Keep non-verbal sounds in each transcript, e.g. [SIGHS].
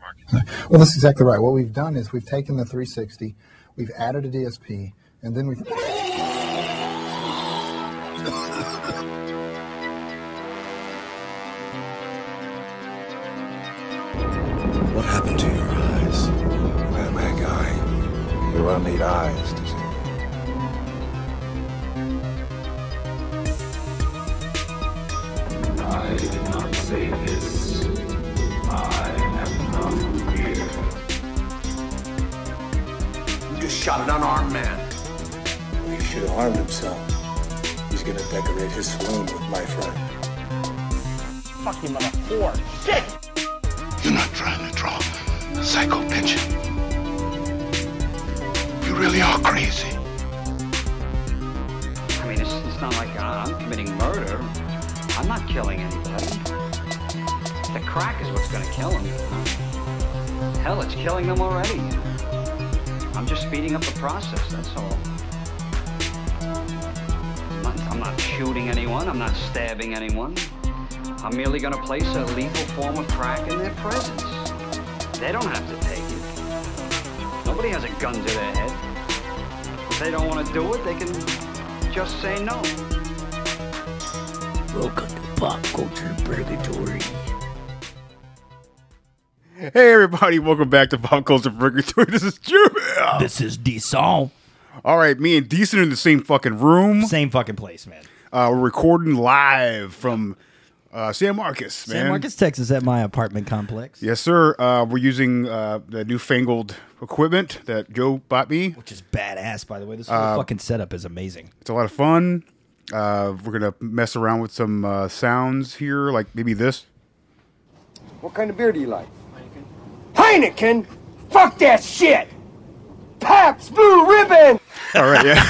market. Well, that's exactly right. What we've done is we've taken the 360, we've added a DSP, and then we've. What happened to your eyes? That man guy. We will need eyes to see. I did not say this. I am not here. You just shot an unarmed man. He should have harmed himself. He's gonna decorate his swoon with my friend. fucking mother whore. Shit! You're not trying to draw a psycho picture. You really are crazy. I mean, it's, it's not like I- I'm committing murder. I'm not killing anybody. The crack is what's going to kill them. Hell, it's killing them already. I'm just speeding up the process, that's all. I'm not, I'm not shooting anyone, I'm not stabbing anyone. I'm merely going to place a lethal form of crack in their presence. They don't have to take it. Nobody has a gun to their head. If they don't want to do it, they can just say no. Welcome to Pop Culture Purgatory. Hey everybody, welcome back to Pop Culture Purgatory. This is Jim. This is D Song. All right, me and Decent are in the same fucking room. Same fucking place, man. Uh, we're recording live from uh, San Marcos, man. San Marcos, Texas, at my apartment complex, Yes, sir. Uh, we're using uh, the newfangled equipment that Joe bought me. which is badass, by the way. This whole Uh, fucking setup is amazing. It's a lot of fun. Uh, we're gonna mess around with some uh, sounds here, like maybe this. What kind of beer do you like? Heineken. Heineken? Fuck that shit! Paps Blue Ribbon! All right, yeah.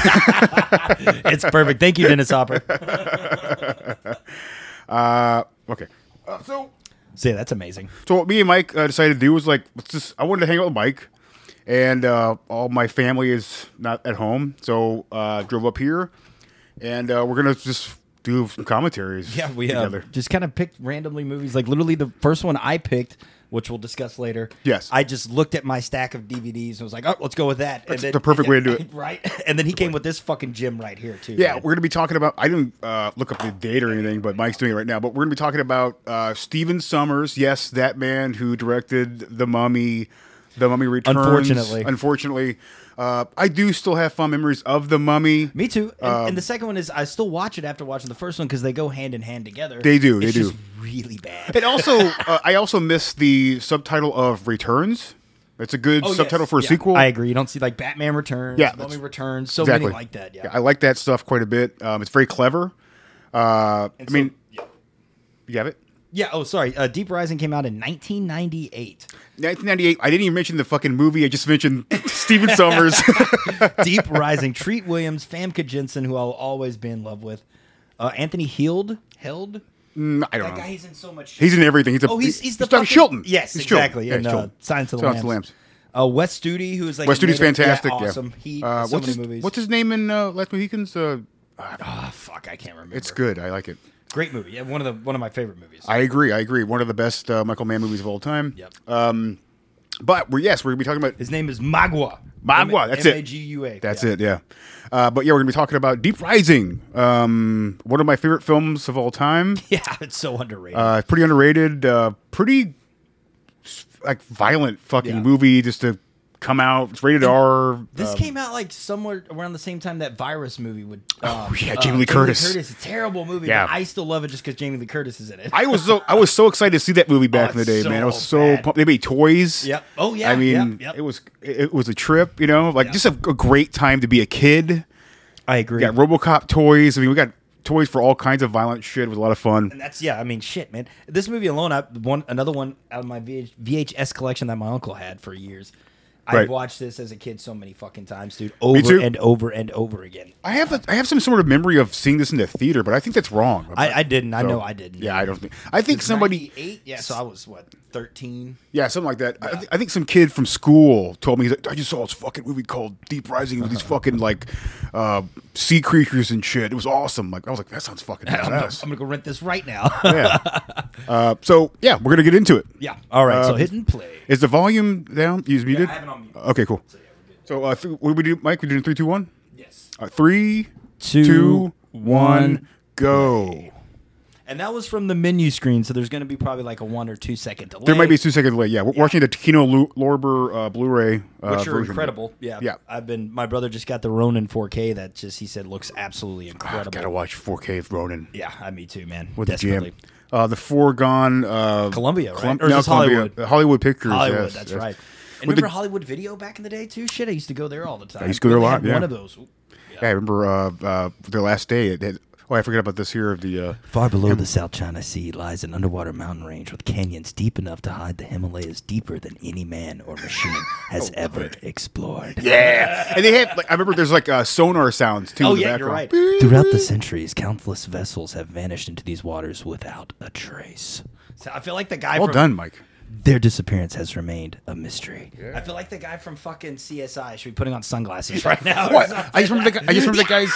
It's perfect. Thank you, [LAUGHS] Dennis Hopper. okay. Uh, so See, that's amazing. So what me and Mike uh, decided to do was like, let's just. I wanted to hang out with Mike, and uh, all my family is not at home, so uh, drove up here, and uh, we're gonna just do some commentaries. Yeah, we uh, together. just kind of picked randomly movies. Like literally, the first one I picked, which we'll discuss later. Yes. I just looked at my stack of DVDs and was like, "Oh, let's go with that." And That's the perfect way to do it. [LAUGHS] right? And then he came with this fucking gym right here too. Yeah, man. we're gonna be talking about. I didn't uh, look up the date or anything, but Mike's doing it right now. But we're gonna be talking about uh, Steven Summers. Yes, that man who directed The Mummy, The Mummy Returns. Unfortunately. unfortunately, uh, I do still have fond memories of The Mummy. Me too. And, Um, and the second one is I still watch it after watching the first one because they go hand in hand together. They do, It's they do. Just really bad. And [LAUGHS] also, uh, I also miss the subtitle of Returns. That's a good Oh, yes. subtitle for a Yeah, sequel. I agree. You don't see like Batman Returns, Yeah, yeah, Mummy that's- Returns, so many like that. Yeah, I like that stuff quite a bit. Um, it's very clever. Uh, I so- mean, you have it. yeah. Oh, sorry. Uh, Deep Rising came out [LAUGHS] in 1998. 1998. I didn't even mention the fucking movie. I just mentioned [LAUGHS] Steven [LAUGHS] Summers. Deep Rising, Treat Williams, Famke Jensen, who I'll always be in love with, uh, Anthony Heald, Held. Mm, I don't That know. guy, he's in so much. Shit. He's in everything. He's a, oh, he's he's the Dr. fucking- Chilton. Yes, He's Chilton. exactly. Yeah, And he's uh, Chilton. Science of the Silence Lambs. of the Lambs. Uh, Wes Studi, who is like West in Studi's later- yeah, fantastic. Yeah, awesome. He Uh, so what's many his, movies. What's his name in uh, Last Mohicans? Uh, Ah, fuck, I can't remember. it's good. I like it. Great movie. Yeah, one of the one of my favorite movies. I agree. I agree. One of the best uh, Michael Mann movies of all time. Yep. Um, but we're yes, we're gonna be talking about His name is Magua. Magua. That's it. M-A-G-U-A. That's it, yeah. Uh, but yeah, we're gonna be talking about Deep Rising, um, one of my favorite films of all time. [LAUGHS] Yeah, it's so underrated. Uh, pretty underrated, uh, pretty s- like violent fucking Yeah. movie just to come out. It's rated R. this um, came out like somewhere around the same time that Virus movie would. Um, Oh, yeah, uh, Jamie Lee Curtis. Curtis, a terrible movie. Yeah. but I still love it just because Jamie Lee Curtis is in it. I was so I was so excited to see that movie back Oh, in the it's day, man. I so was so bad. pumped. They made toys. Yep. Oh, yeah, I mean, yep, yep. it was it was a trip, you know, like just a, a great time to be a kid. [LAUGHS] I agree. We got RoboCop toys. I mean, we got toys for all kinds of violent shit. It was a lot of fun. And that's yeah. I mean, shit, man. This movie alone, I one another one out of my VH, VHS collection that my uncle had for years. I've Right. watched this as a kid so many fucking times, dude, over too. and over and over again. I have a, I have some sort of memory of seeing this in the theater, but I think that's wrong. I, I didn't. I know I didn't. Yeah, I don't think. I think somebody. 98? Yeah, so I was what thirteen. Yeah, something like that. I, th- I think some kid from school told me he's like, I just saw this fucking movie called Deep Rising with these fucking like uh, sea creatures and shit. It was awesome. Like I was like, that sounds fucking I'm gonna, badass. [LAUGHS] I'm gonna go rent this right now. [LAUGHS] yeah. Uh, so yeah, we're gonna get into it. yeah. All right. so Um, hit and play. Is the volume down? You muted. I have it on mute. Okay, cool. So uh, th- what do we do, Mike? We doing three, two, one. Yes. Uh, three, Two, two, one, one, go. And that was from the menu screen, so there's gonna be probably like a one or two second delay. There might be a two second delay. Yeah, we're watching the Kino Lu- Lorber uh, Blu-ray, uh, which are version. incredible. Yeah. Yeah. I've been. My brother just got the Ronin 4K. That just he said looks absolutely incredible. Ah, Gotta watch 4K of Ronin. yeah. I me too, man. with the Desperately. jam. Uh, the foregone uh, Columbia, right? Colum- Or is no, this Columbia. Hollywood? Uh, Hollywood Pictures. Hollywood, yes, that's yes. right. And With remember the- Hollywood Video back in the day too? Shit, I used to go there all the time. used to go there a They lot, had One yeah. of those. Ooh, Yeah, I remember uh, uh, their last day. It had, oh, I forgot about this here of the. Uh, Far below the South China Sea lies an underwater mountain range with canyons deep enough to hide the Himalayas deeper than any man or machine [LAUGHS] has ever explored. Oh, yeah, and they had. Like, I remember there's like uh, sonar sounds too. Oh, in the yeah, you're background. right. Throughout the centuries, countless vessels have vanished into these waters without a trace. So I feel like the guy Well from done, Mike. their disappearance has remained a mystery. I feel like the guy from fucking CSI should be putting [LAUGHS] on sunglasses right now. or What? something. I just remember that. I just remember that guy's.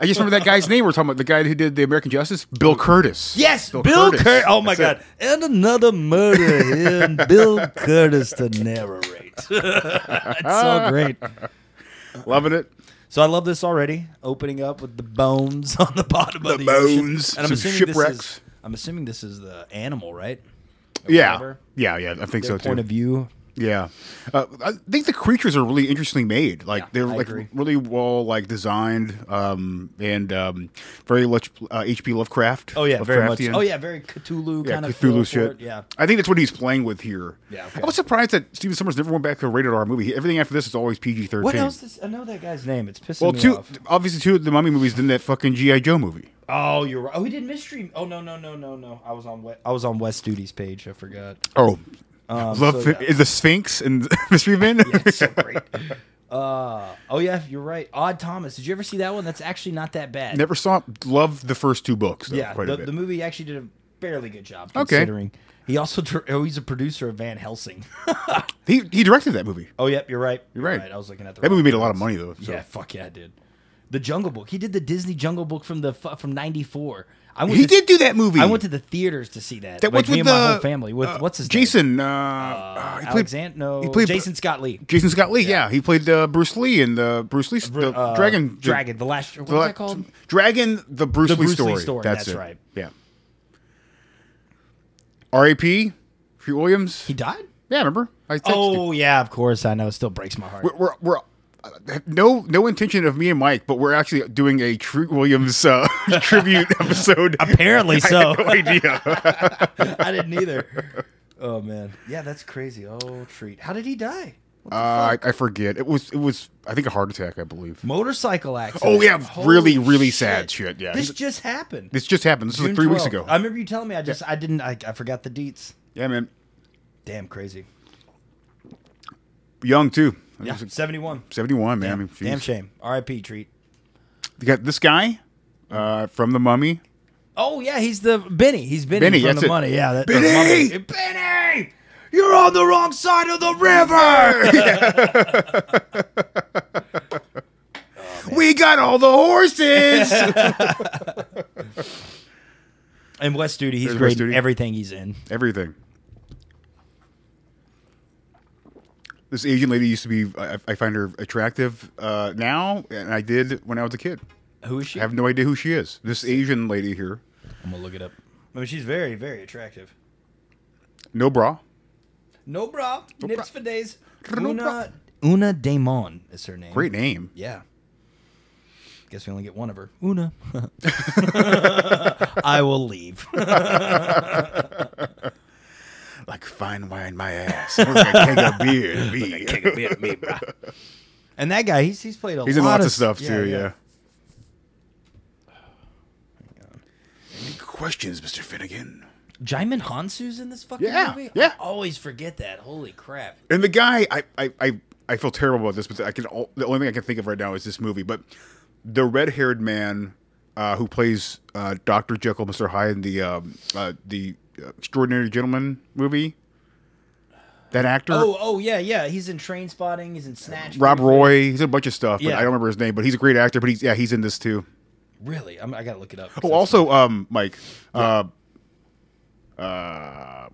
I just remember that guy's name. We're talking about the guy who did the American Justice, Bill Curtis. Yes, Bill Curtis. oh my That's God! And another murder here, [LAUGHS] and Bill Curtis to narrate. it's so great. it. loving it. So I love this already. Opening up with the bones on the bottom of the The ocean. bones, and some I'm assuming This is, shipwrecks. I'm assuming this is the animal, right? Yeah, whatever. yeah, yeah. I think Their so too. point of view. Yeah, uh, I think the creatures are really interestingly made. Like Yeah, they're I like agree. really well like designed um, and um, very much uh, H.P. Lovecraft. Oh yeah, very much. Lovecraftian. Oh yeah, very Cthulhu Yeah, kind of feel Cthulhu for shit. it, Yeah. I think that's what he's playing with here. Yeah, okay. I was surprised that Steven Summers never went back to a rated R movie. He- Everything after this is always PG thirteen. What else? Does, I know that guy's name. It's pissing Well, me two off. obviously two of the Mummy movies, then that fucking GI Joe movie. Oh, you're right. Oh, he did mystery. Oh no, no, no, no, no. I was on West, I was on West Duty's page. I forgot. Oh, love Um, so, Fi- is the Sphinx and [LAUGHS] Mystery Men. It's so great. Uh, oh yeah, you're right. Odd Thomas. Did you ever see that one? That's actually not that bad. [LAUGHS] never saw. Loved the first two books. Though, Yeah, quite the, a bit. the movie actually did a fairly good job Okay. considering. He also dir- oh, he's a producer of Van [LAUGHS] Helsing. he he directed that movie. oh yep, you're right. You're right. I was looking at the That wrong movie made a lot of money ones. though. So. Yeah, fuck yeah, it did. The Jungle Book. He did the Disney Jungle Book from the fu- from '94. I went He to- did do that movie. I went to the theaters to see that. that like, was me with and the my whole family. With uh, what's his name? Jason. Uh, Uh, uh, he played Alexander. No, he played- Jason Scott Lee. Jason Scott Lee. Yeah, he played uh, Bruce Lee in the Bruce Lee the Uh, Dragon Dragon. The last. What's the- that called? Dragon the Bruce, The Lee, Bruce Lee story. Story, That's, that's it. right. Yeah. R.A.P. Hugh Williams. He died. yeah, remember? I texted you. Oh yeah, of course I know. It still breaks my heart. we're we're. we're uh, have no, no intention of me and Mike, but we're actually doing a Treat Williams uh, [LAUGHS] [LAUGHS] tribute episode. [LAUGHS] Apparently I so. had no idea. [LAUGHS] I didn't either. Oh man, yeah, that's crazy. Oh treat. How did he die? Uh, I, I forget. It was it was I think a heart attack, I believe. Motorcycle accident. Oh, yeah, really, really sad shit, yeah. this just happened. This just happened. This was June three weeks 12th. ago. I remember you telling me. I just I didn't. I, I forgot the deets. yeah, man. Damn crazy. Young too. I Yeah, think he's seventy one. Seventy-one, man. I Damn, mean, damn jeez. shame. R.I.P. Treat. You got this guy uh, from the Mummy. Oh yeah, he's the Benny. He's Benny, Benny, from that's the it. money. Yeah, that, Benny! the money. Benny, you're on the wrong side of the [LAUGHS] river. We got all the [LAUGHS] horses. and West Duty, he's There's great Wes in Studi. everything he's in. Everything. This Asian lady used to be. I, I find her attractive uh, now, and I did when I was a kid. Who is she? I have no idea who she is. This Asian lady here, I'm gonna look it up. I mean, she's very, very attractive. no bra. No bra, nips for days. No Una, Una Damon is her name. Great name. Yeah. Guess we only get one of her. Una. [LAUGHS] I will leave. [LAUGHS] Like fine wine, my ass. Look like I can't get [LAUGHS] beer, beer. and that guy, he's he's played a He's lot in lots of s- stuff too. Yeah. Any questions, Mister Finnegan? Jaimin Hansu's in this fucking Yeah, Er. movie. yeah. I always forget that. Holy crap. And the guy, I, I, I I feel terrible about this, but I can. al- The only thing I can think of right now is this movie. But the red-haired man uh, who plays uh, Doctor Jekyll, Mister Hyde in the um, uh, the Extraordinary Gentleman movie, that actor, Oh, oh yeah, yeah. He's in Train Spotting. He's in Snatch. Rob briefly. Roy, he's in a bunch of stuff. But Yeah. I don't remember his name, but he's a great actor. But he's yeah, he's in this too. Really, I'm, I gotta look it up. Oh, also, um, Mike, uh, uh,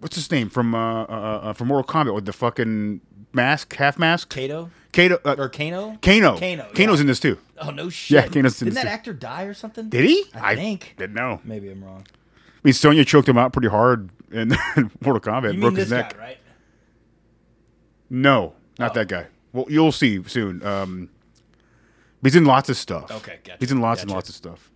what's his name from uh, uh, uh, from Mortal Kombat with the fucking mask, half mask? Kato Kato, uh, or Kano? Kano, Kano. yeah. Kano's in this too. Oh no shit. Kano's in this Didn't that too. actor die or something? Did he? I think. didn't know. I Maybe I'm wrong. mean, Sonya choked him out pretty hard in [LAUGHS] Mortal Kombat, You mean broke this his neck. guy, right? No, Oh. not that guy. Well, you'll see soon. Um, he's in lots of stuff. Okay, gotcha, He's in lots and gotcha. lots of stuff.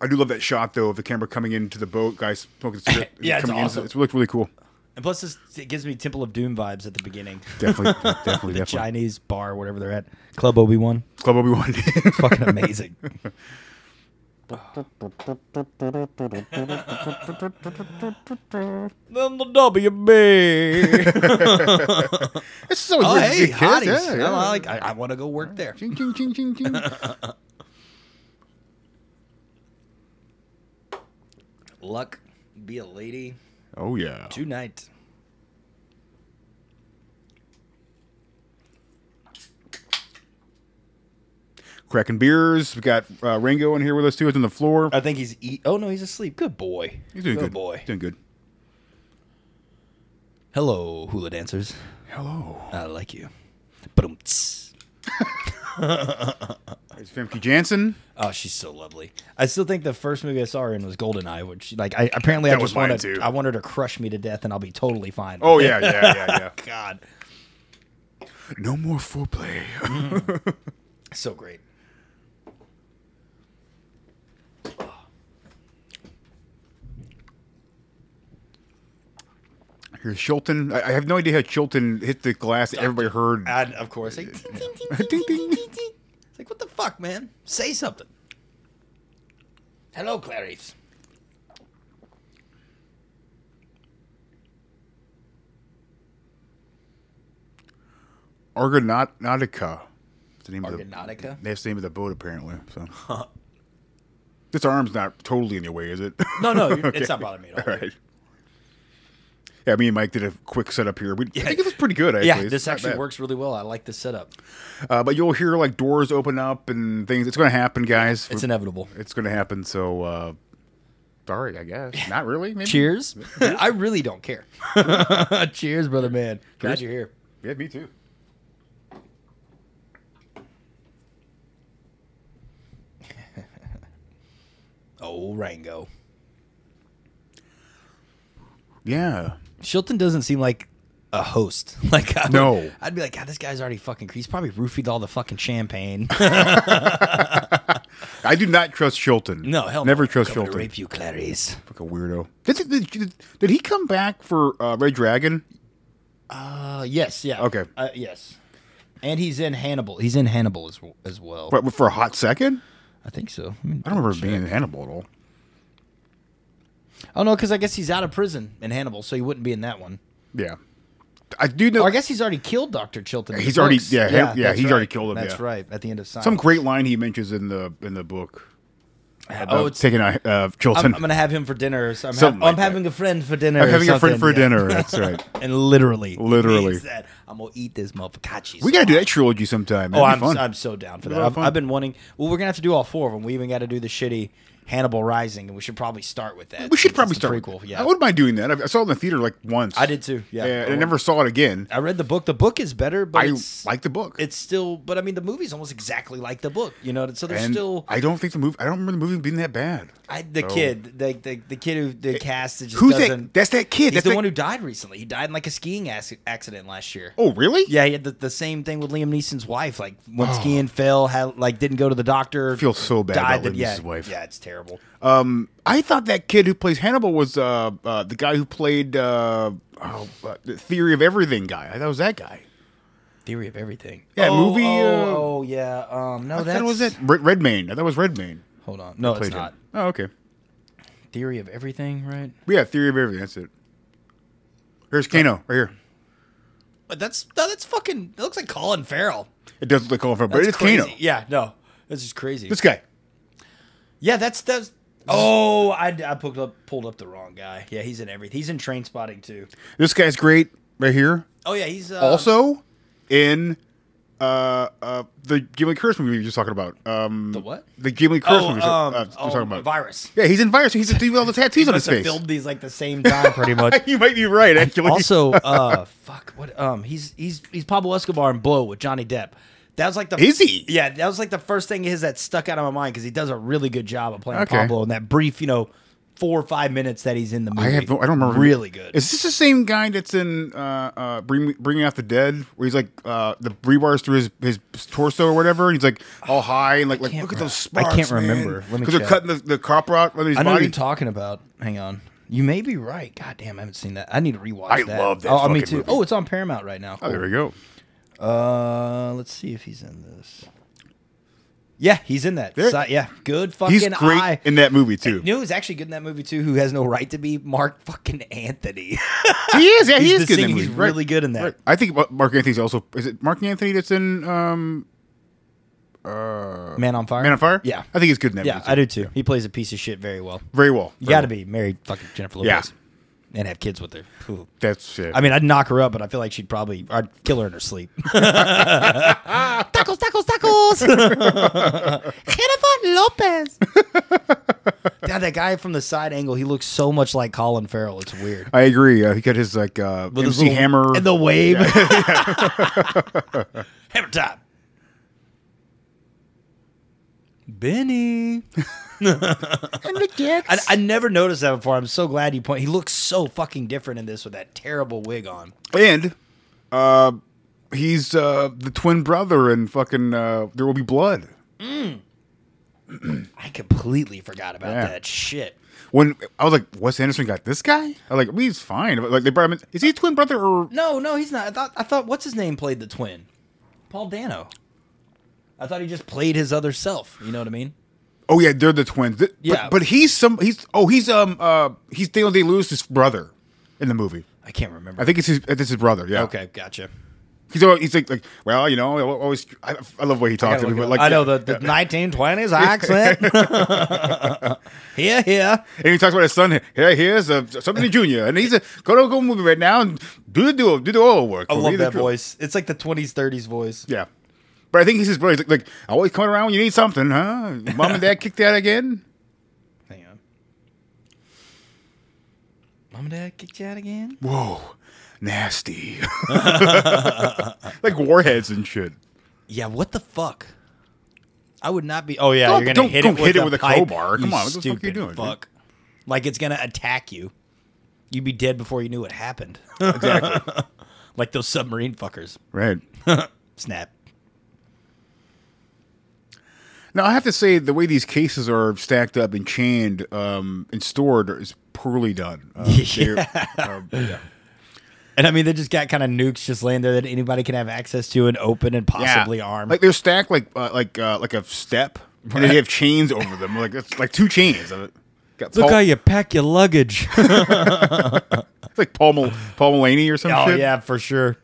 I do love that shot though of the camera coming into the boat, guys smoking [LAUGHS] a cigarette. Yeah, it's coming awesome. In. It's looked really cool. And plus, this it gives me Temple of Doom vibes at the beginning. [LAUGHS] Definitely, definitely, the definitely. Chinese bar, whatever they're at, Club Obi Wan, Club Obi Wan. fucking amazing. then the [LAUGHS] WB. [LAUGHS] It's so oh weird to hey, see kids. hotties. Yeah, yeah. I'm like, I, I want to go work there. Ching, ching, ching, ching, ching. [LAUGHS] Luck, be a lady oh yeah. tonight. Cracking beers. We got uh, Rango in here with us too. It's on the floor. I think he's eat. Oh no, he's asleep. Good boy. He's doing good, good, boy. Doing good. Hello, hula dancers. Hello. I like you. Boom. It's Femke Jansen. Oh, she's so lovely. I still think the first movie I saw her in was Goldeneye, which like I apparently I That was just mine, wanted too. I want her to crush me to death, and I'll be totally fine. with [LAUGHS] Oh it. yeah, yeah, yeah, yeah. God, No more foreplay. [LAUGHS] so great. Here's Chilton. I, I have no idea how Chilton hit the glass. Everybody heard. And of [LAUGHS] course, like, ting, ting, ting, ting, Ding, ding. ting, ting, ting. It's like what the fuck, man? Say something. Hello, Clarice. Argonautica. It's the name Argonautica? Of the, that's the name of the boat, apparently. So. this arm's not totally in your way, is it? [LAUGHS] No, no, you're- it's not bothering me at all. all right. Yeah, me and Mike did a quick setup here. We, I think it was pretty good. Actually. Yeah, It's this not actually bad. works really well. I like the setup. Uh, but you'll hear like doors open up and things. It's going to happen, guys. It's inevitable. It's going to happen. So uh, sorry, I guess. Not really. Maybe. [LAUGHS] Cheers. I really don't care. [LAUGHS] Cheers, brother man. Glad Cheers. you're here. Yeah, me too. Oh, Rango. Yeah. Shilton doesn't seem like a host. [LAUGHS] Like I would- No. I'd be like, God, this guy's already fucking. He's probably roofied all the fucking champagne. I do not trust Shilton. [LAUGHS] no, hell, never no. trust Come to Shilton. Rape you, Clarice. Fucking weirdo. Did, did, did, did he come back for uh, Red Dragon? Uh, yes, yeah. Okay. Uh, yes. And he's in Hannibal. He's in Hannibal as as well. But for a hot second, I think so. Hmm. I don't remember him being in Hannibal at all. Oh no, because I guess he's out of prison in Hannibal, so he wouldn't be in that one. Yeah, I do know. Or Oh, I guess he's already killed Doctor Chilton. in He's the already- books. yeah, Ham- yeah, that's he's already killed him, That's yeah. right. At the end of Silence. some great line he mentions in the in the book. Oh, about it's. taking a uh, I'm, Chilton. I'm gonna have him for dinner. So I'm, Something ha- I'm like that. having a friend for dinner. I'm or having a friend something, for yeah. dinner. That's right. [LAUGHS] and literally, Literally. means that I'm gonna eat this motherfucker. We gotta do that trilogy sometime. Oh, That'd be I'm fun. I'm so down for That'd be that. a lot of I've, fun. I've been wanting. Well, we're gonna have to do all four of them. We even got to do the shitty Hannibal Rising, and we should probably start with that. we should since probably it's the start. with- prequel. Yeah, I wouldn't mind doing that. I I saw it in the theater like once. I did too, yeah. Oh. and I never saw it again. I read the book. The book is better, but I it's, like the book. it's still. But I mean, the movie's almost exactly like the book. You know, so there's and still. I don't think the movie. I don't remember the movie being that bad. I, the so- Eh, kid, the, the the kid who the cast that just Who's doesn't. that? That's that kid. he's That's the that- one who died recently. He died in like a skiing ac- accident last year. Oh, really? Yeah, he had the, the same thing with Liam Neeson's wife. Like went skiing, fell, had like didn't go to the doctor. Oh. I feel so bad died. about then- Liam yeah, Neeson's wife. Yeah, it's terrible. I thought that kid who plays Hannibal was uh, uh, the guy who played uh, oh, uh, the Theory of Everything guy. I thought it was that guy. Theory of everything. Yeah, oh, movie, Oh, uh, oh, yeah. Um, no, I that's thought it was that Red- Redmayne. I thought it was Redmayne. Hold on. No, it's Played him. not. Oh, okay. Theory of everything, right? But yeah, Theory of Everything. That's it. Here's Oh. Kano right here. But that's no, that's fucking. It looks like Colin Farrell. It does look like Colin Farrell, but That's it's crazy. Kano. Yeah, no, this is crazy. This guy. Yeah, that's that's. Oh, I, I pulled up pulled up the wrong guy. Yeah, he's in everything. He's in Train Spotting too. This guy's great right here. Oh yeah, he's uh, also in uh uh the Gimli Curse movie you were just talking about. Um The what? The Gimli Curse Oh, movie you were um, uh, you were oh, talking about. Virus. Yeah, he's in Virus. [LAUGHS] He's the dude with all the tattoos on his Must have face. filmed these like the same [LAUGHS] time, pretty much. you might be right, actually. also, uh, fuck, what? Um, he's he's he's Pablo Escobar in Blow with Johnny Depp. That was like the Is he? Yeah, that was like the first thing his that stuck out of my mind because he does a really good job of playing Okay. Pablo in that brief, you know, four or five minutes that he's in the [LAUGHS] movie. I have no, I don't remember. Really good. Is this the same guy that's in uh, uh, Bring, Bringing Out the Dead, where he's like uh, the rebars through his, his torso or whatever? and he's like [SIGHS] all high and like, like can't look at re- those I sparks. can't remember. Let me because they're check. cutting the, the copper out of his I know what body. you're talking about. Hang on. You may be right. God damn, I haven't seen that. I need to rewatch I that. love that Oh, me fucking too. movie. Oh, it's on Paramount right now. oh, there Cool. we go. Uh, let's see if he's in this. Yeah, he's in that. There- Si- yeah, good fucking He's great eye. in that movie too. You know who's actually good in that movie too? Who has no right to be Mark fucking [LAUGHS] Anthony? He is. Yeah, he He's is the good. In that singer. movie. He's really good in that. I think Ma- Mark Anthony's also. Is it Mark Anthony that's in um, Man on Fire. Man on Fire? Yeah, I think he's good in that. yeah, movie I do too. He plays a piece of shit very well. Very well. You Very got to well. be married, fucking Jennifer Yeah. Lopez, and have kids with her. Ooh. That's it. I mean, I'd knock her up, but I feel like she'd probably I'd kill her in her sleep. [LAUGHS] tacos, tacos, tacos. [LAUGHS] Jennifer Lopez. God, that guy from the side angle, he looks so much like Colin Farrell. It's weird. I agree. Uh, he got his like uh, With his MC little- Hammer. and the wave. [LAUGHS] Hammer time. Benny. I, I never noticed that before. I'm so glad you point. He looks so fucking different in this with that terrible wig on. And uh, he's uh, the twin brother in fucking uh, There Will Be Blood. I completely forgot about Yeah. that shit. When I was like, Wes Anderson got this guy? I was like, well, he's fine. But, like they brought him in. Is he a twin brother or No, no, he's not. I thought I thought what's his name played the twin? Paul Dano. I thought he just played his other self. You know what I mean? Oh yeah, they're the twins. Th- but- Yeah. But, he's some he's oh he's um uh he's Daniel Day Lewis's brother in the movie. I can't remember. I think it's his it's his brother, yeah. Okay, gotcha. He's al- he's like like well, you know, I al- always I, I love the way he talks to me, but like I know the, [LAUGHS] the 1920s accent. here, here. And he talks about his son. Hey, here's a, something junior, and he's a go to go movie right now and do the do do the oil work. I love Read the that drill. voice. It's like the 20s, 30s voice. Yeah, but I think he's his brother. He's like, like I always coming around when you need something, huh? Mom and dad kicked out again. Hang on. Mom and Dad kicked you out again? Whoa, nasty. [LAUGHS] like warheads and shit. Yeah, what the fuck? I would not be. Oh yeah, Don't- you're gonna don't- hit, don't it, with hit it a with a pipe, crowbar. Come you on, what the fuck you stupid doing, dude? Fuck. Like it's gonna attack you. You'd be dead before you knew [LAUGHS] what happened. Exactly. like those submarine fuckers. right. Snap. Now I have to say the way these cases are stacked up and chained um, and stored is poorly done. [LAUGHS] Uh, they're- um, yeah. And I mean, they just got kind of nukes just laying there that anybody can have access to and open and possibly yeah. arm. Like they're stacked like uh, like uh, like a step, and they have chains over them. Like it's like two chains. of it. Got Paul, you pack [LAUGHS] your luggage. it's like Paul Mul- Paul Mulaney or some oh shit. yeah, for sure.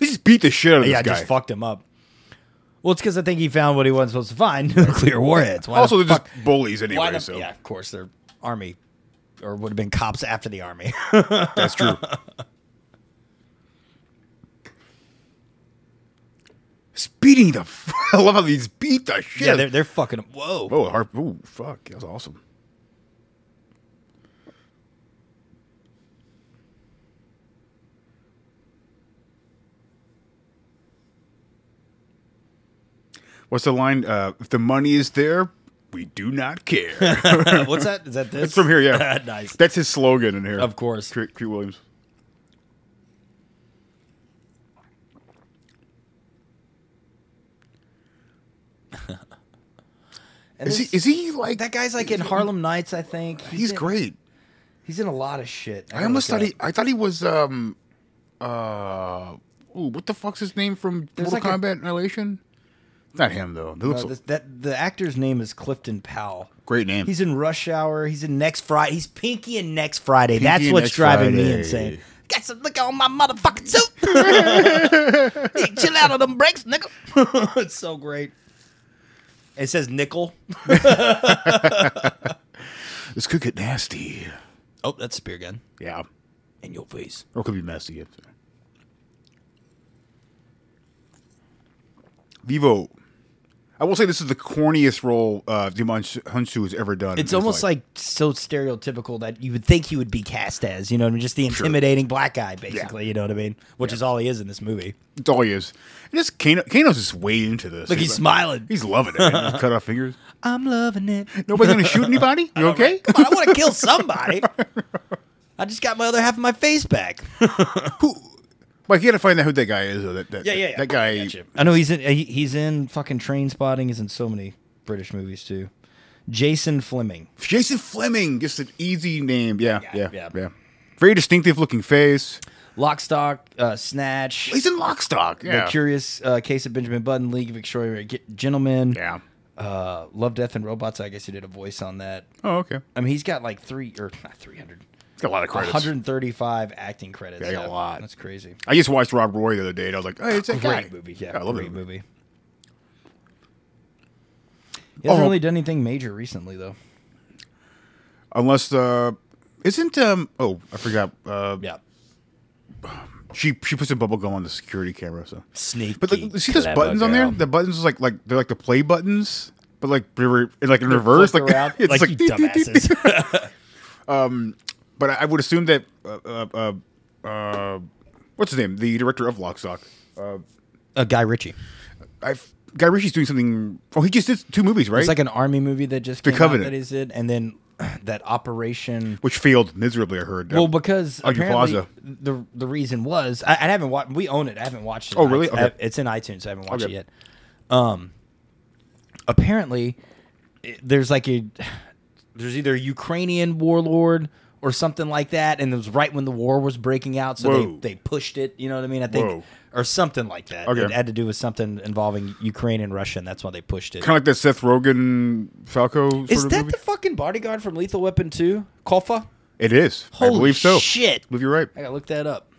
he just beat the shit out of Yeah, this guy. just fucked him up. Well, it's because I think he found what he wasn't supposed to find: [LAUGHS] nuclear warheads. Why the also, they're fuck- just bullies Why anyway. the- so Yeah, of course they're army, or would have been cops after the army. [LAUGHS] that's true. Speeding the, f- [LAUGHS] I love how these beat the shit. yeah, they're they're fucking. Whoa, oh, har- ooh, fuck, that was awesome. What's the line? Uh, if the money is there, we do not care. [LAUGHS] [LAUGHS] what's that? Is that this? It's from here, yeah. [LAUGHS] nice. That's his slogan in here. Of course. Cre- Crete Williams. And Is this- he? Is he like that guy's like in Harlem Nights, I think. He's in- great. He's in a lot of shit. I gotta almost look thought it he. up. I thought he was. Um. Uh. Ooh, what the fuck's his name from There's Mortal like a- Kombat Annihilation? Not him though. He No, looks Uh, this- that the actor's name is Clifton Powell. Great name. He's in Rush Hour. He's in Next Friday. He's Pinky and Next Friday. Pinky That's and what's Next driving me Friday. insane. [LAUGHS] Got some liquor on my motherfucking suit. hey, chill out on them brakes, nigga. it's so great. It says nickel. this could get nasty. Oh, that's a spear gun. Yeah, In your face. or it could be messy. if- Vivo. I will say this is the corniest role uh, Dimanshu Hunshu has ever done. in It's his almost life. like so stereotypical that you would think he would be cast as, you know, what I mean? just the Sure. intimidating black guy, basically. You know what I mean? Which is all he is in this movie. it's all he is. And this Kano, Kano's just way into this. Look, he's smiling. He's loving it. man. Just cut off [LAUGHS] fingers. I'm loving it. Nobody's gonna shoot anybody. You okay? Come on, [LAUGHS] I want to kill somebody. I just got my other half of my face back. Like you gotta find out who that guy is. Though. That, that, [LAUGHS] Yeah, yeah, yeah. That guy. I know he's in. he- He's in fucking Train Spotting. He's in so many British movies too. Jason Fleming. Jason Fleming, just an easy name. Yeah, yeah, yeah. yeah. Very distinctive looking face. Lock, Stock, uh, Snatch. He's in Lockstock. Yeah. The Curious uh, Case of Benjamin Button, League of Extraordinary Ge- Gentlemen. yeah. Uh, Love, Death, and Robots. I guess he did a voice on that. Oh, okay. I mean, he's got like three or not three hundred. He's got a lot of credits. 135 acting credits. Yeah, he got a lot. That's crazy. I just watched Rob Roy the other day, and I was like, "Hey, it's a Great movie. Yeah, I love great it. movie. He hasn't Oh. really done anything major recently, though. Unless, uh, isn't um? Oh, I forgot. Uh, Yeah. she she puts a bubble gum on the security camera. So Sneaky. But like, see those buttons on there? The buttons is like like they're like the play buttons, but like they were like in reverse. Like [LAUGHS] around it's like, like, you dee, dee, dee, dee. dumbasses. [LAUGHS] But I, I would assume that uh, uh, uh, uh, what's his name? The director of Lockstock. uh, Guy Ritchie. I Guy Ritchie's doing something. Oh, he just did two movies, right? It's like an army movie that just The came out Covenant. that is it, and then [CLEARS THROAT] that Operation. which failed miserably. I heard. Well, because Augie apparently Plaza. the the reason was I, I haven't watched. We own it. I haven't watched it. Oh, really? I- Okay. it's in iTunes. I haven't watched Okay. it yet. Um, apparently, it- there's like a there's either a Ukrainian warlord or something like that, and it was right when the war was breaking out, so Whoa. they they pushed it. You know what I mean? I think. Whoa. Or something like that. Okay. It had to do with something involving Ukraine and Russia, and that's why they pushed it. kind of like that Seth Rogen Falco sort Is of that movie. the fucking bodyguard from Lethal Weapon 2? Kofa? it is. I Holy believe so. shit. I believe you're right. I gotta look that up.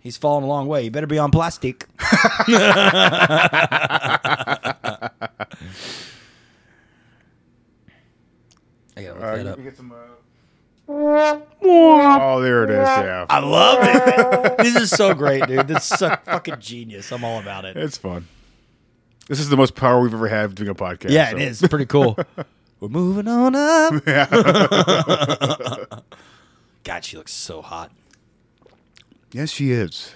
He's falling a long way. You better be on plastic. [LAUGHS] I gotta look that up. uh, Oh, there it is. Yeah, I love it. this is so great, dude. This is so fucking genius. I'm all about it. it's fun. This is the most power we've ever had doing a podcast. Yeah, so. it is. Pretty cool. We're moving on up. [LAUGHS] God, she looks so hot. Yes, she is.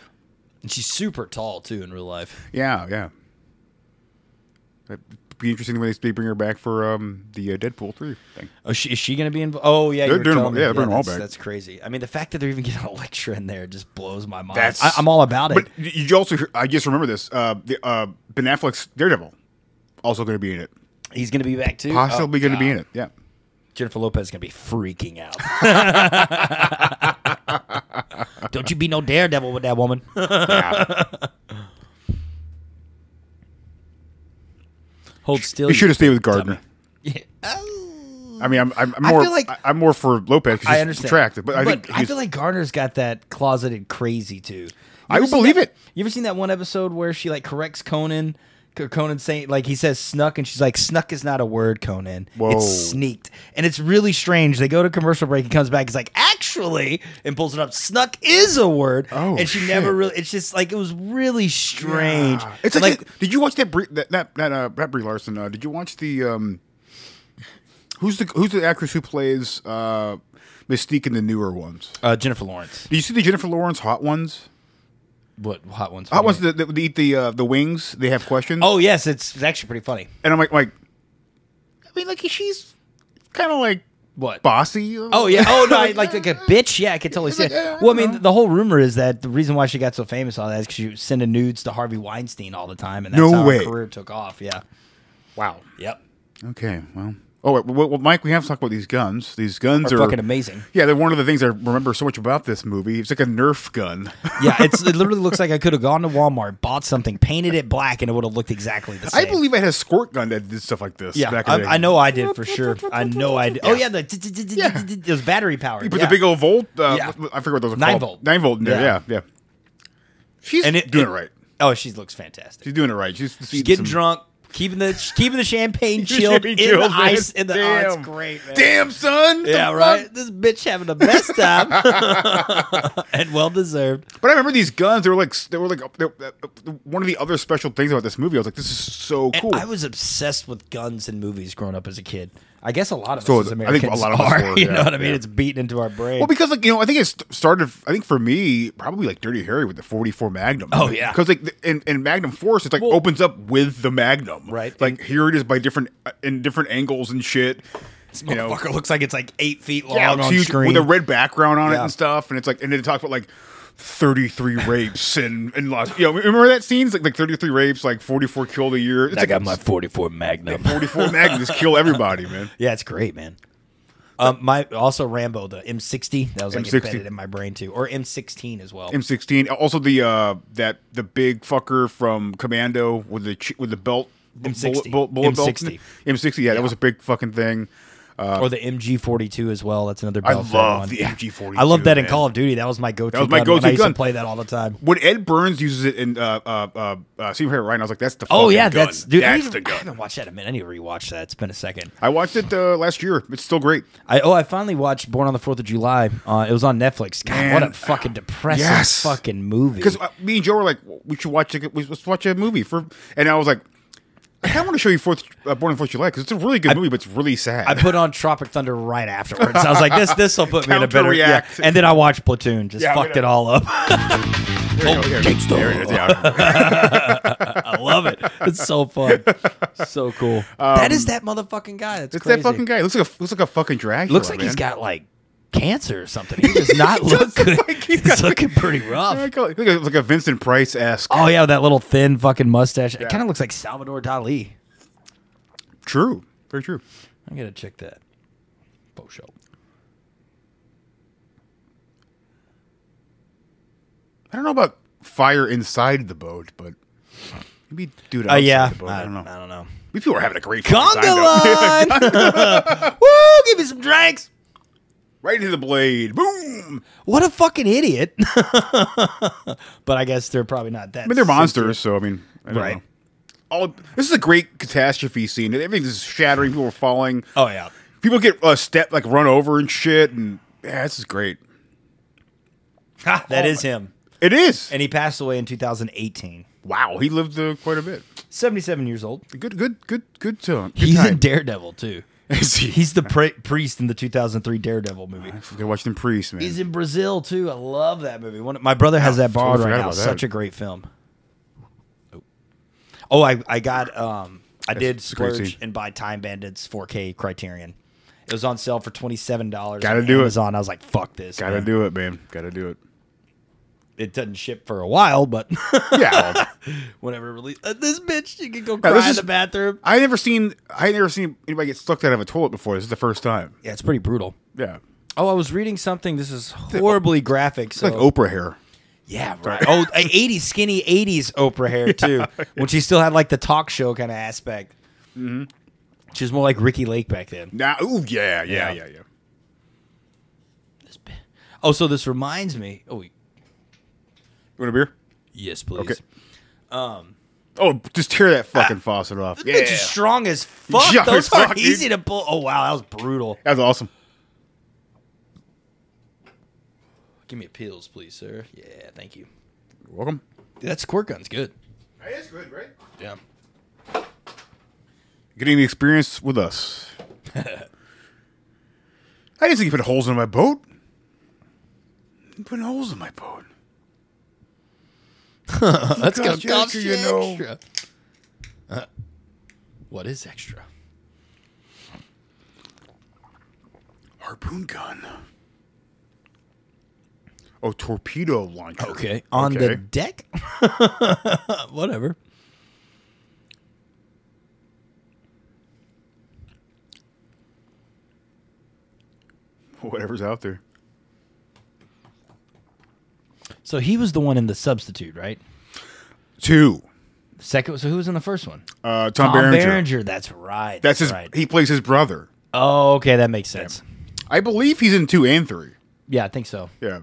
And she's super tall, too, in real life. Yeah, yeah. That'd be interesting when they- they bring her back for um, the uh, Deadpool three thing. Oh, she, is she going to be involved? Oh, yeah, They're you were doing them- telling me. yeah, they're bringing them all that's, back. That's crazy. I mean, the fact that they're even [LAUGHS] getting Electra in there just blows my mind. That's- I, I'm all about it. But y- you also, hear- I just remember this. Uh, the uh, Ben Affleck's Daredevil also going to be in it. He's going to be back too. Possibly Oh, going to be God. in it. Yeah. Jennifer Lopez is going to be freaking [LAUGHS] out. [LAUGHS] Don't you be no daredevil with that [LAUGHS] woman. Hold still. He you- should have stayed with Gardner. [LAUGHS] Yeah. I mean, I'm, I'm I'm I more feel like- I, am more for Lopez. 'cause I he's understand. Attractive, but I think I he's- feel like Garner's got that closeted crazy too. You I ever would seen believe that- it. You ever seen that one episode where she like corrects Conan? C- Conan saying like he says snuck and she's like snuck is not a word Conan. Whoa. It's sneaked. And it's really strange. They go to commercial break, he comes back, he's like, actually, and pulls it up. Snuck is a word. Oh, and she shit. never really it's just like it was really strange. Yeah. It's And, like, did you watch that Brie, that that that, uh, that Brie Larson? Uh, did you watch the um, who's the who's the actress who plays uh, Mystique in the newer ones? uh, Jennifer Lawrence. Did you see the Jennifer Lawrence hot ones? What hot ones? Hot ones that, that would eat the uh, the wings. They have questions. Oh yes, it's, it's actually pretty funny. and I'm like like, I mean like she's kind of like What? bossy. Oh yeah. Oh no. I, like [LAUGHS] [LAUGHS] like a bitch. Yeah, I could totally see it. Well, I mean, the whole rumor is that the reason why she got so famous all that is because she was sending nudes to Harvey Weinstein all the time, and that's No how way. her career took off. Yeah. wow. Yep. Okay, well, Oh, wait, well, well, Mike, we have to talk about these guns. These guns Are are, fucking amazing. Yeah, they're one of the things I remember so much about this movie. It's like a Nerf gun. [LAUGHS] Yeah, it's, it literally looks like I could have gone to Walmart, bought something, painted it black, and it would have looked exactly the I same. believe I had a squirt gun that did stuff like this. yeah, back in the day. I, I know uh, I did for sure. I know I did. Oh yeah, the t- t- t- t- it was battery powered. You put the big old volt. Uh, Yeah. I forget what those are Nine called. volt. Nine volt. in there, Yeah. Yeah, yeah. She's And it- doing it- it, right. Oh, she looks fantastic. She's doing it right. She's, She's getting drunk, keeping the keeping the [LAUGHS] champagne She's chilled, getting in the chilled, man. ice, in the oh, it's Damn. great, man. Damn, son. Yeah, The right. fuck? This bitch having the best time, [LAUGHS] and well deserved. But I remember these guns. They were like they were like uh, they were- one of the other special things about this movie. I was like, this is so And cool. I was obsessed with guns and movies growing up as a kid. I guess a lot of So us as I think Americans a lot of us are. [LAUGHS] were, you yeah, know what I mean? yeah. It's beaten into our brain. well, because like you know, I think it st- started. I think for me, probably like Dirty Harry with the forty-four Magnum. Oh, yeah. because like the- in, in Magnum Force, it's like Well- opens up with the Magnum. Right. like here it is by different uh, in different angles and shit. This you know, motherfucker looks like it's like eight feet long yeah, on it's huge, screen with a red background on it Yeah. and stuff, and it's like, and it talks about like thirty-three rapes and and lots. You know, remember that scene? It's like like thirty-three rapes, like forty-four killed a year. It's I like got my [LAUGHS] 44 Magnum. forty-four Magnum just kill everybody, man. Yeah, it's great, man. Um, my also Rambo the M60 that was like M60. embedded in my brain too, or M16 as well. M16. Also the uh that the big fucker from Commando with the ch- with the belt bu- M60. bullet, bullet, bullet M60. belt. M60. Yeah, that was a big fucking thing. or the MG42 as well. That's another. I Belfast love one. the MG42, I love that in man. Call of Duty. That was my go-to. That was my gun when go-to I used to gun. play that all the time. When Ed Burns uses it in uh uh uh, uh Super Hero Ryan, I was like, that's the Oh fucking yeah, gun. that's dude. I, that's even, the I gun. haven't watched that in a minute. I need to rewatch that. It's been a second. I watched it uh, last year. It's still great. I oh, I finally watched Born on the Fourth of July. Uh, it was on Netflix. God, what a Man. uh, fucking depressing Yes. fucking movie. Because uh, me and Joe were like, we should watch it. we- Let's watch a movie for. And I was like, I kind of want to show you Fourth uh, Born on Fourth of July because it's a really good movie, but it's really sad. I put on Tropic Thunder right afterwards. I was like, this this will put me in a better yeah. Counteract. And then I watched Platoon. Just Yeah, I'm fucked gonna- it all up. [LAUGHS] There you go, there you go. There it is, yeah. I love it. It's [LAUGHS] so fun. So cool. that is that motherfucking guy. That's Um, It's crazy. that fucking guy. Looks like a looks like a fucking drag. Looks like he's got like cancer or something. He [LAUGHS] does not look does look good. like he's he's got- looking pretty rough. Like a, like a- like a Vincent Price esque. Oh yeah, with that little thin fucking mustache. It kind of looks like Salvador Dali. True. Very true. I'm gonna check that. For show. I don't know about fire inside the boat, but maybe dude. Oh outside yeah. Uh, the boat. Uh, I, don't know. I don't know. These people are having a great fucking time. though. Gondola. [LAUGHS] Woo! Give me some drinks. [LAUGHS] right into the blade. Boom. What a fucking idiot. [LAUGHS] but I guess they're probably not that. I mean, they're monsters, so I mean, I don't Right. know. All this is a great catastrophe scene. Everything's shattering. People are falling. [LAUGHS] Oh yeah. People get uh, step like run over and shit. And yeah, this is great. Ha, that is him. It is. And he passed away in 2018. Wow, he lived uh, quite a bit. 77 years old. Good, good, good, good tone. Good He's in time. Daredevil too. [LAUGHS] Is he? He's the pri- priest in the 2003 Daredevil movie. I forgot watching Priest, man. He's in Brazil too. I love that movie. One, my brother has that borrowed totally right Oh, forgot now. about that. Such a great film. Oh, I I got um I did it's a great splurge scene. and buy Time Bandits 4K Criterion. It was on sale for twenty seven dollars. Gotta do it. Amazon. I was like, fuck this. Gotta man. do it, man. Gotta do it. It doesn't ship for a while, but [LAUGHS] Yeah. [LAUGHS] well, whenever release uh, this bitch, you can go Yeah, cry this in is- the bathroom. I never seen I never seen anybody get sucked out of a toilet before. This is the first time. Yeah, it's pretty brutal. Yeah. Oh, I was reading something. This is horribly graphic. oh. It's So like Oprah hair. Yeah, right. Oh, a 80s skinny 80s Oprah hair too, when she still had like the talk show kind of aspect. Mm-hmm. She was more like Ricky Lake back then. Nah, ooh, yeah, yeah, Yeah. yeah, yeah. Oh, so this reminds me. Oh, You want a beer? yes, please. Okay. Oh, just tear that [LAUGHS] fucking faucet off. This Yeah. bitch is strong as fuck. Yeah, Those as are fuck, dude. easy to pull. Oh wow, that was brutal. That was awesome. Give me a pills, please, sir. Yeah, thank you. You're welcome. That squirt gun's good. That is good, right? Yeah. Getting the experience with [LAUGHS] us. I just think you put holes in my boat. You putting holes in my boat. That's gonna gonna cost cost you you extra. extra. Uh, what is extra? Harpoon gun. Oh, torpedo launcher. Okay. On the Okay. deck? [LAUGHS] Whatever. [LAUGHS] whatever's out there. So he was the one in the substitute, right? Two. Second. So who was in the first one? Uh, Tom, Berenger. That's right. That's his. right. He plays his brother. Oh, okay, that makes sense. I believe he's in two and three. Yeah, I think so. Yeah,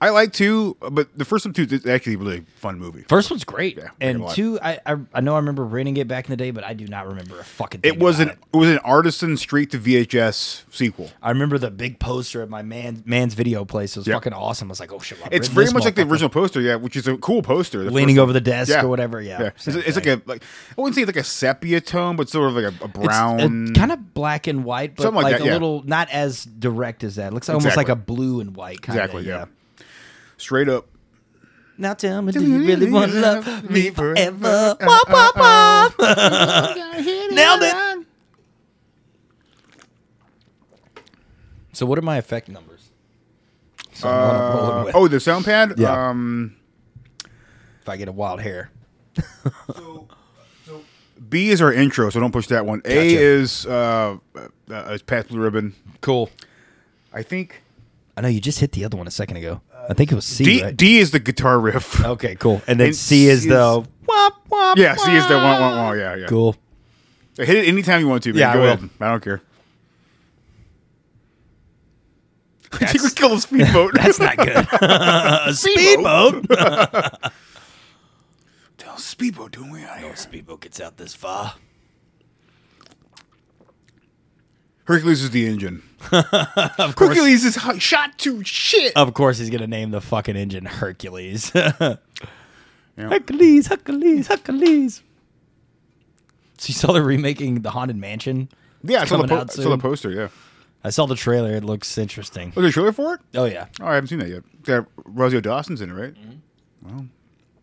I like two, but the first one two is actually a really fun movie. First one's great, Yeah, I and like it a lot. two, I, I I know I remember renting it back in the day, but I do not remember a fucking. Thing It was about an it was an artisan street to VHS sequel. I remember the big poster at my man man's video place. It was fucking awesome. I was like, oh shit, It's very much like the original poster, yeah, which is a cool poster. Leaning first over the one. desk or whatever, yeah, It's, same it's like a like I wouldn't say like a sepia tone, but sort of like a, a uh, brown. kind of black and white, but Something like, like that, a yeah. little not as direct as that. Looks almost like Exactly. a blue and white. Kinda, exactly, yeah. yeah. Straight up. Now tell me, do you really want to love me forever? Wop, wop, wop. [LAUGHS] Nailed it. So, what are my effect numbers? So I'm on a roll Uh, with- oh, the sound pad. Yeah. Um, if I get a wild hair, B is our intro, so don't push that one. A Gotcha. is uh, uh, uh, is Pat's Blue Ribbon. cool. I think I know you just hit the other one a second ago. I think it was C. D, right? Oh. D is the guitar riff. okay, cool. And then And C is C the is- wop [LAUGHS] wop. Yeah, C is the one, one, one. Yeah, yeah. Cool. Hit it anytime you want to. Man. Yeah, I Go will. ahead. I don't [LAUGHS] care. I think we killed a [LAUGHS] speedboat. That's [LAUGHS] not good. speedboat. Tell speedboat doing we out here. [LAUGHS] speedboat gets out this far. Hercules is the [LAUGHS] engine. of course. Hercules is hu- shot to shit. Of course, he's gonna name the fucking engine Hercules. [LAUGHS] Hercules, Hercules, Hercules. So you saw they're remaking the Haunted Mansion. yeah, I It's saw the, coming po- I out saw the soon. poster. Yeah. I saw the trailer. It looks interesting. Was there a trailer for it? Oh yeah, Oh, I haven't seen that yet. Got Rosio Dawson's in it, right? Well,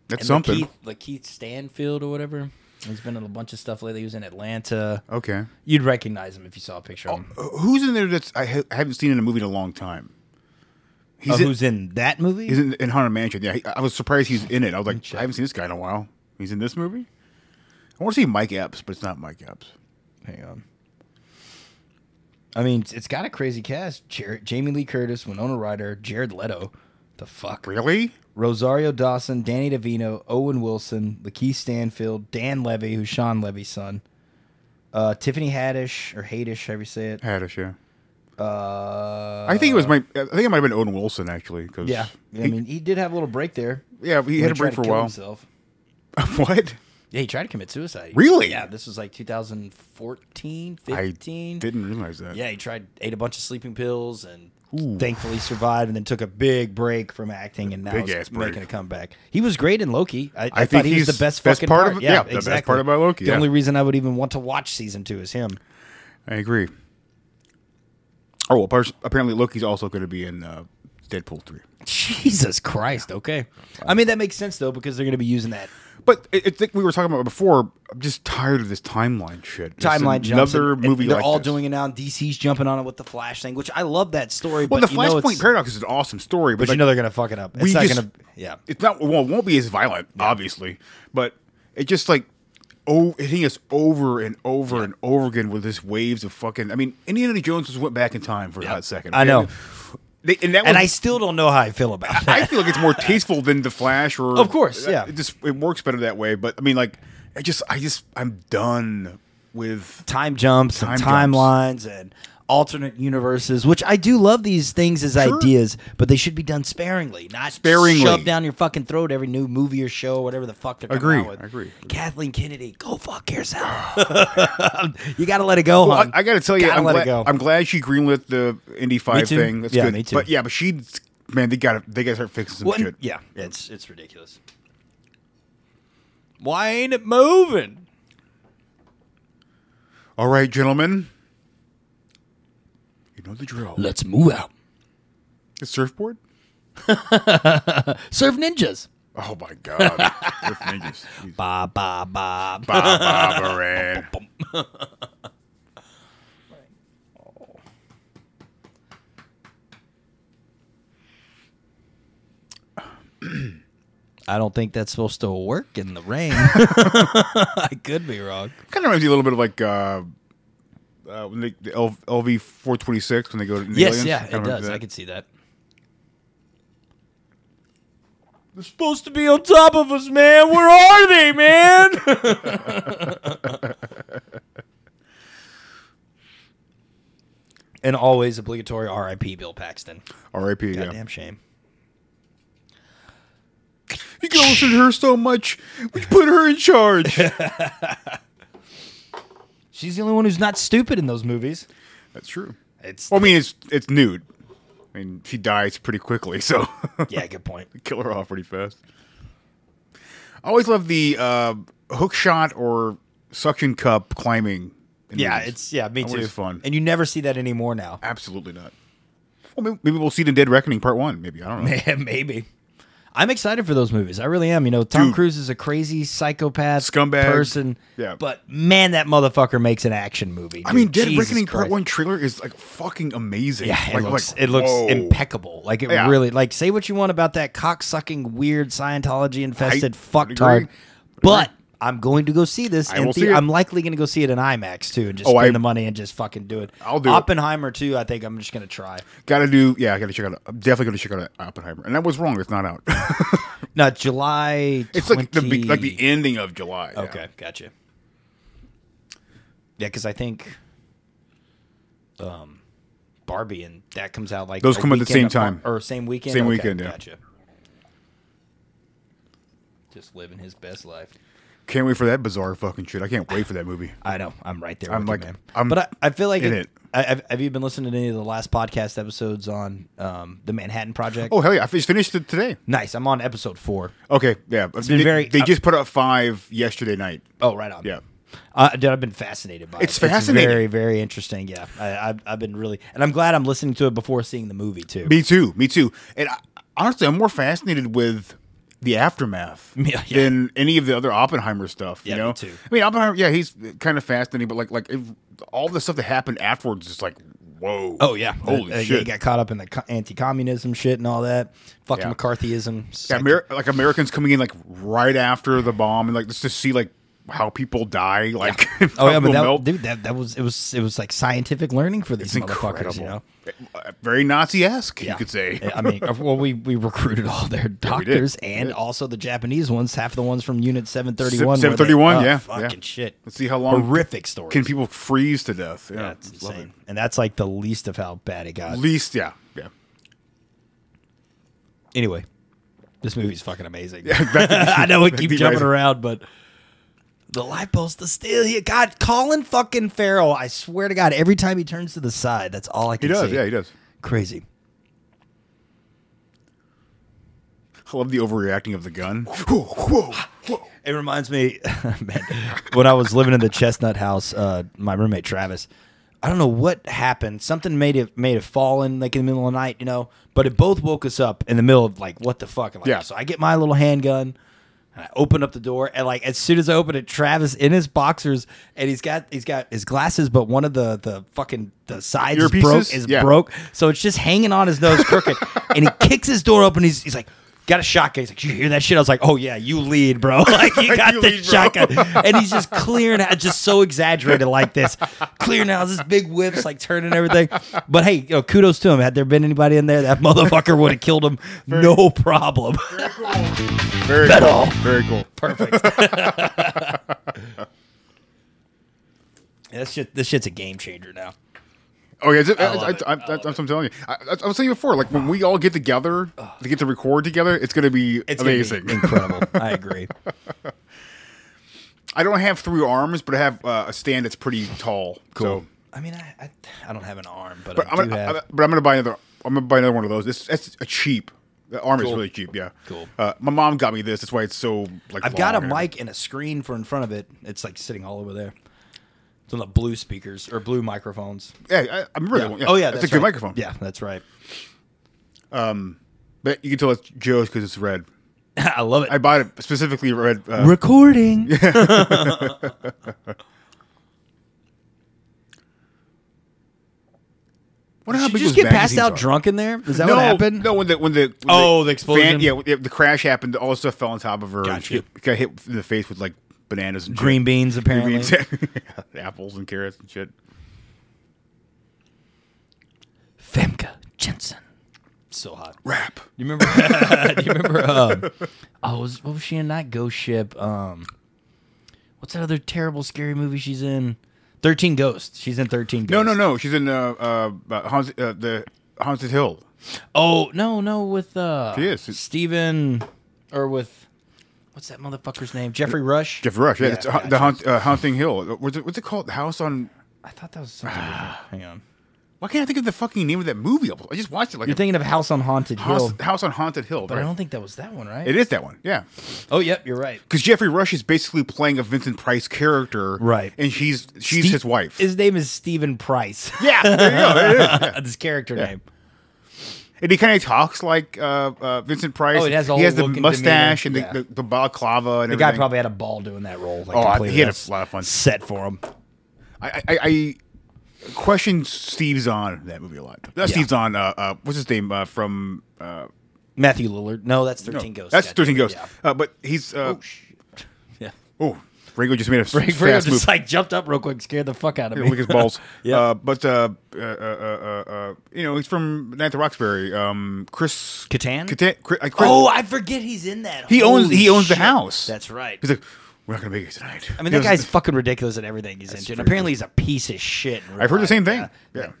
that's something. Mm-hmm. Keith, like Keith Stanfield or whatever. He's been in a bunch of stuff lately. He was in Atlanta. Okay. You'd recognize him if you saw a picture of him. Uh, Who's in there that's I, ha- I haven't seen in a movie in a long time? He's Of in, who's in that movie? he's in, in Haunted Mansion. Yeah, he, I was surprised he's in it. I was like, I haven't seen this guy in a while. He's in this movie. I want to see Mike Epps, but it's not Mike Epps. Hang on. I mean, it's- it's got a crazy cast: Jer- Jamie Lee Curtis, Winona Ryder, Jared Leto. The fuck, Really? Rosario Dawson, Danny DeVito, Owen Wilson, Lakeith Stanfield, Dan Levy, who's Sean Levy's son, uh, Tiffany Haddish or Hadish, however you say it. Haddish, yeah. Uh, I think it was my. I think it might have been Owen Wilson actually. Cause Yeah, he- I mean, he did have a little break there. yeah, he had a tried break to for a kill while. Himself. [LAUGHS] what? Yeah, he tried to commit suicide. Really? Yeah, this was like 2014, I 15. didn't realize that. Yeah, he tried ate a bunch of sleeping pills and Uh, Ooh. thankfully survived, and then took a big break from acting, and now Big is ass break. making a comeback. He was great in Loki. I, I, I thought think he was he's the best, best fucking part part. of it. Yeah, the best exactly. part about Loki, The yeah. only reason I would even want to watch season two is him. I agree. Oh well, pers- apparently Loki's also going to be in uh, Deadpool three. Jesus Christ. Okay, I mean that makes sense though because they're going to be using that But it, it's like we were talking about before. I'm just tired of this timeline shit. Just timeline jumps. Another and- and movie. They're like all this. doing it now. And DC's jumping on it with the Flash thing, which I love that story. Well, but the you know Flashpoint it's- Paradox is an awesome story, but, But you like, know they're going to fuck it up. It's we not just- going to. Yeah. it's not. Well, it won't be as violent, obviously, but it just like oh, hitting us over and over and over again with this waves of fucking. I mean, Indiana Jones just went back in time for a hot second. I know. They, and that And I was, still don't know how I feel about that. I feel like it's more tasteful than the Flash, or Of course, yeah. It just it works better that way. But I mean, like, I just, I just, I'm done with. time jumps and Time timelines and alternate universes, which I do love these things as Sure. ideas, but they should be done sparingly, not Sparingly. shoved down your fucking throat every new movie or show or whatever the fuck they're coming Agree, out with. agree. Kathleen Kennedy, go fuck yourself. [LAUGHS] you got to let it go, Well, hon. I, got to tell you, Gotta I'm let it glad, go. I'm glad she greenlit the Indy Five too. thing. That's Yeah, good. me too. But yeah, but she, man, they got to they got to start fixing some Well, and- shit. yeah, it's it's ridiculous. Why ain't it moving? All right, gentlemen, you know the drill. Let's move out. The surfboard. Surf ninjas. Oh my [LAUGHS] god, Surf ninjas. Jeez. Ba ba ba. Bob ba. Barbarin. [LAUGHS] I don't think that's supposed to work [LAUGHS] in the rain. I could be wrong. Kind of reminds me a little bit of like uh, uh, when they, the L, LV four twenty six when they go to the yes, aliens. yeah, Kinda it remember does. that. I can see that. They're supposed to be on top of us, man. Where are they, man? [LAUGHS] and always obligatory RIP Bill Paxton. R.I.P. Yeah. Goddamn shame. You can listen to her so much. We put her in [LAUGHS] charge. She's the only one who's not stupid in those movies. That's true. It's Well, I mean, it's it's nude. I mean, she dies pretty quickly, [LAUGHS] so [LAUGHS] yeah, [LAUGHS] good point. kill her off pretty fast. I always love the uh, hook shot or suction cup climbing. in Yeah, movies. it's yeah, me Always too. Fun. And you never see that anymore now. Absolutely not. Well, maybe, maybe we'll see it in Dead Reckoning Part One. Maybe I [LAUGHS] don't know. Man, maybe. I'm excited for those movies. I really am. You know, Tom Dude. Cruise is a crazy psychopath, Scumbag. person. Yeah. But man, that motherfucker makes an action movie. I dude. mean, Dead Jesus Reckoning Part Christ. One trailer is like fucking amazing. Yeah, it Like- looks like, it looks whoa. impeccable. Like it Yeah. really like say what you want about that cock sucking weird Scientology infested I fucktard, agree. but I'm going to go see this. I in will see thea- it. I'm likely going to go see it in IMAX too, and just Oh, spend I- the money and just fucking do it. I'll do it. Oppenheimer too. I think I'm just going to try. Gotta do. Yeah, I gotta check out. I'm definitely gonna check out Oppenheimer. And I was wrong. It's not out. [LAUGHS] No, July. it's like the be- 20 like the ending of July. yeah. Okay, gotcha. Yeah, because I think, um, Barbie and that comes out like Those a come at the weekend same apart- time. or same weekend. Same Okay, weekend, yeah. Gotcha. Just living his best life. Can't wait for that bizarre fucking shit. I can't wait for that movie. I know. I'm right there. I'm with like- you, man. I'm but I, I feel like in it- it. I, have have you been listening to any of the last podcast episodes on um, the Manhattan Project? Oh hell yeah! I just finished it today. nice. I'm on episode four. Okay, yeah. It's been they, very- They just put out five yesterday night. Oh, right on. Yeah. uh, dude, I've been fascinated by it. It's fascinating. very, very interesting. Yeah, I, I've, I've been really, and I'm glad I'm listening to it before seeing the movie too. Me too. Me too. And I, honestly, I'm more fascinated with the aftermath [LAUGHS] Yeah, yeah. than any of the other Oppenheimer stuff. Yeah, you me know. too. I mean, Oppenheimer. Yeah, he's kind of fascinating, but like, like if, all the stuff that happened afterwards is like, whoa. oh yeah, Holy Uh, yeah, shit. He got caught up in the co- anti-communism shit and all that. Fucking Yeah. McCarthyism. Yeah, psycho- Amer- like Americans coming in like right after the bomb, and like just to see like how people die. Like, [LAUGHS] how oh yeah, but people that, melt. dude, that that was it was it was like scientific learning for these It's motherfuckers. You know. Uh, Very Nazi-esque, Yeah. you could say. I mean, well, we, we recruited all their we did. doctors We and did. also the Japanese ones, half the ones from Unit 731. Se- where they- 731, oh, yeah, Fucking yeah. shit. [LAUGHS] Let's see how long Horrific stories. Can people freeze to death? Yeah, Yeah, it's love insane. And that's like the least of how bad it it. got. Least, yeah, yeah. anyway, this movie's fucking amazing. back to- [LAUGHS] I know we back keep to jumping Rising. around, but the light post to steal you. God, Colin fucking Farrell. I swear to God, every time he turns to the side, that's all I He can does, see. yeah, he does. Crazy. I love the overreacting of the gun. Whoa, whoa, whoa. It reminds me, [LAUGHS] man, when I was living in the Chestnut House, uh, my roommate Travis. I don't know what happened. Something made it made it fallen like in the middle of the night, you know. But it both woke us up in the middle of like what the fuck. Like, Yeah. So I get my little handgun. And I open up the door, and like as soon as I open it, Travis in his boxers, and he's got he's got his glasses, but one of the the fucking the sides is broke Earpieces? is Yeah. broke, so it's just hanging on his nose crooked. [LAUGHS] and he kicks his door open. He's he's like. Got a shotgun. He's like, you hear that shit? I was like, oh yeah, you lead, bro. [LAUGHS] Like you [LAUGHS] got You the lead, bro. shotgun, and he's just clearing out, just so exaggerated like this, clearing out this big whips, like turning everything. But hey, you know, kudos to him. Had there been anybody in there, that motherfucker would have killed him, no problem. [LAUGHS] Very cool. Very cool. [LAUGHS] Perfect. This shit, this shit's a game changer now. Oh yeah, it's- I love I, it. I, that's what I'm telling you. I, I, I was saying before, like when we all get together to get to record together, it's gonna be It's gonna be amazing. incredible. [LAUGHS] I agree. I don't have three arms, but I have uh, a stand that's pretty tall. Cool. So, I mean, I, I, I don't have an arm, but, but I I'm do gonna, have. I, but I'm gonna buy another. I'm gonna buy another one of those. It's that's a cheap. The arm is Cool. really cheap. Yeah. Cool. Uh, my mom got me this. That's why it's so like. I've got a long and mic and a screen for in front of it. It's like sitting all over there. It's on the blue speakers or blue microphones. Yeah, I, I remember that one. Oh yeah, that's, that's a good right. microphone. Yeah, that's right. [LAUGHS] but you can tell it's Joe's because it's red. I love it. I bought it specifically red. Uh, [LAUGHS] Recording. what Did happened? you just get passed out drunk in there? Is that no, what happened? No, when the when the when Oh, the explosion? yeah, when- yeah, the crash happened. All the stuff fell on top of her. and Gotcha. She got hit in the face with like bananas and Green shit. beans, apparently. [LAUGHS] Green beans, apples and carrots and shit. Famke Jensen. So hot. Rap. You remember? [LAUGHS] do [LAUGHS] you remember? Um, oh, was, what was she in? That ghost ship. Um, what's that other terrible scary movie she's in? Thirteen Ghosts. She's in Thirteen. Ghosts. No, no, no. She's in uh, uh, uh, Hans, uh the Haunted Hill. Oh no, no, with uh, She is. Steven, or with what's that motherfucker's name? Jeffrey Rush. Jeff Rush. Yeah, it's I ha- the haunt, uh, Haunting Hill. What's it, what's it called? The House on. thought that was. Something different. Ah. Hang on. Why can't I think of the fucking name of that movie? I just watched it like You're a- thinking of House on Haunted House, Hill, House on Haunted Hill. but right? I don't think that was that one, right? It is that one. Yeah. Oh, yep, you're right. Because Jeffrey Rush is basically playing a Vincent Price character, Right. And she's she's Ste- his wife. His name is Stephen Price. yeah, [LAUGHS] there you go. There it is. Yeah. That's his character name. And he kind of talks like uh, uh, Vincent Price. Oh, it has a he has whole the look and mustache demeanor. and the, Yeah. the, the balaclava. And The guy everything. probably had a ball doing that role. Like, Oh, I- completely. he had a That's lot of fun. Set for him. I, I, I question Steve Zahn in that movie a lot. That's Yeah. Steve Zahn. Uh, uh, what's his name uh, from? Uh, Matthew Lillard. No, that's no, Thirteen Ghosts. That's God Thirteen damn it, Ghosts. Uh, but he's uh, Yeah. Shh. Yeah. [LAUGHS] oh, Rango just made a s- Frank fast Franco move. just like jumped up real quick, scared the fuck out of Yeah, me. Weak as [LAUGHS] balls. Yeah. Uh, but uh, uh, uh, uh, uh, uh, you know, he's from Ninth of Roxbury. Um, Chris Catan? Catan. Chris, uh, Chris, Oh, I forget he's in that. he owns Holy he owns the shit. house. That's right. He's like, we're not gonna make it tonight. I mean, He that goes- guy's fucking ridiculous at everything he's into, and apparently he's a piece of shit. in real I've heard the life. same thing. Yeah. Yeah.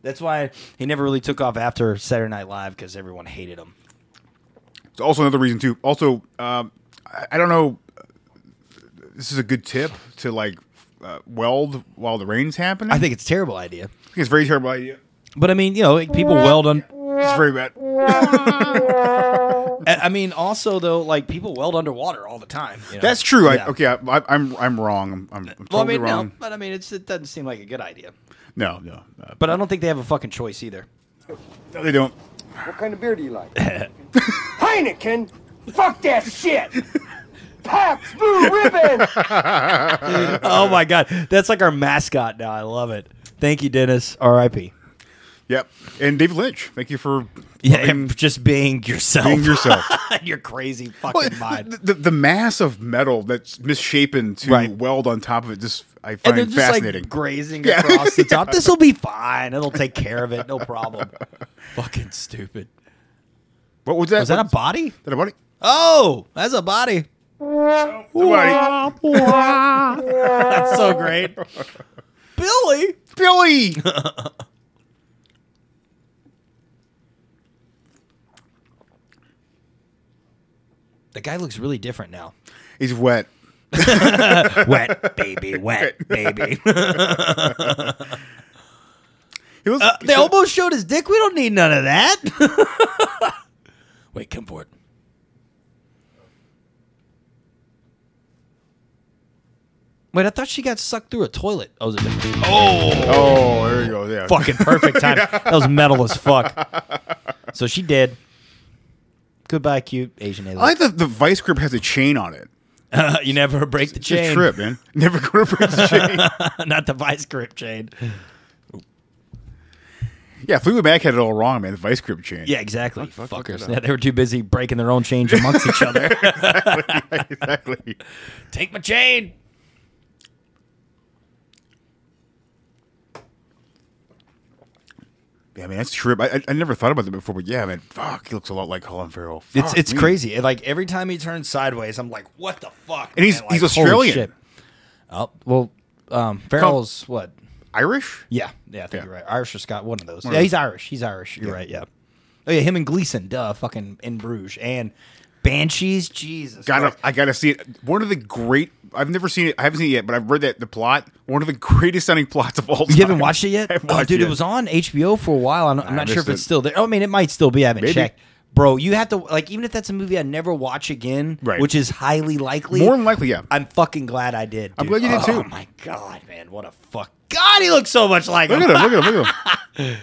That's why he never really took off after Saturday Night Live because everyone hated him. It's also another reason too. Also, um, I, I don't know. This is a good tip to like uh, weld while the rain's happening. I think it's a terrible idea. I think it's a very terrible idea. But I mean, you know, people weld on. It's very bad. I I mean, also though, like people weld underwater all the time. you know? That's true. Yeah. I, okay, I, I, I'm I'm wrong. I'm, I'm, I'm totally Well, I mean, wrong. no, but I mean, it's, it doesn't seem like a good idea. No, no, uh, But I don't think they have a fucking choice either. no, they don't. What kind of beer do you like? Heineken? Fuck that shit! Pabst Blue Ribbon! [LAUGHS] oh my god, that's like our mascot now. I love it. Thank you, Dennis. R.I.P. Yep. And David Lynch, thank you for Yeah, loving- just being yourself. being yourself. [LAUGHS] your crazy Well, fucking mind. the, the, the mass of metal that's misshapen to Right. weld on top of it just I and find they're just fascinating. like grazing Yeah. across [LAUGHS] the top. This will be fine. It'll take care of it. No problem. [LAUGHS] fucking stupid. what was that? Was that a What- body? that a body? Oh, that's a body. Somebody. That's so great. Billy. Billy. The guy looks really different now. He's wet. Wet baby, [LAUGHS] wet baby. He was, Uh, they almost showed his dick. We don't need none of that. [LAUGHS] Wait, come forward. Wait, I thought she got sucked through a toilet. Oh, it was a different dude. oh, there you go. Yeah. fucking perfect [LAUGHS] time. That was metal as fuck. So she did. Goodbye, cute Asian alien. I like that the vice grip has a chain on it. [LAUGHS] you never break the It's a chain. trip, man. [LAUGHS] Never going to break the [LAUGHS] chain. Not the vice grip chain. yeah, Fleetwood Mac had it all wrong, man. The vice grip chain. Yeah, exactly. Fuckers. Yeah, they were too busy breaking their own chains amongst each other. [LAUGHS] exactly. Take my chain. Yeah, man, that's a trip. I, I, I never thought about that before, but yeah, man, fuck, he looks a lot like Colin Farrell. It's Fuck it's me. crazy. It, Like every time he turns sideways, I'm like, what the fuck? And he's- man? Like, he's holy Australian. shit. Oh well, um, Farrell's what? Irish. Yeah, yeah, I think Yeah. you're right. Irish or Scott, one of those. One of yeah, those. he's Irish. He's Irish. You're right. Yeah. Oh yeah, him and Gleason, duh, fucking in Bruges and Banshees. Jesus, Gotta, Christ. I gotta see it. One of the great. I've never seen it. I haven't seen it yet, but I've read that the plot. One of the greatest sounding plots of all time. You haven't watched it yet, [LAUGHS] I haven't oh, watched dude. It yet. was on HBO for a while. I'm, I'm I not sure if missed it's it. still there. Oh, I mean, it might still be. I haven't Maybe. checked, bro. You have to like, even if that's a movie I never watch again, Right. Which is highly likely. more than likely. Yeah, I'm fucking glad I did. I'm dude. glad you did, Oh too. my god, man, what a fuck. God, he looks so much like look him. at him. Look at him. [LAUGHS] Look at him.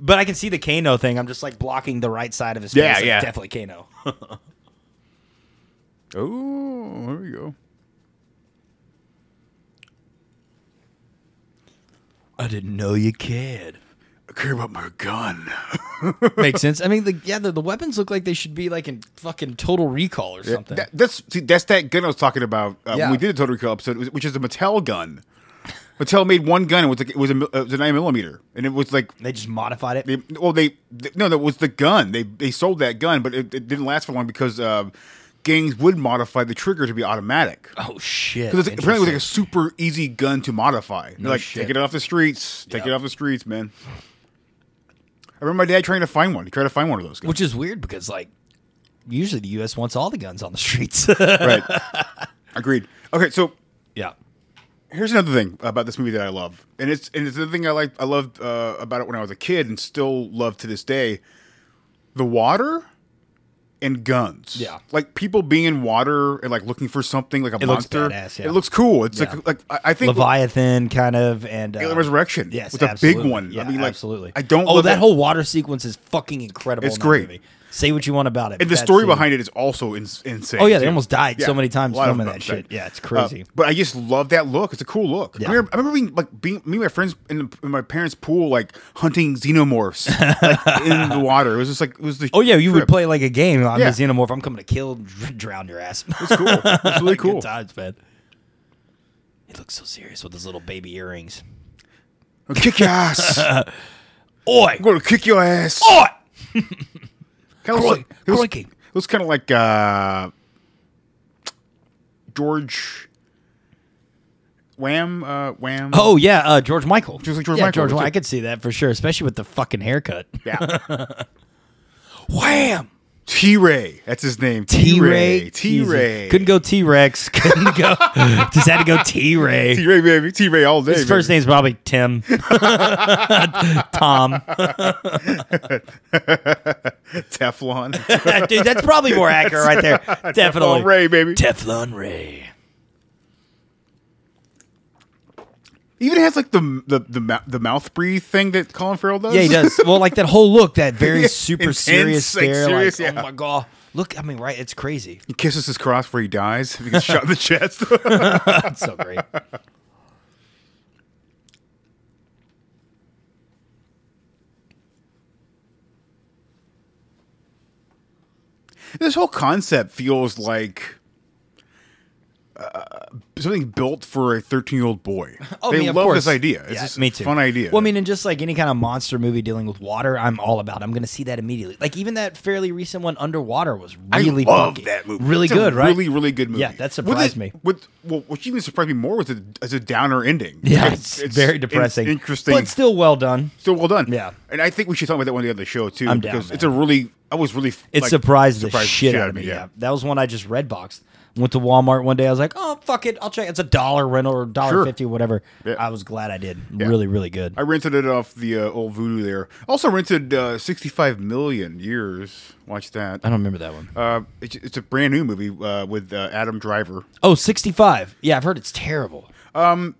But I can see the Kano thing. I'm just like blocking the right side of his face. Yeah, It's yeah. Definitely Kano. [LAUGHS] Oh, there we go. I didn't know you cared. I care about my gun. Makes sense. I mean, the, yeah, the, the weapons look like they should be like in fucking Total Recall or something. That, that's see, that's that gun I was talking about uh, Yeah. when we did the Total Recall episode, which is a Mattel gun. Mattel made one gun. It was like, it was a mil- it was a nine millimeter, and it was like they just modified it. well, they, th- no, that was the gun. They they sold that gun, but it, it didn't last for long because uh, gangs would modify the trigger to be automatic. Oh shit! Because apparently it was like a super easy gun to modify. They're No like, shit. take it off the streets. Take Yeah. it off the streets, man. I remember my dad trying to find one. He tried to find one of [LAUGHS] those guns. which is weird because like usually the U.S. wants all the guns on the streets. [LAUGHS] right. [LAUGHS] Agreed. Okay, so Yeah. here's another thing about this movie that I love, and it's and it's the thing I like. I loved uh, about it when I was a kid, and still love to this day. The water and guns. Yeah. like people being in water and like looking for something like a It looks monster. badass, yeah. It looks cool. It's Yeah. like like I I think Leviathan kind of and uh, Alien Resurrection. Yes, with a absolutely. big one. Yeah, I mean, like, absolutely. I don't. Oh, love that whole water sequence is fucking incredible. It's in that great. movie. Say what you want about it. And the story behind it is also ins- insane. Oh, yeah, they too. almost died so many times a lot of filming them that died. Uh, shit. Yeah, it's crazy. but I just love that look. It's a cool look. Yeah. I remember, I remember being like being me and my friends in, the, in my parents' pool, like hunting xenomorphs [LAUGHS] like, in the water. It was just like it was the Oh yeah, you would trip. play like a game. I'm Yeah. a xenomorph. I'm coming to kill, dr- drown your ass. [LAUGHS] It's cool. It's really cool. Good times, man. He looks so serious with his little baby earrings. I'll kick your ass. I'm Oi, gonna kick your ass. oi! Kinda Croi- like- it was, crikey. it was kind of like uh, George Wham. Uh, Wham. Oh yeah, uh, George Michael. Just like George yeah, Michael, George, that's Mi- I it. could see that for sure, especially with the fucking haircut. yeah. [LAUGHS] Wham! T Ray. That's his name. T Ray. T Ray. Couldn't go T Rex. [LAUGHS] Couldn't go. just had to go T Ray. T Ray, baby. T Ray all day. His first baby. name's probably Tim. [LAUGHS] Tom. [LAUGHS] Teflon. Dude, that's probably more accurate right there. [LAUGHS] Definitely. Teflon Ray, baby. Teflon Ray. Even has like the the the, mou- the mouth breathe thing that Colin Farrell does. Yeah, he does. Well, like that whole look, [LAUGHS] that very super Intense, serious like, stare. Like, serious, yeah. oh my god! Look, I mean, right? It's crazy. [LAUGHS] [LAUGHS] he kisses his cross before he dies. [LAUGHS] He gets shot in the chest. It's so great. this whole concept feels like. Uh, something built for a 13 year old boy. [LAUGHS] Oh, I they mean, of love course. this idea. It's Yeah, just me a too. fun idea. Well, I mean, and just like any kind of monster movie dealing with water, I'm all about. I'm going to see that immediately. Like even that fairly recent one, Underwater, was really I love fucking- that movie. Really It's a good, right? Really, really good movie. Yeah, that With surprised it- [LAUGHS] me. With well, what even surprised me more was it as a downer ending. [LAUGHS] Yeah, it's, very it's depressing. interesting, but still well done. Still well done. Yeah. and I think we should talk about that one the other show too I'm down, because man. it's a really. I was really. It like, surprised, the shit out of me. Yeah. Yeah. that was one I just red boxed. Went to Walmart one day. I was like, "Oh fuck it, I'll check." It's a dollar rental or dollar Sure. fifty, whatever. Yeah. I was glad I did. Yeah. Really, really good. I rented it off the uh, old Voodoo there. Also rented uh, 65 million years. Watch that. I don't remember that one. Uh, it's, it's a brand new movie uh, with uh, Adam Driver. Oh, 65. Yeah, I've heard it's terrible. I don't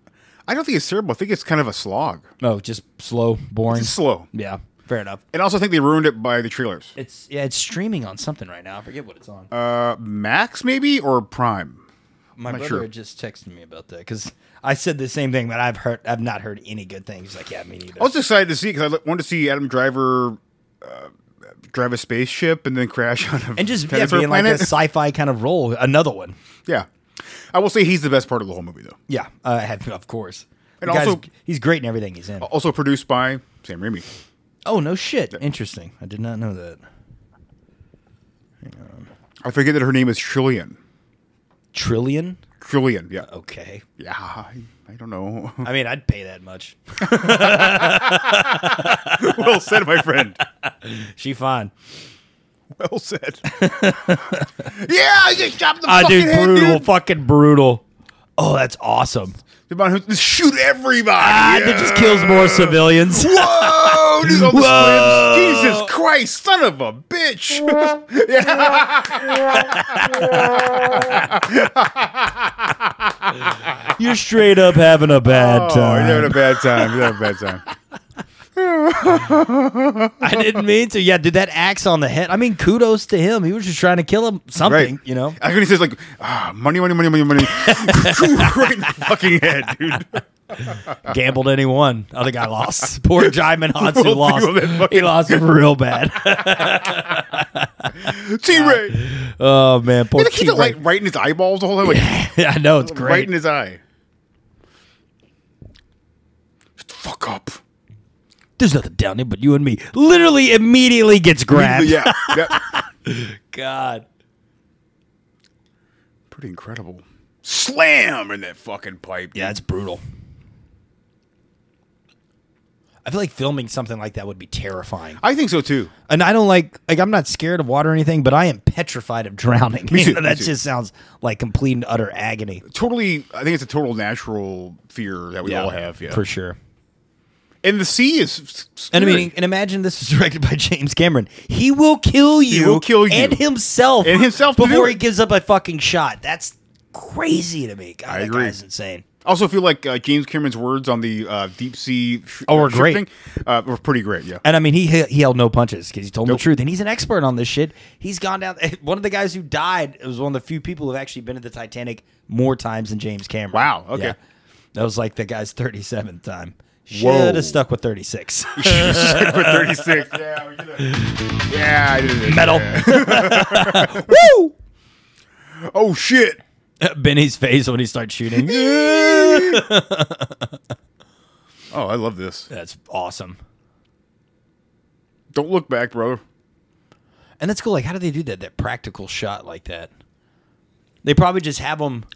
think it's terrible. I think it's kind of a slog. Oh, just slow, boring. It's slow, yeah, fair enough. and I also think they ruined it by the trailers. It's yeah, it's streaming on something right now. I forget what it's on. Uh, Max maybe or Prime. My not brother sure. had just texted me about that because I said the same thing, but I've heard I've not heard any good things. He's like, yeah, me neither. I was excited to see because I li- wanted to see Adam Driver uh, drive a spaceship and then crash on a and just yeah, dinosaur being like a planet. sci-fi kind of role, another one. [LAUGHS] yeah, I will say he's the best part of the whole movie though. Yeah, uh, [LAUGHS] I had- of course. And The guy's- also- Oh. he's great in everything he's in. Also produced by Sam Raimi. Oh no, shit! Interesting. I did not know that. I forget that her name is Trillian. Trillion. Trillion, yeah, Okay. yeah. I, I don't know. [LAUGHS] I mean, I'd pay that much. [LAUGHS] well said, my friend. She fine. Well [LAUGHS] said. yeah, I just chopped the I fucking do head, Ah, brutal, dude. fucking brutal. Oh, that's awesome. The man who- Just shoot everybody. Ah, that just kills more civilians. Whoa, Oh, dude, all the Whoa. slims. Jesus Christ, son of a [LAUGHS] bitch. [LAUGHS] [LAUGHS] You're straight up having a bad Oh, you're time. having a bad time. You're having a bad [LAUGHS] time. I didn't mean to. Yeah, dude, that axe on the head. I mean, kudos to him. He was just trying to kill him something, Right. you know. I when he says like, ah, money, money, money, money, [LAUGHS] money, [LAUGHS] right in the fucking head, dude. Gambled and he won. Other guy lost. [LAUGHS] [LAUGHS] Poor Jaimin Hansu Well, people that lost. fucking- He lost [LAUGHS] real [LAUGHS] bad. T Ray. He's oh man, poor like, keep the light [LAUGHS] right in his eyeballs the whole time, like I know it's right great. in his eye. fuck up. There's nothing down there but you and me. Literally immediately gets grabbed. [LAUGHS] Yeah, [LAUGHS] yeah. God. Pretty incredible. Slam in that fucking pipe. Yeah, it's brutal. I feel like filming something like that would be terrifying. I think so too. And I don't like like I'm not scared of water or anything, but I am petrified of drowning. [LAUGHS] Me too, me that too. just sounds like complete and utter agony. Totally, I think it's a total natural fear that we all have. Yeah, For sure. and the sea is. s- s- And I scary. mean, and imagine this is [LAUGHS] directed by James Cameron. He will kill you. will kill you. and himself And himself to do before he it. gives up a fucking shot. That's crazy to me. God, I that agree. guy's insane. I also feel like uh, James Cameron's words on the uh, deep sea. Sh- Oh, were ship great. thing, uh, were pretty great. [LAUGHS] Yeah, And I mean, he he held no punches because he told Nope. the truth, and he's an expert on this shit. He's gone down. [LAUGHS] One of the guys who died was one of the few people who've actually been to the Titanic more times than James Cameron. Wow, okay. that was like the guy's thirty seventh time. Whoa. Should have stuck with thirty [LAUGHS] six. Shit for thirty six. Yeah, we did it. yeah, I did it. Metal. Yeah. [LAUGHS] Woo! [LAUGHS] Oh shit. Benny's face when he [LAUGHS] starts shooting. Oh, I love this. That's awesome. Don't look back, brother. And that's cool. Like, how do they do that? That practical shot like that. They probably just have them.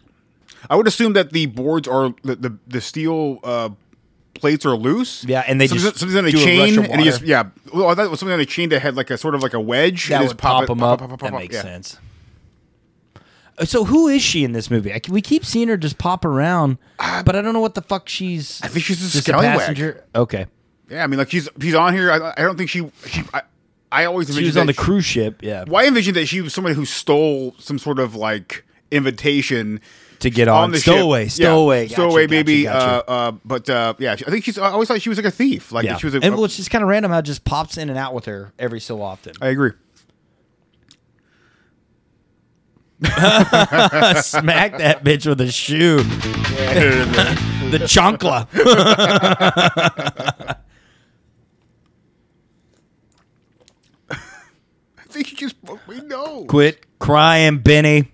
I would assume that the boards are the the, the steel uh, plates are loose. Yeah, and they something, just something on a do a rush chain, of and you just water. yeah. Well, I thought it was something on a chain that had like a sort of like a wedge. That and would just pop, it- them up. pop, pop, pop, that pop, makes yeah. sense. Uh, So who is she in this movie? I, c- we keep seeing her just pop around, but I don't know what the fuck she's. I think she's a just scallywag. passenger. Okay, Yeah, I mean, like she's she's on here. I, I don't think she she. I, I always she envisioned was on the that cruise ship. Yeah, Why envision that she was somebody who stole some sort of like invitation To get on. the Stowaway, ship. stowaway, yeah. gotcha, stowaway, gotcha, maybe. gotcha. Uh, uh, but uh, yeah, I think she's. I always thought she was like a thief. Like yeah. she was. A, and well, it's just kind of random how it just pops in and out with her every so [LAUGHS] often. [LAUGHS] I agree. Smack that bitch with a shoe. the chonkla. [LAUGHS] I think she just. We know. Quit crying, Benny.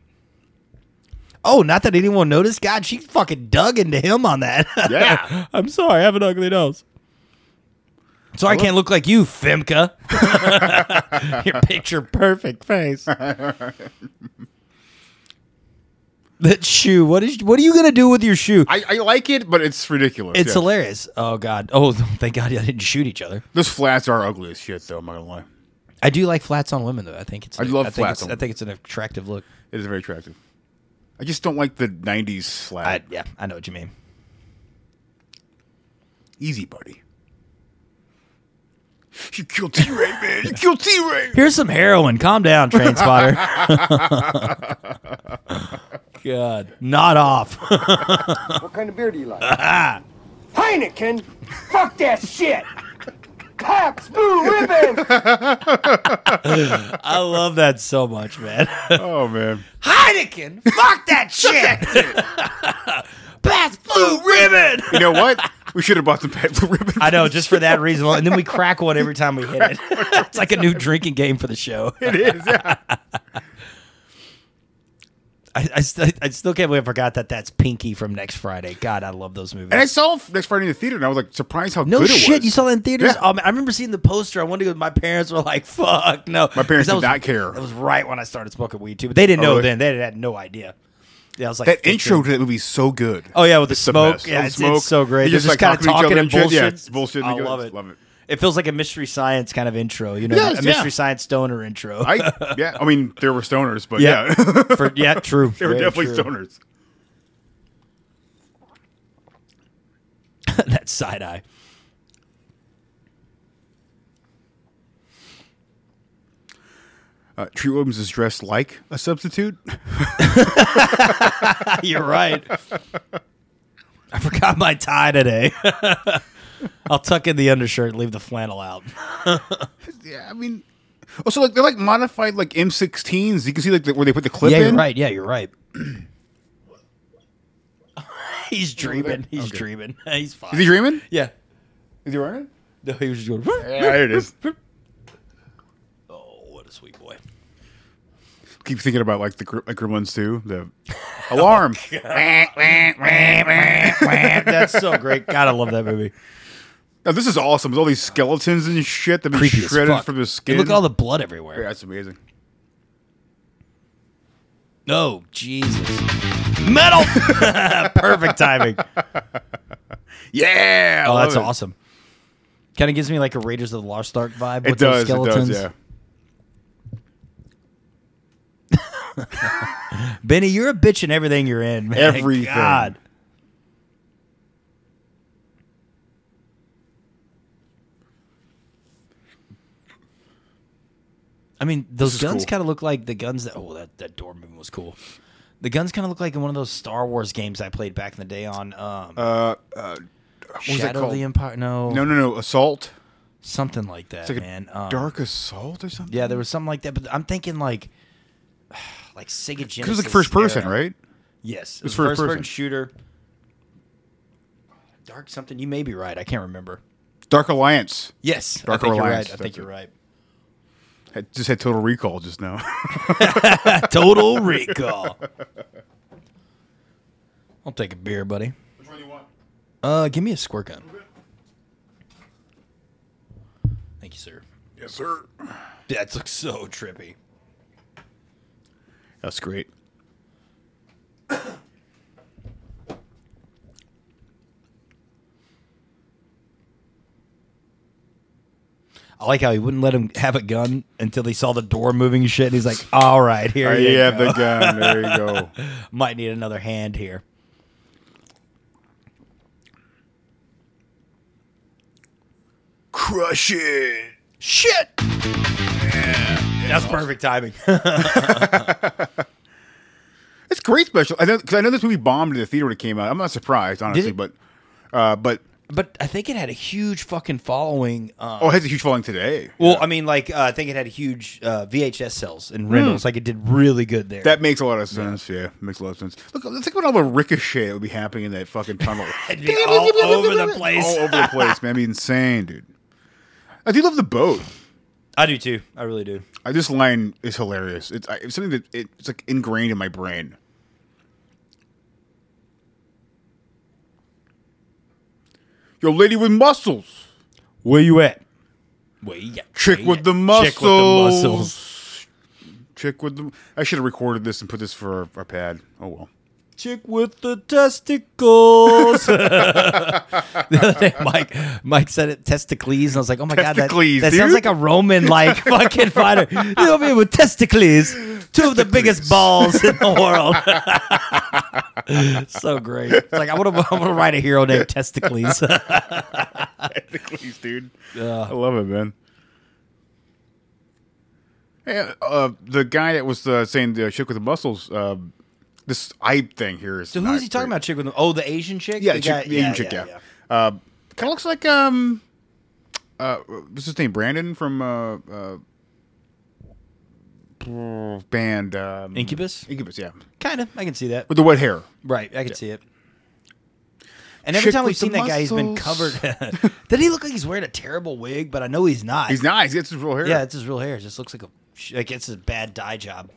Oh, not that anyone noticed. God, she fucking dug into him on that. [LAUGHS] Yeah. I'm sorry, I have an ugly nose. So I can't look like you, [LAUGHS] Femka. Your picture perfect [LAUGHS] face. that shoe. What is? What are you gonna do with your shoe? I, I like it, but it's ridiculous. it's yeah. hilarious. Oh God. Oh, [LAUGHS] thank God I didn't shoot each other. Those flats are ugly as shit, though. I'm not gonna lie. I do like flats on women though. I think it's. I love think flats it's- on I think it's an attractive look. It is very attractive. I just don't like the '90s flat. I, yeah, I know what you mean. Easy, buddy. You killed T-Ray, man. You killed [LAUGHS] T-Ray. Here's some heroin. Calm down, train spotter. [LAUGHS] God, not off. What kind of beer do you like? Heineken! Fuck that shit! Pabst Blue Ribbon! I love that so much, man. Oh man. [LAUGHS] Heineken, [LAUGHS] fuck that shit. Pass blue ribbon. You know what? We should have bought some Pat Blue Ribbon. [LAUGHS] I know, just for that reason, alone. and then we crack one every time we hit it. [LAUGHS] it's like a new drinking game for the [LAUGHS] show. it is. Yeah. I, I, st- I still can't believe I forgot that that's Pinky from next Friday. God, I love those movies. And I saw it next Friday in the theater, and I was like surprised how No good shit, it was. you saw that in theaters. Yeah. Oh, man, I remember seeing the poster. I wanted to go. My parents were like, "Fuck no." My parents 'Cause that did was- not care. That was right when I started smoking weed too, but they didn't Oh, know really? then. They had no idea. Yeah, I was like that 15. intro to that movie is so good. Oh yeah, with the It's smoke. best. Oh, yeah, the it's, it's so great. They're They're just, kind of to each other talking and bullshit. shit. Yeah, it's bullshit. I and love good. it. Love it. It feels like a mystery science kind of intro. You know, Yes, a mystery yeah. science stoner intro. I yeah. I mean, there were stoners, but yeah, [LAUGHS] For, yeah, true. there were Very definitely true. stoners. [LAUGHS] that side eye. Uh, Treat Williams is dressed like a [LAUGHS] substitute. You're right. I forgot my tie today. [LAUGHS] I'll tuck in the undershirt, leave the flannel out. yeah, I mean, also like they're like modified like M16s. You can see like the, where they put the clip yeah, in. you're right. Yeah, [CLEARS THROAT] you're right. He's dreaming. He's dreaming. [LAUGHS] He's fine. Is he dreaming? yeah. Is he running? No, he was just going. Yeah, there it [LAUGHS] is. Oh, what a sweet boy. [LAUGHS] Keep thinking about like the Gr- like Gremlins too. The [LAUGHS] alarm. [LAUGHS] That's so great. God, I love that movie. Now, this is awesome. There's all these skeletons and shit that have been Creepy as shredded fuck. from the And skin. look at all the blood everywhere. Yeah, that's amazing. No, Jesus. Metal. [LAUGHS] Perfect timing. Yeah. I oh, love that's it. awesome. Kind of gives me like a Raiders of the Lost Ark vibe It with those does. It skeletons. does. Yeah. Benny, you're a bitch in everything you're in, man. Everything. God. I mean, those is guns cool. kind of look like the guns that. Oh, that, that door movement was cool. The guns kind of look like in one of those Star Wars games I played back in the day on um, Uh, uh, what was that Shadow of called? the Empire. No, No, no, no. Assault. something like that, It's like man. a Um, dark assault or something. Yeah, there was something like that. But I'm thinking like, [SIGHS] like Sega Genesis. Because it was like first person, era. right? Yes, It was first person. shooter. Dark something. You may be right. I can't remember. Dark Alliance. Yes, Dark I think Alliance, you're right. I that's think it. you're right. [LAUGHS] I just had Total Recall just now. [LAUGHS] Total Recall. I'll take a beer, buddy. Which one do you want? Uh, give me a squirt gun. Thank you, sir. Yes, sir. That looks so trippy. That's great. I like how he wouldn't let him have a gun until he saw the door moving and shit. And he's like, "All right, here Uh, you yeah, go. the [LAUGHS] gun. There you go. Might need another hand here." Crush it. Shit. That's perfect timing. [LAUGHS] It's great special. I know because I know this movie bombed in the theater when it came out. I'm not surprised, honestly, it? but uh, but but I think it had a huge fucking following. Um, oh, it has a huge following today. well, I mean, like uh, I think it had a huge uh, VHS sales and rentals. Like it did really good there. Hmm. That makes a lot of sense. Yeah, makes a lot of sense. Look, let's think about all the ricochet that would be happening in that fucking [LAUGHS] tunnel. It'd be all over the place. all over the place, man. It'd be insane, dude. I do love the boat. I do too. I really do. I, this line is hilarious. It's, I, it's something that it, it's like ingrained in my brain. Yo, lady with muscles, Where you at? Wait, yeah. chick Wait, with the yeah. muscles, Chick with the muscles. chick with the. I should have recorded this and put this for our, our pad. Oh [LAUGHS] well. Chick with the testicles. [LAUGHS] the other day, Mike, Mike said it testicles, and I was like, "Oh my god, that, Testicles, that sounds dude. like a Roman like fucking fighter." You'll be with testicles, two of the biggest balls in the world. [LAUGHS] so great! It's like I want to, I want to write a hero named Testicles. [LAUGHS] Please, dude. I love it, man. Hey, uh, the guy that was uh, saying the chick with the muscles, uh, this I thing here is. so who is he talking about? Chick with the oh, the Asian chick. Yeah, the, chick, the Asian chick. Yeah, Uh, kind of looks like um, uh, what's his name? Brandon from uh, uh band um, Incubus? Incubus, yeah, Kind of, I can see that. with the wet hair. Right, I can see it. And every Chick time with we've seen the that guy, he's been muscles. [LAUGHS] covered. [LAUGHS] Did he look like he's wearing a terrible wig? But I know he's not. He's nice. He gets his real hair. Yeah, it's his real hair. It just looks like a sh- like it's a bad dye job.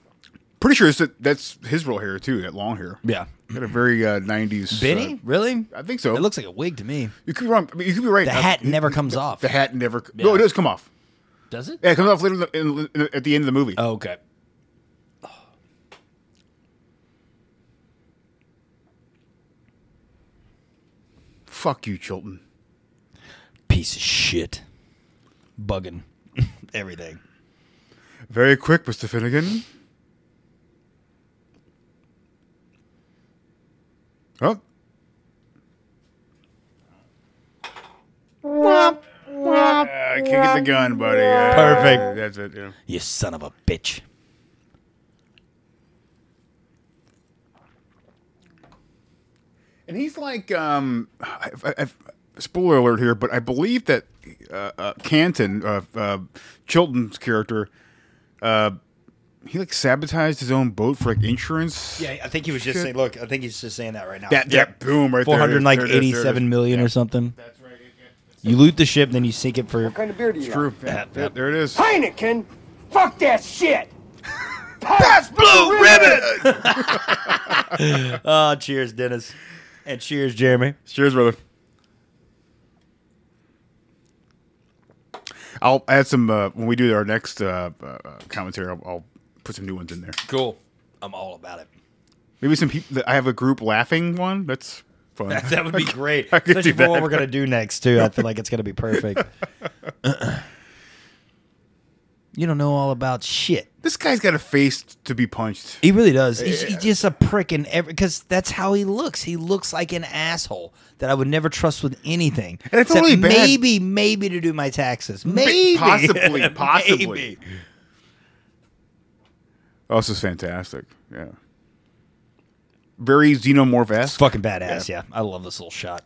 pretty sure it's that, that's his real hair too. That long hair. Yeah, Got a very uh, '90s. Benny, really? uh, I think so. It looks like a wig to me. You could be wrong. I mean, you could be right. The Uh, hat the- never comes off. The hat never. No, it does come off. Does it? Yeah, it comes off later in the, in, in, at the end of the movie. Oh, okay. Fuck you, Chilton. Piece of shit. Bugging [LAUGHS] everything. Very quick, Mister Finnegan. Oh, I can't get the gun, buddy. Yeah, Perfect. That's it. Yeah. You son of a bitch. And he's like, um, I, I, I, spoiler alert here, but I believe that uh, uh, Canton, uh, uh, Chilton's character, uh, he like sabotaged his own boat for like insurance. Yeah, I think he was just saying. Look, I think he's just saying that right now. That, that boom right four there. hundred like There it is, there it is. eighty-seven million or something. That's right. You loot the ship, then you sink it for What kind of beer do you True. like? Yeah, yeah, there it is. Heineken! Fuck that shit! That's blue ribbon. Oh, cheers, Dennis. And cheers, Jeremy. Cheers, brother. I'll add some uh, when we do our next uh, uh, commentary. I'll, I'll put some new ones in there. Cool. I'm all about it. [LAUGHS] Maybe some people. I have a group laughing one. That's fun. That, that would be great, I could especially do for what that. we're gonna do next too. I feel like it's gonna be [LAUGHS] perfect. you don't know all about shit. This guy's got a face to be punched. He really does. He's, he's just a prick in every because that's how he looks. He looks like an asshole that I would never trust with anything. And it's Except only bad- maybe, maybe to do my taxes. Maybe, [LAUGHS] possibly, possibly. Maybe. Oh, this is fantastic. Yeah. Very xenomorph esque. Fucking badass. Yeah. I love this little shot.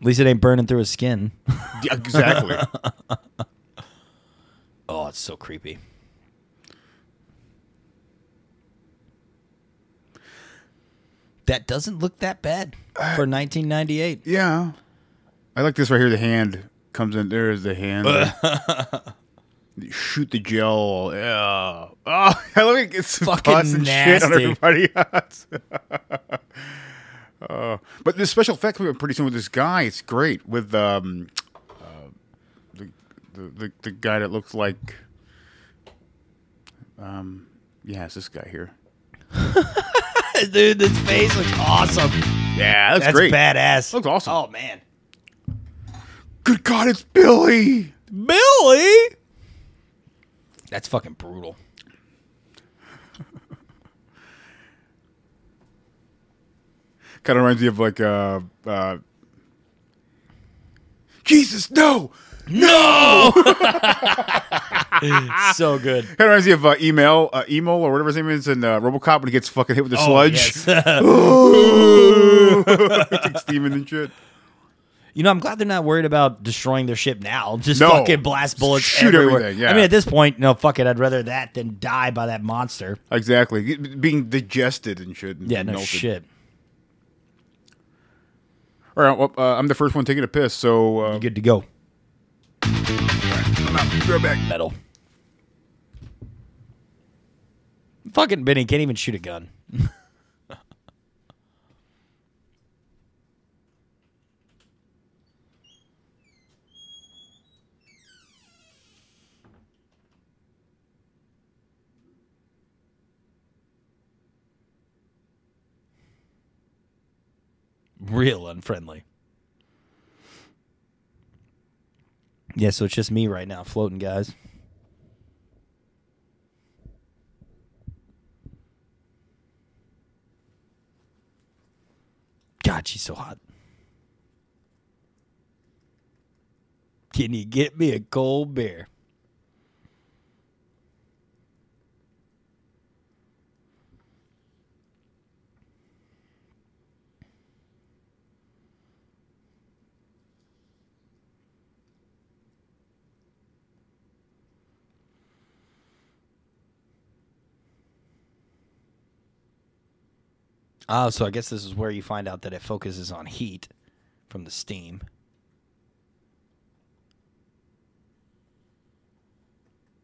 At least it ain't burning through his skin. [LAUGHS] Yeah, exactly. oh, it's so creepy. That doesn't look that bad for 1998. yeah. I like this right here. The hand comes in. There is the hand. [LAUGHS] You Shoot the gel. Yeah. Oh, [LAUGHS] I love it. It's Fucking and shit on nasty. everybody [LAUGHS] else. Uh, but the special effects we were pretty soon with this guy. It's great with um, uh, the, the the the guy that looks like um, yeah, it's this guy here. [LAUGHS] Dude, this face looks awesome. Yeah, that's, That's great. badass. Looks awesome. Oh, man. Good God, it's Billy. Billy! That's fucking brutal. Kind of reminds me of like uh, uh Jesus, no. No! [LAUGHS] so good. Kind of reminds me of uh, email, uh, email or whatever his name is in uh, RoboCop when he gets fucking hit Oh, with the sludge, [LAUGHS] It's [LAUGHS] like steaming and shit. You know, I'm glad they're not worried about destroying their ship now. Just No. fucking blast bullets Shoot everywhere. everything, yeah. I mean, at this point, no, fuck it. I'd rather that than die by that monster. Exactly, being digested and shit. And Yeah, no melted. shit. All right, well, uh, I'm the first one taking a piss, so uh, You good to go. I'm out. Be right back. Metal. Fucking Benny can't even shoot a gun. Real unfriendly. Yeah, so it's just me right now floating, guys. God, she's so hot. Can you get me a cold beer? Oh, so I guess this is where you find out that it focuses on heat from the steam. [LAUGHS]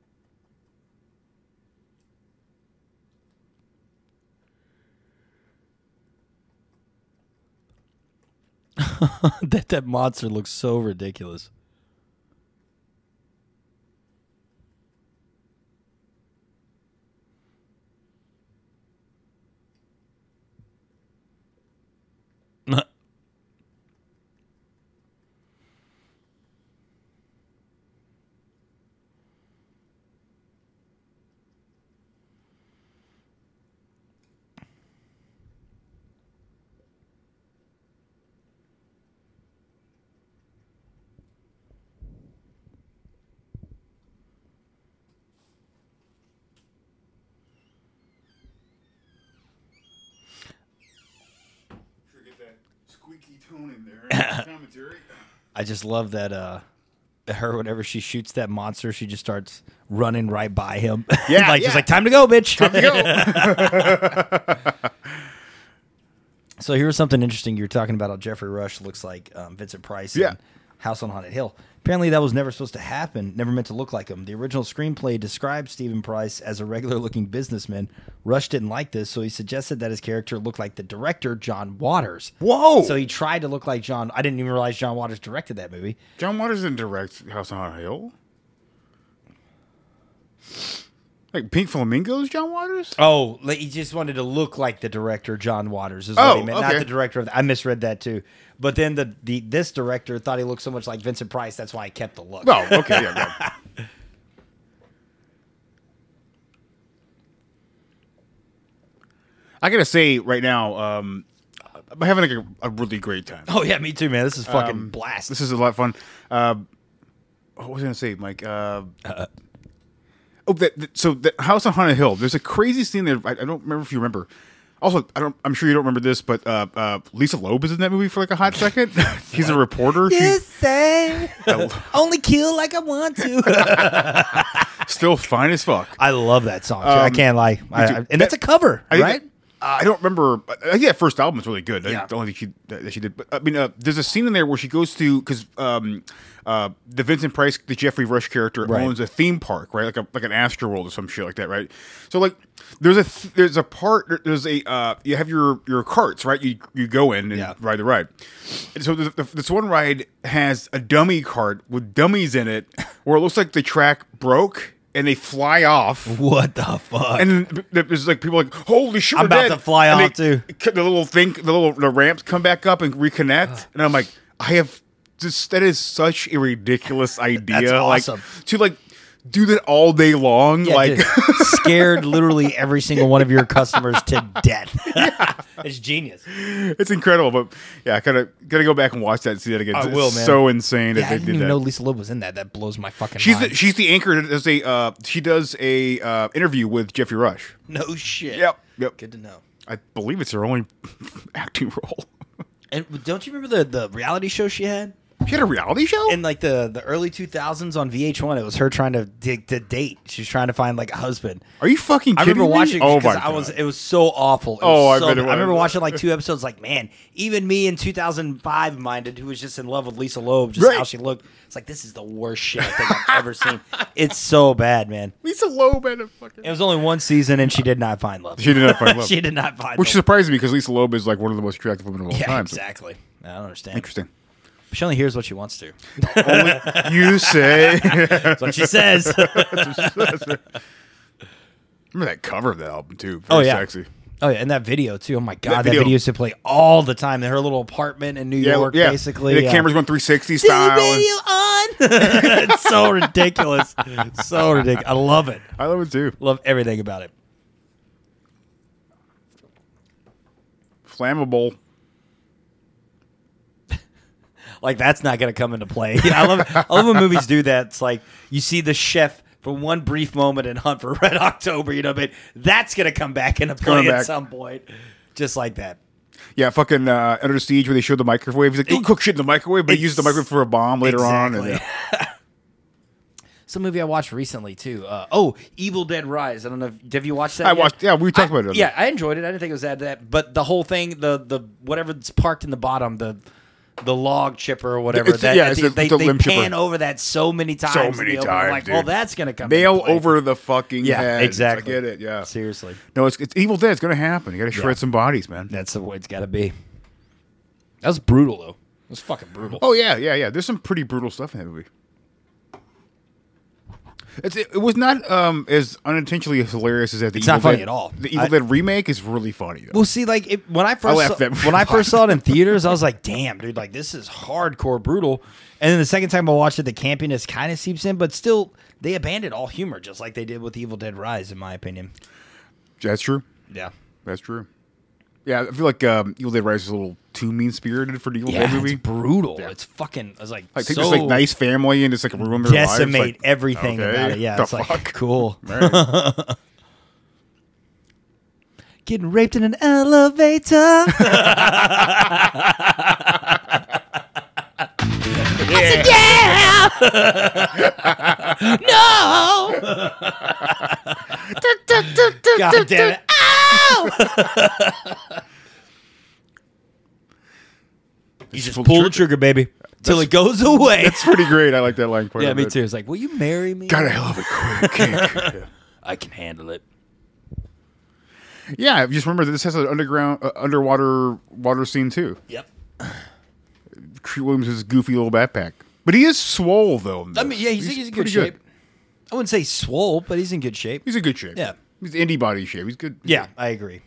that that monster looks so ridiculous. [LAUGHS] Get that squeaky tone in there. Commentary. I just love that uh her whenever she shoots that monster, she just starts running right by him. [LAUGHS] Yeah, like yeah. just like time to go, bitch. [LAUGHS] so here's something interesting you were talking about how Jeffrey Rush looks like um, Vincent Price. and Yeah. House on Haunted Hill. Apparently, that was never supposed to happen, never meant to look like him. The original screenplay described Stephen Price as a regular looking businessman. Rush didn't like this, so he suggested that his character looked like the director, John Waters. Whoa! So he tried to look like John. I didn't even realize John Waters directed that movie. John Waters didn't direct House on Haunted Hill. Like Pink Flamingos, John Waters? Oh, like, he just wanted to look like the director John Waters is Oh, what he meant, okay. not the director of. I misread that too. But then the, the this director thought he looked so much like Vincent Price, that's why he kept the look. Oh, okay, yeah, yeah. I gotta say right now, um, I'm having like a, a really great time. Oh yeah, me too, man. This is fucking Um, blast. [LAUGHS] This is a lot of fun. Uh, what was I gonna say, Mike? Uh, oh, that, that- so the House on Haunted Hill. There's a crazy scene there. I, I don't remember if you remember. Also, I don't. I'm sure you don't remember this, but uh, uh, Lisa Loeb is in that movie for like a hot second. She's a reporter. She say [LAUGHS] only kill like I want [LAUGHS] to. still fine as fuck. I love that song. too. I Um, can't lie, I, did you- I- and that's a cover, I think right? that- I don't remember. I think that first album was really good. I Yeah. don't think she that that she did. But I mean, uh, there's a scene in there where she goes to because um, uh, the Vincent Price, the Jeffrey Rush character, Right. owns a theme park, right? Like a, like an Astroworld or some shit like that, right? So like, there's a th- there's a part there- there's a uh, you have your your carts, right? You you go in and Yeah. ride the ride. And so the, the, this one ride has a dummy cart with dummies in it, where it looks like the track broke and they fly off. What the fuck? And then th- there's like people like, holy shit, I'm we're dead." about to fly And off, they- too. The little thing, the little the ramps come back up and [SIGHS] reconnect, and I'm like, I have just that is such a [LAUGHS] ridiculous idea, awesome. like to like do that all day long, Yeah, like. dude, [LAUGHS] scared literally every single one of your customers to death. [LAUGHS] it's genius. [LAUGHS] it's incredible, but yeah, I gotta gotta go back and watch that and see that again. I It's will, man. So insane that Yeah, I they didn't did even that. know Lisa Loeb was in that. That blows my fucking she's mind. the, she's the anchor. That does a uh, she does a uh, interview with Jeffrey Rush. [LAUGHS] no shit. Yep, yep. Good to know. I believe it's her only [LAUGHS] acting role. And don't you remember the, the reality show she had? She had a reality show. in like the the early 2000s on VH1 it was her trying to dig to date she's trying to find like a husband Are you fucking I kidding remember me? watching Oh because my I was God. it was so awful. It Oh, I was so bet it bad. I remember was. watching like two episodes. Like, man, even me in 2005 minded, who was just in love with Lisa Loeb, just Right. how she looked. It's like this is the worst shit I think I've [LAUGHS] ever seen. It's so bad, man. Lisa Loeb and a fucking. It was only one season, and she did not find love. She did not [LAUGHS] find love. she did not find Which love. surprised me because Lisa Loeb is like one of the most attractive women of all yeah, time. so- exactly. I don't understand. Interesting. She only hears what she wants to. Only you [LAUGHS] say. That's what she says. Remember that cover of that album too? Very Oh yeah, sexy. Oh yeah, and that video too. Oh my god, that video- video, used to play all the time. Her little apartment in New Yeah, York, yeah. basically. And the yeah. cameras going 360 style. and- on. [LAUGHS] it's so ridiculous, so ridiculous. I love it. I love it too. Love everything about it. Flammable. Like that's not gonna come into play. [LAUGHS] Yeah, I love. I love when movies do that. It's like you see the chef. For one brief moment in Hunt for [LAUGHS] Red October, you know, but that's gonna come back into play coming at back. some point, just like that. Yeah, fucking uh, Under Siege where they showed the microwave. He's like, don't cook shit in the microwave, but he used the microwave for a bomb later on. And, Exactly. [LAUGHS] Some movie I watched recently too. Uh, oh, Evil Dead Rise. I don't know. If, have you watched that? I yet? watched- yeah, we talked I- about it. Yeah, I enjoyed it. I didn't think it was that that, but the whole thing, the the whatever's parked in the bottom, the the log chipper or whatever. It's- that, yeah, at it's the, the- they, the they limb chipper. pan over that so many times. in the uh, many opening. I'm times, Like, dude. well, that's gonna come. yeah. Nail into play. over the fucking Yeah, head. exactly. I get it. Yeah. Seriously, No, it's, it's Evil Dead. It's going to happen. You got to shred some bodies, man. that's the way it's got to be. That was brutal though. It was fucking brutal. Oh yeah, yeah, yeah. There's some pretty brutal stuff in that movie. It's, it, it was not um, as unintentionally hilarious as that. The It's Evil not funny Dead- at all. The Evil I- Dead remake is really funny. Though. Well, see, like it, when I first laughed saw, at- when I first saw it in theaters, I was like, "Damn, dude! Like this is hardcore brutal." And then the second time I watched it, the campiness kind of seeps in, but still, they abandoned all humor, just like they did with Evil Dead Rise, in my opinion. That's true. Yeah, That's true. Yeah, I feel like um, Evil Dead Rise is a little too mean spirited for the Evil yeah, Dead movie. it's brutal. It's fucking. I was like, like take so this like nice family and just like ruin their lives. decimate like, everything okay, about it. Yeah, the it's like fuck? cool. Right. Getting raped in an [LAUGHS] elevator. [LAUGHS] God damn it. you just pull the pull the trigger, baby. till it goes away. That's pretty great. I like that line quite [LAUGHS] yeah, a me bit. too. It's like, will you marry me? Got a hell of a quick [LAUGHS] kick. I can handle it. Yeah, just remember that this has an underground, uh, underwater water scene too. Yep. Treat Williams is goofy little backpack, but he is swole though. in I this. mean, yeah, he's, he's, in good pretty shape. I wouldn't say swole, but he's in good shape. He's in good shape. Yeah. he's indie body shape. He's good. Yeah, I agree.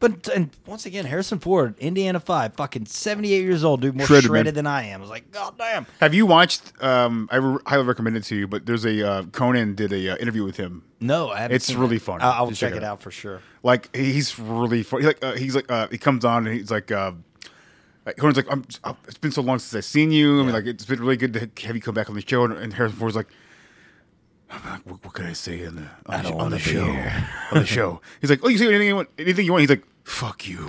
But and once again, Harrison Ford, Indiana Five, fucking seventy-eight years old, dude, more shredded, Shredded, man. than I am. I was like, God damn. Have you watched? Um, I re- highly recommend it to you. But there's a uh, Conan did a uh, interview with him. No, I haven't. It's seen really it. funny. I, I will Just check, it out. for sure. Like he's really funny. Like uh, he's like uh, he comes on and he's like. Uh, like, Conan's like, I'm, uh, it's been so long since I've seen you. I mean, like, it's been really good to have you come back on the show. And, and Harrison Ford's like, I'm like, what, what can I say on the, on the, on the show? On the [LAUGHS] show. He's like, oh, you can say anything you want. Anything you want. He's like, fuck you.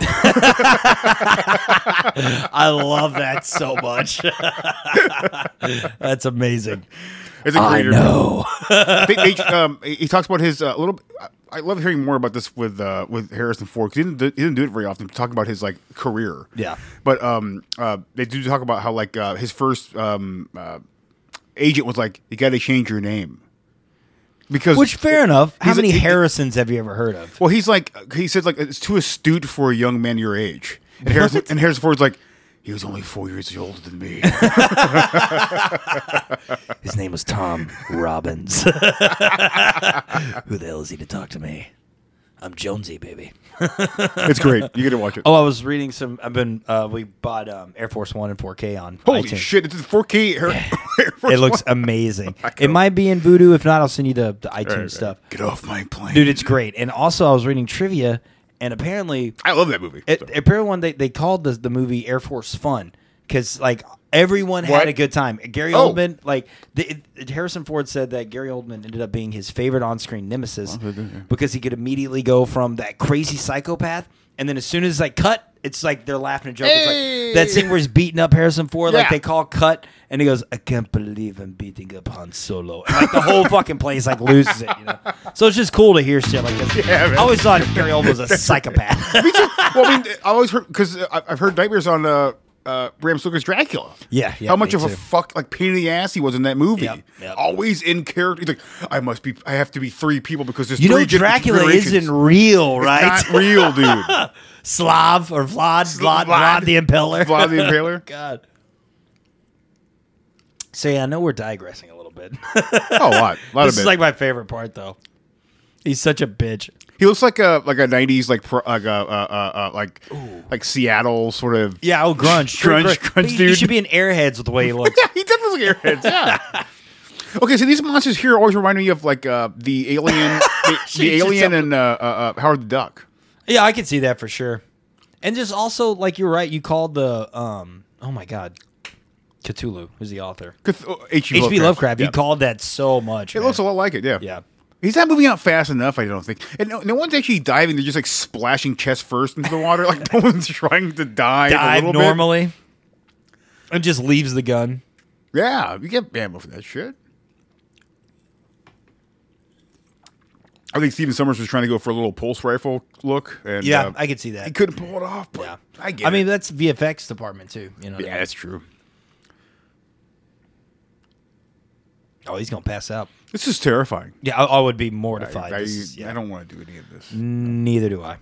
I love that so much. [LAUGHS] That's amazing. It's a Oh, I great know. [LAUGHS] they, they, um, he he talks about his uh, little. I- I love hearing more about this with uh, with Harrison Ford 'cause he didn't do, he didn't do it very often. Talking about his like career, Yeah. But um, uh, they do talk about how like uh, his first um uh, agent was like, you got to change your name because Which fair enough. How he's a- many he- Harrisons have you ever heard of? well, he's like he said like it's too astute for a young man your age. And Harrison, and Harrison Ford's like, he was only four years older than me. His name was Tom [LAUGHS] Robbins. Who the hell is he to talk to me? I'm Jonesy, baby. it's great. You got to watch it. Oh, I was reading some. I've been. Uh, we bought um, Air Force One in 4K on. Holy iTunes. shit! It's 4K. Her- [LAUGHS] It looks amazing. it might be in Voodoo. If not, I'll send you the, the iTunes stuff. Get off my plane, Dude, it's great. And also, I was reading trivia, and apparently, I love that movie. [LAUGHS] it, apparently, one they they called the the movie Air Force Fun because like everyone What? had a good time. Gary Oh. Oldman, like the, it- it- Harrison Ford said that Gary Oldman ended up being his favorite on screen nemesis because he could immediately go from that crazy psychopath, and then as soon as like cut. It's like they're laughing and joking. It's like that scene where he's beating up Harrison Ford, like Yeah. they call cut, and he goes, "I can't believe I'm beating up Han Solo." And like the whole fucking place like loses it, you know. So it's just cool to hear shit like [LAUGHS] this. man. I always thought Gary Oldman [LAUGHS] was a psychopath. well, I mean, I always heard because I've heard nightmares on uh, uh, Bram Stoker's Dracula. Yeah, yeah, how much me of a too. fuck like pain in the ass he was in that movie. Yep, yep. Always in character. He's like, I must be. I have to be three people because there's. You three know gen- Dracula generations." isn't real, right? Not real, dude. Vlad [LAUGHS] Slav or Vlad, Vlad, Vlad, Vlad. the Impeller. the Impaler. [LAUGHS] God. So yeah, I know we're digressing a little bit. [LAUGHS] Oh, a lot, a lot this of is it. like my favorite part, though. He's such a bitch. he looks like a like a '90s like pro, like a uh, uh, uh, like like Seattle sort of. Yeah, oh grunge, Grunge, But grunge he- He dude. should be in Airheads with the way he looks. [LAUGHS] Yeah, he definitely looks like airheads. Yeah. [LAUGHS] okay, so these monsters here always remind me of like uh, the [LAUGHS] alien, the, the did alien, something. and uh, uh, uh, Howard the Duck. yeah, I can see that for sure. And just also, like you're right, you called the um. Oh my God, Cthulhu, who's the author? Cth- oh, H.P. H.P. Lovecraft. Yeah. You called that so much. It man. looks a lot like it, yeah. yeah. He's not moving out fast enough, I don't think. And no, no one's actually diving. They're just like splashing chest first into the water. [LAUGHS] Like no one's trying to dive, a dive little normally and just leaves the gun. bit. Yeah, you get bambo for that shit. I think Steven Summers was trying to go for a little pulse rifle look. And, Yeah, uh, I could see he that. couldn't pull it off. But yeah, I get. I mean, it. that's VFX department too. You know. what I yeah, mean? that's true. oh, he's gonna pass out. This is terrifying. Yeah, I, I would be I, mortified. I- This is- yeah. I don't want to do any of this. Neither do I.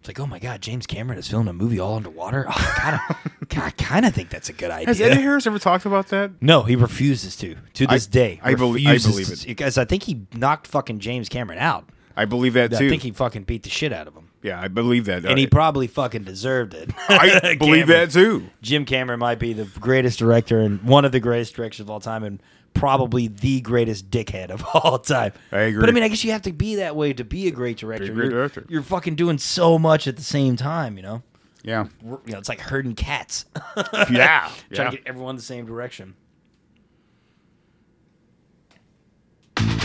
It's like, oh my god, James Cameron is filming a movie all underwater. Oh, I [LAUGHS] kinda, I kind of think that's a good idea. Has Eddie Harris ever talked about that? No, he refuses to to I- this day. I belie- I refuses believe to- because I think he knocked fucking James Cameron out. I believe that I too. think he fucking beat the shit out of him, yeah, I believe that. and he Uh, probably fucking deserved it. [LAUGHS] [LAUGHS] I believe Cameron. that too. Jim Cameron might be the greatest director and one of the greatest directors of all time, and probably the greatest dickhead of [LAUGHS] all time. I agree. But I mean, I guess you have to be that way to be a great director. great you're, director. You're fucking doing so much at the same time, you know. [LAUGHS] Yeah. You know, it's like herding cats, [LAUGHS] yeah. trying to get everyone the same direction.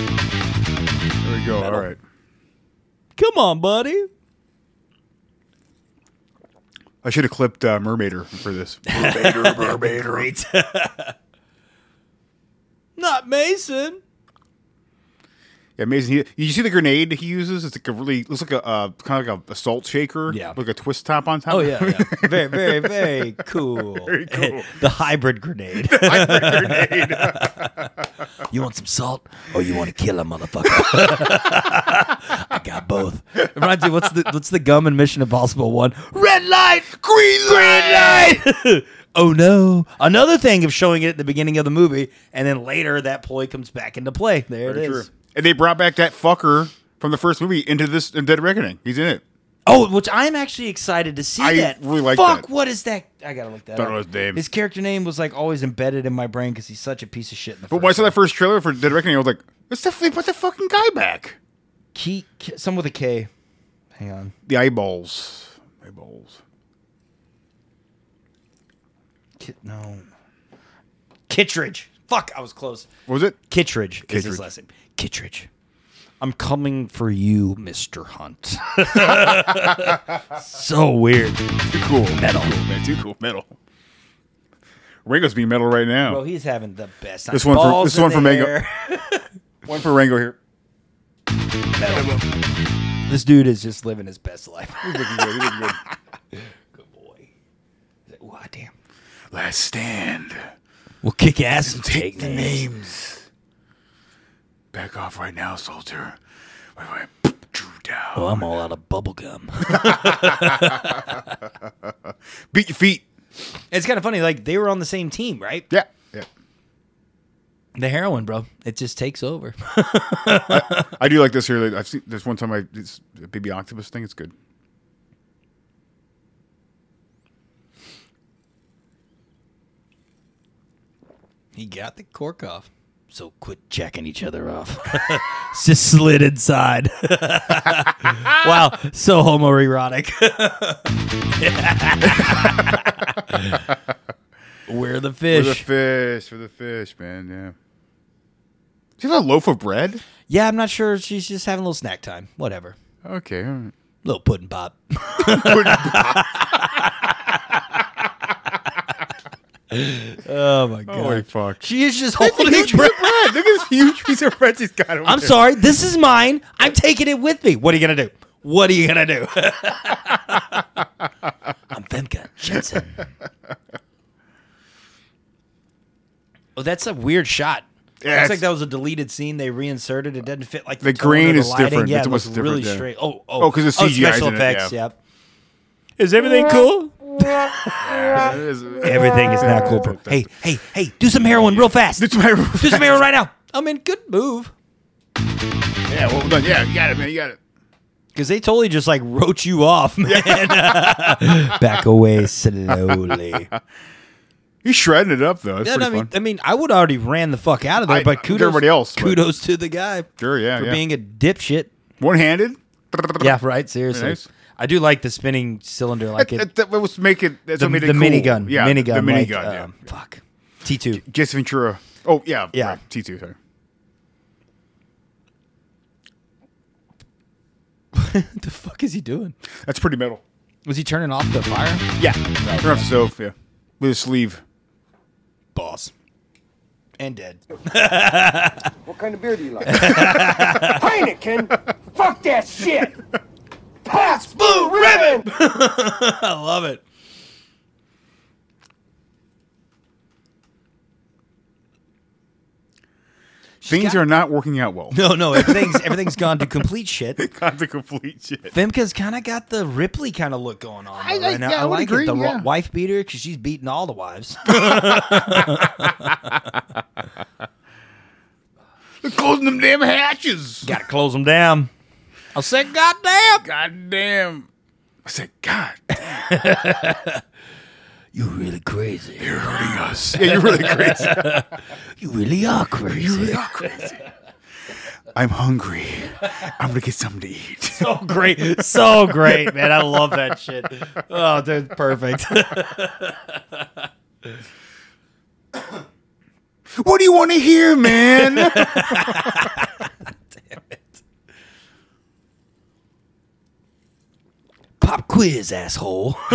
there we go. All right. Come on, buddy. I should have clipped uh, Mermaider for [LAUGHS] this. Mermaider, mermaider. Great. Not Mason. Yeah, amazing. He, you see the grenade he uses? It's like a really looks like a uh, kind of like a, a salt shaker. Yeah, like a twist top on top. Oh, [LAUGHS] yeah, [LAUGHS] yeah. Very, very, [LAUGHS] very cool. Very cool. The hybrid grenade. The hybrid [LAUGHS] grenade. you want some salt or you want to kill a motherfucker? [LAUGHS] I got both. Reminds me, what's the what's the gum in Mission Impossible one? Red light, green light, green light. [LAUGHS] oh no! Another thing of showing it at the beginning of the movie, and then later that ploy comes back into play. There Very it true. is. And they brought back that fucker from the first movie into this in Dead Reckoning. He's in it. Oh, which I'm actually excited to see I that. really like Fuck, that. what is that? I gotta look that Don't up. know his name. His character name was like always embedded in my brain because he's such a piece of shit. In the But when I saw that first trailer for Dead Reckoning, I was like, let's definitely put the fucking guy back. Key, K- some with a K. Hang on. The eyeballs. Eyeballs. Kit, no. Kittredge. Fuck, I was close. What was it? Kittredge, is Kittredge. his last name. Kittredge. I'm coming for you, [LAUGHS] Mr. Hunt. so weird. Too cool. Metal. man. Too cool. Metal. Rango's being metal right now. Bro, he's having the best time. this one for Balls this in one for the Mango. air. one for Rango here. This dude is just living his best life. He's looking good. He's looking good. [LAUGHS] Ooh, ah, damn. Last stand. We'll kick ass and Take take the names. names. Back off right now, soldier. Wait, wait. Drew down. Oh, I'm all out of bubble gum. Beat your feet. [LAUGHS] it's kind of funny. Like they were on the same team, right? Yeah. Yeah. The heroin, bro. It just takes over. I do like this here. like, I've seen this one time. I this baby octopus thing. It's good. [LAUGHS] he got the cork off. So quit jacking each other off. [LAUGHS] just slid inside. [LAUGHS] wow, so [LAUGHS] homoerotic. We're the For fish. the fish. For the fish, man. Yeah. Do you have a loaf of bread? yeah, I'm not sure. She's just having a little snack time. Whatever. Okay. all right. Little pudding pop. [LAUGHS] oh my god. Holy fuck. She is [LAUGHS] just That's a holding huge bread. Look at this huge piece of bread she's got over I'm there. sorry. This is mine. I'm taking it with me. What are you gonna do? What are you gonna do? [LAUGHS] I'm Femke Jensen. Oh, that's a weird shot. Yeah, Looks it's- like that was a deleted scene. They reinserted. It doesn't fit like The tone or grain the is lighting. different. Yeah, It's it looks almost really different, yeah. straight. Oh, oh, Oh, 'cause the CGI is special in it, effects. yeah. Yep. Is everything cool? Yeah, it is- Everything is now cool. bro. Hey, hey, hey! Do some heroin real fast. It's my Do some heroin right now. I'm in good move. Yeah, well done. Yeah, you got it, man. You got it. Because they totally just like wrote you off, man. [LAUGHS] [LAUGHS] Back away slowly. He's shredding it up though. It's Yeah, pretty I mean, fun. I mean, I would already ran the fuck out of there, I- but to kudos everybody else, but- Kudos to the guy Sure, yeah, for yeah. being a dipshit. One handed. yeah, right. Seriously, nice. I do like the spinning cylinder, like it, That, that was make it. That's the, what the made it cool. minigun, Yeah, minigun, The minigun. like, yeah. um, Fuck, [LAUGHS] T two. [LAUGHS] Jesse Ventura. Oh yeah. Yeah. right, T two. Sorry. What the fuck is he doing? That's pretty metal. Was he turning off the fire? Yeah. Turn off the stove. Yeah. With a sleeve. Boss, and [LAUGHS] dead. What kind of beer do you [LAUGHS] like? Heineken! Fuck that shit! Pass blue ribbon! I love it. Things got- [LAUGHS] are not working out well. [LAUGHS] No, no, [LAUGHS] everything's everything's gone to complete shit. Got the complete shit. Femke's kind of got the Ripley kind of look going on. I- though, I- right yeah, now. I would like agree, it. The yeah. ro- wife beater because she's beating all the [LAUGHS] wives. They're closing them damn hatches. Got to close them down. I said, God damn. God damn. I said, God, they're You really crazy. hurting us. Yeah, you're [LAUGHS] really crazy. You really are [LAUGHS] crazy. You really are crazy. I'm hungry. I'm gonna get something to eat. [LAUGHS] so Oh, great, so great, man. I love that shit. Oh, dude, perfect. [LAUGHS] What do you want to hear, [LAUGHS] man? Damn it. [LAUGHS] Pop quiz, asshole. [LAUGHS]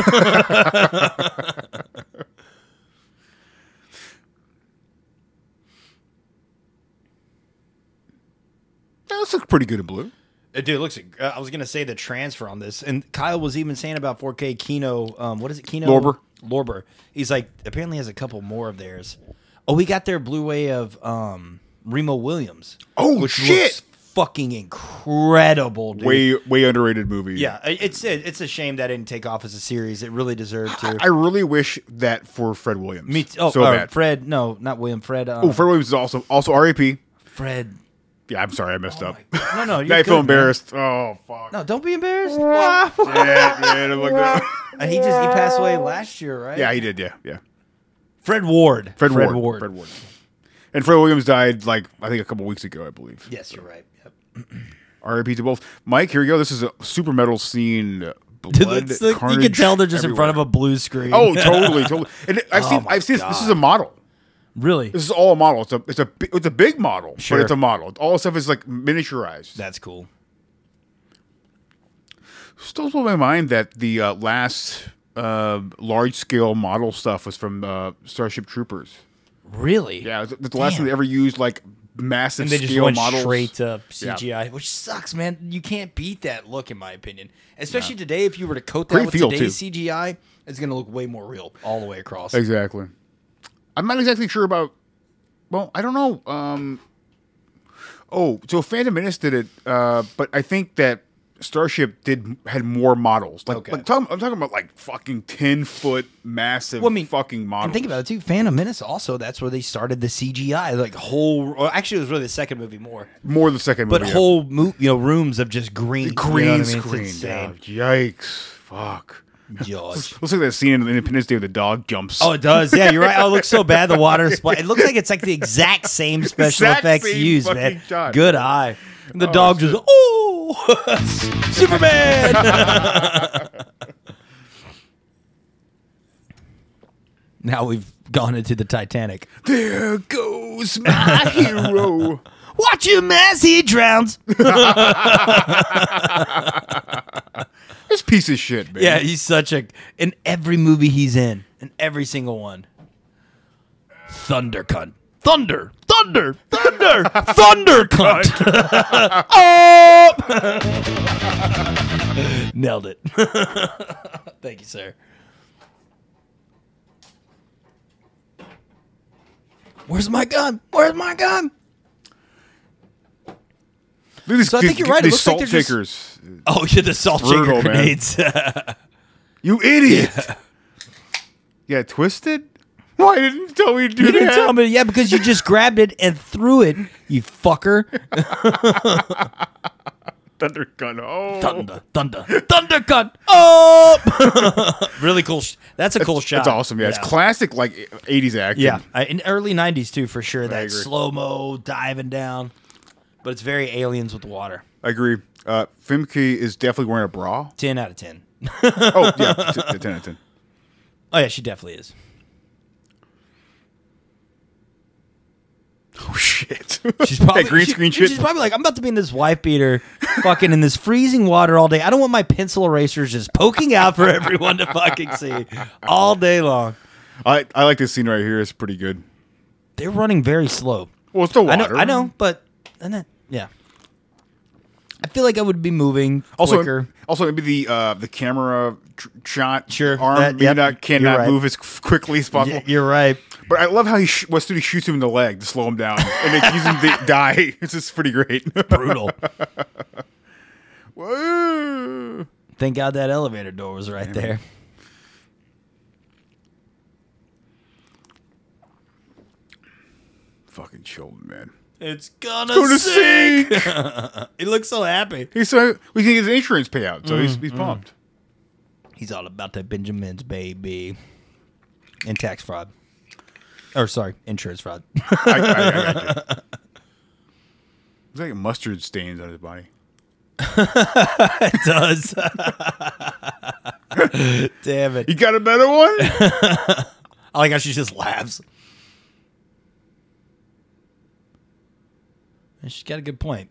this looks pretty good in blue. Uh, Dude, it looks. Uh, I was gonna say the transfer on this, and Kyle was even saying about 4K Kino. Um, what is it, Kino Lorber. Lorber. He's like apparently has a couple more of theirs. Oh, we got their Blu-ray of um, Remo Williams. Oh, shit. fucking incredible, dude. Way way underrated movie. Yeah, i- it's it, it's a shame that didn't take off as a series. It really deserved to. I, I really wish that for Fred Williams. Me too. Oh, so uh, bad. Fred. No, not William. Fred. Uh, oh, Fred Williams is also also R.A.P. Fred. Yeah, I'm sorry, I messed up. [LAUGHS] No, no. Oh You're now I good, feel man. embarrassed. Oh fuck. No, don't be embarrassed. Shit, man, [LAUGHS] I'm like that. Uh, he just he passed away last year, right? Yeah, he did. Yeah, yeah. Fred Ward. Fred, Fred Ward. Ward. Fred Ward. And Fred Williams died like I think a couple weeks ago, I believe. Yes, you're right. Yep. R.I.P. to both. Mike, here we go. This is a super metal [LAUGHS] scene. uh, [LAUGHS] Dude, Blood, it's like- you can carnage tell they're just in everywhere. front of a blue screen. Oh, totally, totally. And I've [LAUGHS] Oh seen, my I've seen. This is a model. [LAUGHS] really? This is all a model. It's a, it's a, bi- it's a big model, Sure. but it's a model. All the stuff is like miniaturized. That's cool. Still blows my mind that the uh, last uh, large scale model stuff was from uh, Starship Troopers. Really? Yeah, it's, it's the last Damn. thing they ever used like massive And they scale just went models. straight to Yeah. CGI, which sucks, man. You can't beat that look, in my opinion. Especially today, if you were to coat that Great with feel, today's too. CGI, it's going to look way more real all the way across. Exactly. I'm not exactly sure about. Well, I don't know. Um, oh, so Phantom Menace did it, uh, but I think that Starship did had more models. Like, Okay. like, talking- I'm talking about like fucking ten foot massive Well, I mean, fucking models. And think about it too. Phantom Menace also that's where they started the CGI, like whole. Or actually, it was really the second movie more, more the second but movie. whole mo- you know rooms of just green, green you know what I mean? It's screen. insane. yeah. Yikes! Fuck. [LAUGHS] George. Looks like that scene in Independence Day where the dog jumps. Oh, it does. Yeah, you're right. Oh, it looks so bad. The water splat. It looks like it's like the [LAUGHS] exact same special Exact effects same used, fucking man. shot. Good eye. And the dog just oh, [LAUGHS] [LAUGHS] Superman. now we've gone into the Titanic. there goes my [LAUGHS] hero. Watch him as he drowns. This piece of shit, man. [LAUGHS] Yeah, he's such a in every movie he's in, in every single one. Thunder cunt. Thunder, thunder, [LAUGHS] thunder, thunder cunt. [LAUGHS] Up. [LAUGHS] Nailed it. Thank you, sir. Where's my gun? Where's my gun? Look at these- So I think these- you're right. It These looks like salt they're just- shakers. Oh, [LAUGHS] you're the salt Brutal, shaker man. grenades. [LAUGHS] You idiot! [LAUGHS] Yeah. twisted. Why didn't you tell me to do You that? didn't tell me. Yeah, because you just grabbed it and threw it, you fucker. Thunder gun. Oh, [LAUGHS] Thunder, thunder, thunder gun. Oh, [LAUGHS] really cool. Sh- that's a cool shot. It's awesome. Yeah, it's classic like '80s acting. Yeah, I- in early '90s too, for sure. That agree. slow mo diving down, but it's very aliens with water. I agree. Uh, Femke is definitely wearing a bra. Ten out of ten. [LAUGHS] Oh yeah, t- t- ten out of ten. Oh yeah, she definitely is. Oh [LAUGHS] shit! She's probably that green she- screen She's shit. probably like, I'm about to be in this wife beater, fucking in this freezing water all day. I don't want my pencil erasers just poking out for everyone to fucking see all day long. I, I like this scene right here. It's pretty good. They're running very slow. Well, it's the I water. know, I know, but and that, yeah. I feel like I would be moving Also, quicker. also maybe the uh, the camera tr- shot Sure, arm that- maybe yep, not you're cannot right. move as quickly as possible. Y- you're right. But I love how he sh- West Studi shoots him in the leg to slow him down, and they use him to die. [LAUGHS] It's just pretty great. Brutal. [LAUGHS] Whoa. Thank God that elevator door was right there. Fucking children, man. It's gonna, Go to sink. sink. He looks so happy. he's so we can get his insurance payout, so he's he's pumped. He's all about that Benjamin's baby, and tax fraud, or sorry, insurance fraud. [LAUGHS] I, I, I got you. It's like mustard stains on his body. it does. [LAUGHS] Damn it! You got a better one? I like how she just laughs. And she's got a good point.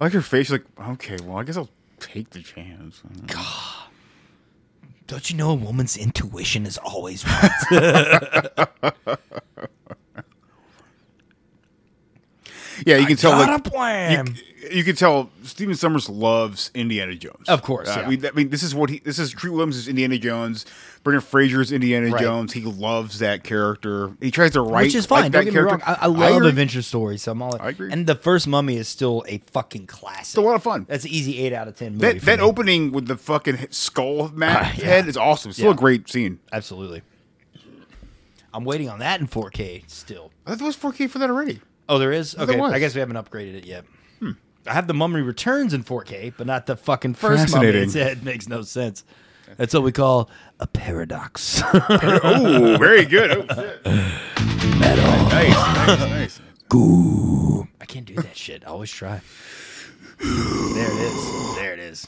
I like her face. Like okay, well I guess I'll take the chance. Don't you know a woman's intuition is [LAUGHS] always right? Yeah, you can tell. got like, a plan. You, you can tell Steven Summers loves Indiana Jones. Of course, Uh, yeah. I, mean, that- I mean, this is what he. This is Treat Williams is Indiana Jones. Brendan Fraser is Indiana Right. Jones. He loves that character. He tries to write, Which is like fine. that Don't get me character. wrong. I, I love agree. adventure stories. So I'm all. I agree. And the first Mummy is still a fucking classic. It's a lot of fun. That's an easy eight out of ten. Movie That for that me. opening with the fucking skull map [LAUGHS] head is awesome. It's still a Yeah. great scene. Absolutely. I'm waiting on that in 4K still. I thought there was 4K for that [LAUGHS] already. Oh, there is. thought Okay, there was. I guess we haven't upgraded it yet. Hmm. I have the Mummy Returns in 4K, but not the fucking first Mummy. Fascinating. It's- It makes no sense. That's what we call a paradox. [LAUGHS] oh, very good. Oh, shit. Nice, nice, nice. Goo. I can't do that shit. I always try. There it is. There it is.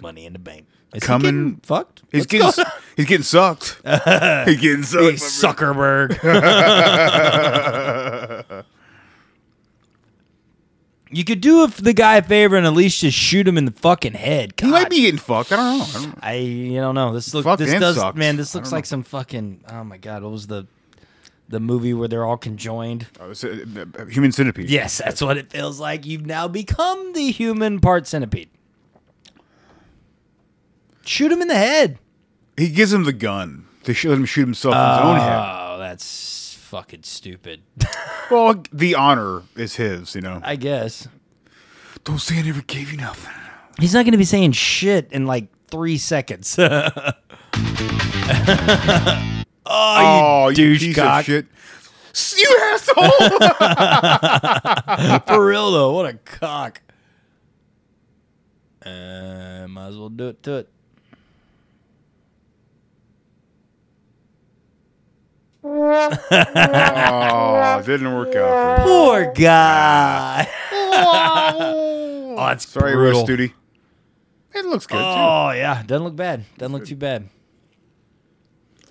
Money in the bank. Is he getting Coming, fucked. He's What's getting going on? he's getting [LAUGHS] sucked. he's getting sucked. Hey, my friend. [LAUGHS] Zuckerberg. you could do if the guy a favor and at least just shoot him in the fucking head. He might God. be getting fucked. I don't know. I don't know. I you don't know. This looks Fucked this and does sucked. man, this I looks don't like some fucking oh my god, what was the the movie where they're all conjoined? Oh, it's, uh, uh, human centipede. Yes, that's what it feels like. You've now become the human part centipede. Shoot him in the head. He gives him the gun to sh- let him shoot himself in his own head. Oh, that's fucking stupid. Well, the honor is his, you know. [LAUGHS] I guess. don't say I never gave you nothing. He's not going to be saying shit in like three seconds. [LAUGHS] oh, Oh, you douche piece cock. of shit. You asshole! [LAUGHS] For real though, what a cock. Uh, might as well do it to it. [LAUGHS] oh, didn't work out. for Poor guy. oh, that's you. Sorry, brutal. Rush Duty. It looks good, [LAUGHS] Oh yeah, doesn't look bad. Doesn't look too bad.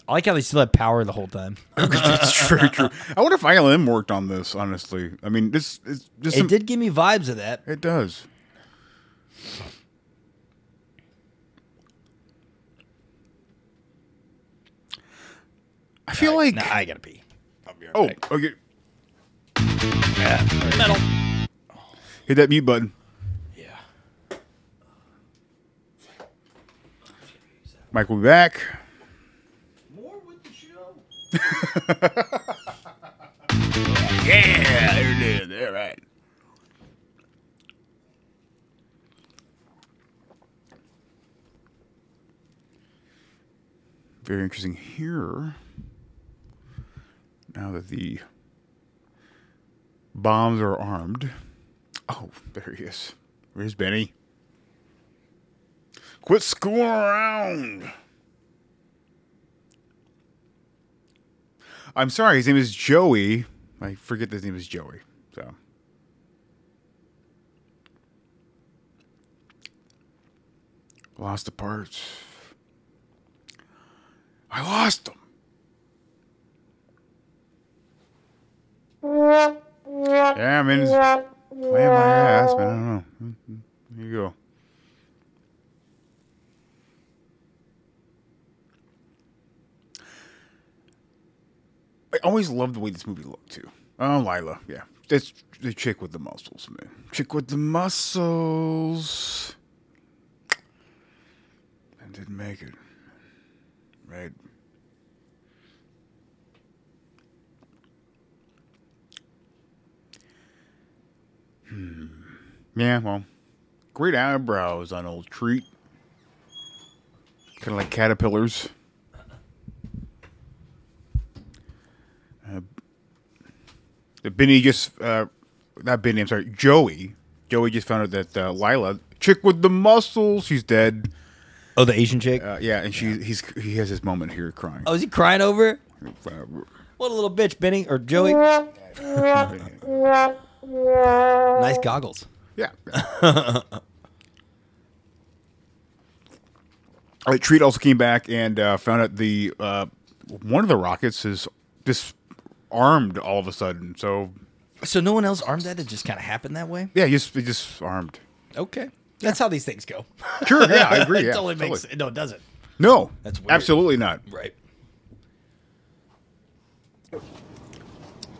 I like how they still have power the [CLEARS THROAT] whole time. too. That's very true. I wonder if ILM worked on this, honestly. I mean, this is just. It some- did give me vibes of that. It does. I feel like Nah, I gotta pee. oh okay. Hit that mute button. Yeah. Mike will be back. [LAUGHS] yeah, there it is. All right. Very interesting here. Now that the bombs are armed. Oh, there he is. Where's Benny? Quit screwing around. I'm sorry, his name is Joey. I forget his name is Joey. So lost the parts. I lost them. Yeah, I mean, it's laying my ass, man. I don't know. Mm, mm, Here you go. I always loved the way this movie looked too. Oh, Lila, yeah, that's the chick with the muscles, man. Chick with the muscles. And didn't make it. Right. Hmm. Yeah, well, great eyebrows on old treat. Kind of like caterpillars. that Uh, Benny just uh, not Benny. I'm sorry, Joey. Joey just found out that uh, Lila, chick with the muscles, she's dead. Oh, the Asian chick. Uh, yeah, and she he's he has his moment here crying. oh, is he crying over? it? Uh, What a little bitch, Benny or Joey. uh, nice goggles. yeah. [LAUGHS] All right, Treat also came back and uh, found out the uh, one of the rockets is disarmed all of a sudden. So So no one else armed that. It just kind of happened that way. yeah, just it just armed. Okay, that's how these things go. Sure, yeah, I agree. [LAUGHS] it Yeah, totally makes totally. no, it doesn't. No, That's weird. absolutely not. Right.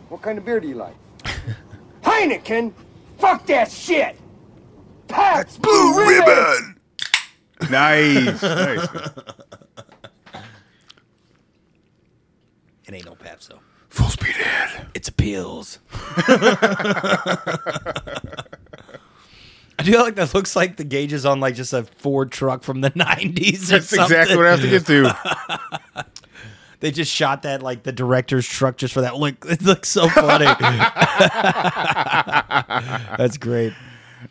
What kind of beer do you like? Heineken? Fuck that shit! Pabst Blue Ribbon! Nice. [LAUGHS] nice. It ain't no Pabst though. Full speed ahead. It's a [LAUGHS] pills. I do like that. Looks like the gauges on like just a Ford truck from the [LAUGHS] nineties. That's exactly what I have to get to. [LAUGHS] They just shot that like the director's truck just for that look. [LAUGHS] It looks [LAUGHS] so funny. [LAUGHS] That's great.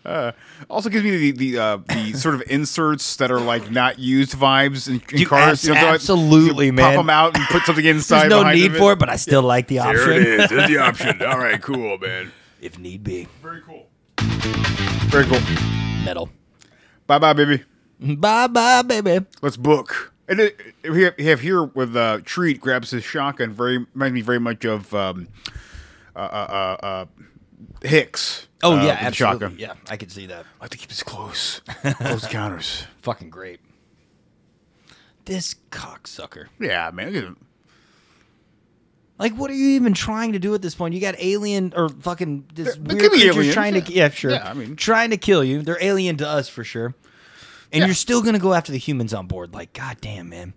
Uh, also gives me the the, uh, [LAUGHS] the sort of inserts that are like not used vibes in, in You- cars. abs- so I- absolutely, you man. Pop them out and put something inside. [LAUGHS] There's no behind need it. for it, but I still like the option. There's the option. All right, cool, man. [LAUGHS] if need be. Very cool. Very cool. Metal. Bye, bye, baby. Bye bye, baby. Let's book. And it, it- we have- we have here with uh, Treat grabs his shotgun. Very reminds me very much of um, uh, uh, uh, uh, Hicks. Oh uh, yeah, with the absolutely. Yeah, I can see that. I have to keep this close. Close counters. [LAUGHS] Fucking great. This cocksucker. Yeah, man. look at him. Like, what are you even trying to do at this point? You got alien or fucking this They- they weird could be creatures aliens, trying to yeah. yeah, sure, Yeah, I mean- trying to kill you. They're alien to us for sure, and Yeah. you're still gonna go after the humans on board. Like, goddamn, man,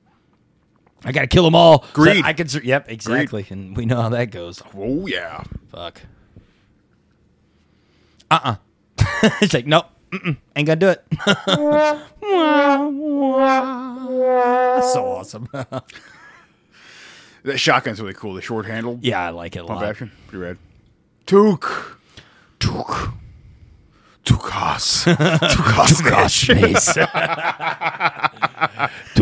I gotta kill them all. so that Greed. I can. sur- Yep, exactly. And we know how that goes. Oh yeah. Fuck. Uh uh [LAUGHS] it's like, nope. Mm-mm, ain't gonna do it. [LAUGHS] That's so awesome. That shotgun's really cool. The short handle. yeah, I like it a Pump lot. action. Pretty rad. Took. Took. [LAUGHS] Tukas. [LAUGHS] Tukas.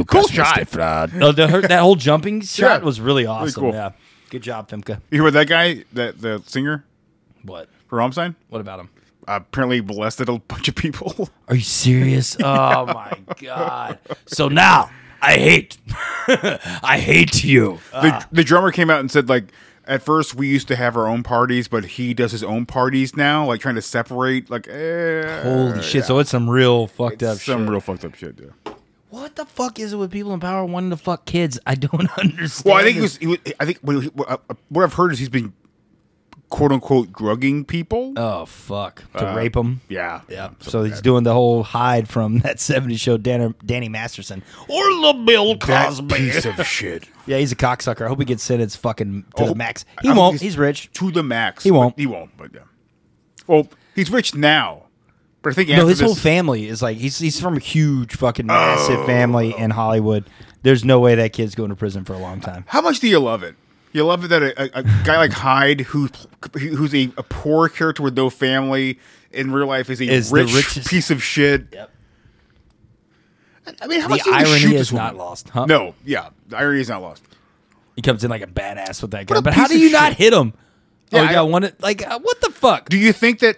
Cool shot. No, the, her, that whole jumping shot Yeah. was really awesome. cool. Yeah. Good job, Femke. You heard that guy, that the singer What? for Rammstein? What about him? Apparently molested a bunch of people. [LAUGHS] Are you serious? Oh my god. So now I hate [LAUGHS] I hate you. the, the drummer came out and said like at first we used to have our own parties but he does his own parties now like trying to separate like eh, Holy shit. So it's some real fucked up some shit. real fucked up shit yeah What the fuck is it with people in power wanting to fuck kids? I don't [LAUGHS] understand. well i think he this. was, he was i think what, he- what I- what i've heard is he's been quote unquote drugging people Oh fuck! To rape him. Uh, yeah Yeah. something So like he's that. doing the whole hide from [LAUGHS] that '70s show, Danny, Danny Masterson, or the Bill that Cosby. piece of shit [LAUGHS] yeah, he's a cocksucker. I hope he gets sentenced fucking to Oh, the max. I He don't won't. think He's, rich. to the max He but- won't. he won't but yeah well he's rich now but i think no, after his this, whole family is like he's he's from a huge fucking massive family Oh. in Hollywood. There's no way that kid's going to prison for a long time. How much do you love it? You love it that a, a, a guy like Hyde, who who's a, a poor character with no family in real life, is a Is the rich richest- piece of shit. Yep. I mean, how The much do you irony shoot is this woman? not lost. Huh? No, yeah, the irony is not lost. he comes in like a badass with that What gun. a But how piece do of you not shit. hit him? Yeah, oh, you I- got one. Like uh, what the fuck? Do you think that?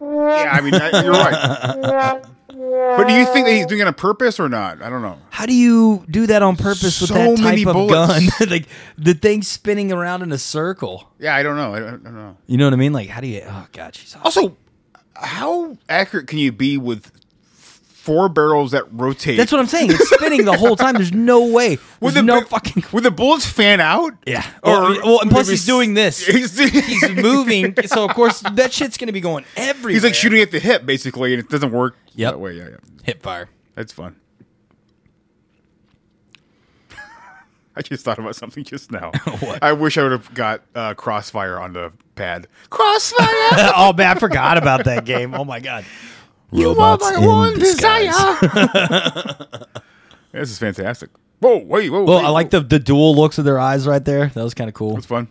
Yeah, I mean, I- you're right. but do you think that he's doing it on purpose or not? I don't know. How do you do that on purpose with So that many type of gun? [LAUGHS] bullets. like the thing's spinning around in a circle. Yeah, I don't know. I don't, I don't know. You know what I mean? Like how do you? Oh god, she's awesome. Also, how accurate can you be with f- four barrels that rotate? That's what I'm saying. It's spinning the whole time. There's no [LAUGHS] way. There's Would the no bu- [LAUGHS] fucking. [LAUGHS] Would the bullets fan out? [LAUGHS] Yeah. Well, well, and plus he's doing this. He's, He's moving, so of course that shit's gonna be going everywhere. he's like shooting at the hip basically, and it doesn't work Yep. that way. Yeah, yeah, hip fire. that's fun. [LAUGHS] I just thought about something just now. [LAUGHS] What? I wish I would have got uh, crossfire on the pad. [LAUGHS] Crossfire, [LAUGHS] oh man, I forgot about that game. Oh my god. you are my one desire. [LAUGHS] this is fantastic. Whoa, wait, whoa. Well, wait, I like whoa. the the dual looks of their eyes right there. That was kind of cool. That's fun.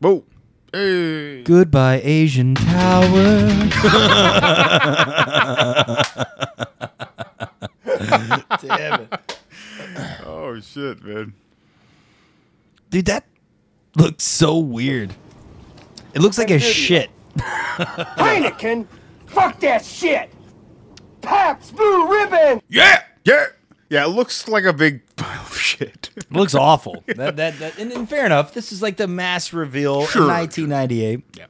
Whoa. Hey. Goodbye, Asian Tower. Oh shit, man. Dude, that looks so weird. It looks like a shit. Heineken? Fuck that shit! Pabst Blue Ribbon! Yeah, yeah, yeah. It looks like a big [LAUGHS] pile of shit. It looks awful. [LAUGHS] That, that, that, and, and fair enough. This is like the mass reveal Sure. in 1998. [LAUGHS] Yeah.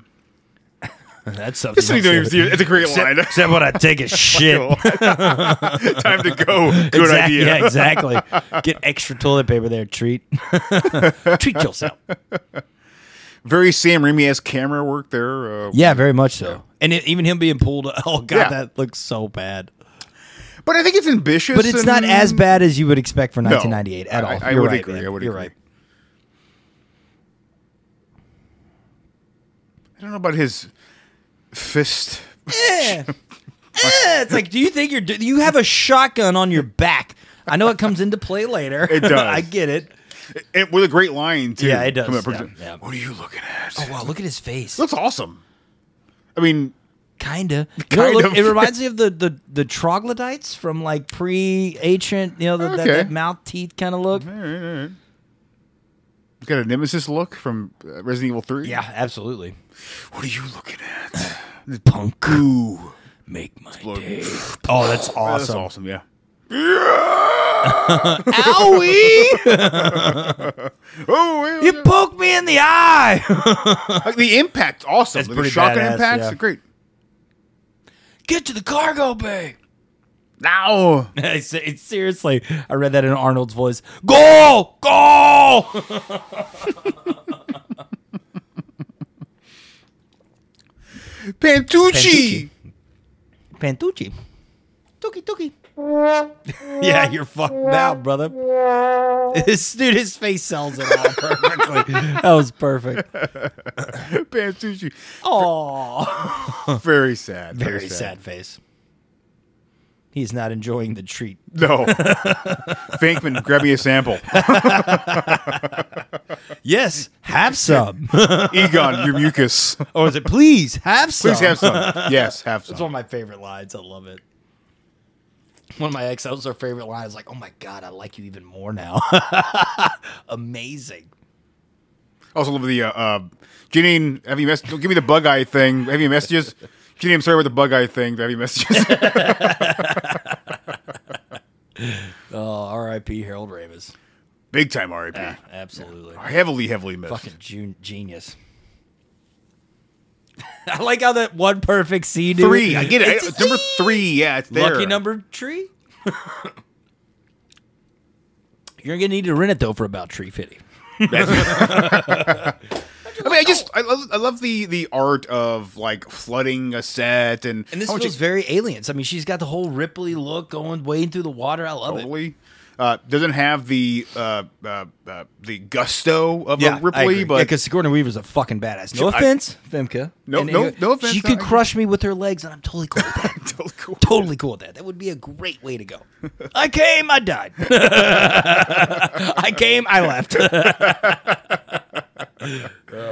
That's something. It's, else. a great line. [LAUGHS] Except when I take [LAUGHS] a shit. Time to go. Good Exact- idea. [LAUGHS] Yeah, exactly. [LAUGHS] Get extra toilet paper there. Treat. treat yourself. very Sam Raimi esque camera work there. Uh, Yeah, very much so. And it, even him being pulled. [LAUGHS] Oh god, Yeah. that looks so bad. But I think it's ambitious. But it's not and- as bad as you would expect for No. 1998 at all. I- I You're would right, agree, man. I would You're agree. right. I don't know about his fist. [LAUGHS] Eh. Eh, it's like, do you think you're? Do you have a shotgun on your back? I know it comes into play later. [LAUGHS] It does. I get it. It, with a great line too. Yeah, it does. Come up, Yeah, What are you looking at? Oh wow, look at his face. Looks awesome. I mean, Kinda. You know, Kind look, of. It [LAUGHS] reminds me of the, the, the troglodytes from like pre ancient, you know, the, that, Okay. that mouth teeth kind of look. he's got a nemesis look from uh, Resident Evil Three. Yeah, absolutely. What are you looking at? Punk. Ooh. Make my Blood. day. [LAUGHS] Oh, that's That's awesome. [LAUGHS] awesome. Yeah. Owie! Oh, yeah, you poked me in the eye! [LAUGHS] like the impact's awesome. That's Like, pretty the shotgun badass, impacts yeah. are great. Get to the cargo [LAUGHS] bay! Now, It's- it's- seriously, I read that in Arnold's voice. Goal! Goal! Pantucci. Pantucci. Tuki tuki. [LAUGHS] yeah, you're fucked now, brother. [LAUGHS] This dude, his face sells it all [LAUGHS] perfectly. that was [LAUGHS] [LAUGHS] perfect. Pantucci. Oh, Very sad. very sad face. He's not enjoying the treat. No. [LAUGHS] Finkman, grab me a sample. Yes, [LAUGHS] have some. Egon, your mucus. or is it please have some? Please have some. Yes, have It's one of some. my favorite lines. I love it. One of my ex, that was her favorite line. I was like, "Oh my god, I like you even more now." [LAUGHS] Amazing. Also love the uh, uh, Janine. Have you mess? Give me the bug eye thing. Have you messages? Janine, I'm sorry about the bug eye thing. Have you [LAUGHS] messages? Oh, R.I.P. Harold Ramis. Big time R.I.P. Absolutely. Heavily, heavily missed. Fucking June genius. [LAUGHS] I like how that one perfect scene. dude. Three. I get it. It's I- number three. Yeah, it's there. Lucky number tree. [LAUGHS] You're gonna need to rent it though for about tree fifty. [LAUGHS] [LAUGHS] I mean, I just I love I love the the art of like flooding a set and And this how much feels it- very aliens. I mean, she's got the whole Ripley look going wading through the water. I love it. totally uh, doesn't have the uh, uh, uh, the gusto of Yeah, a I agree. Ripley, yeah, but [LAUGHS] because Sigourney Weaver's a fucking badass. No I- offense, Femke. No- And- no- and- no offense, She no, could I- crush me with her legs, and I'm totally cool with that. [LAUGHS] totally cool. totally cool with that. That would be a great way [LAUGHS] to go. I came, I died. [LAUGHS] I came, I left. [LAUGHS] oh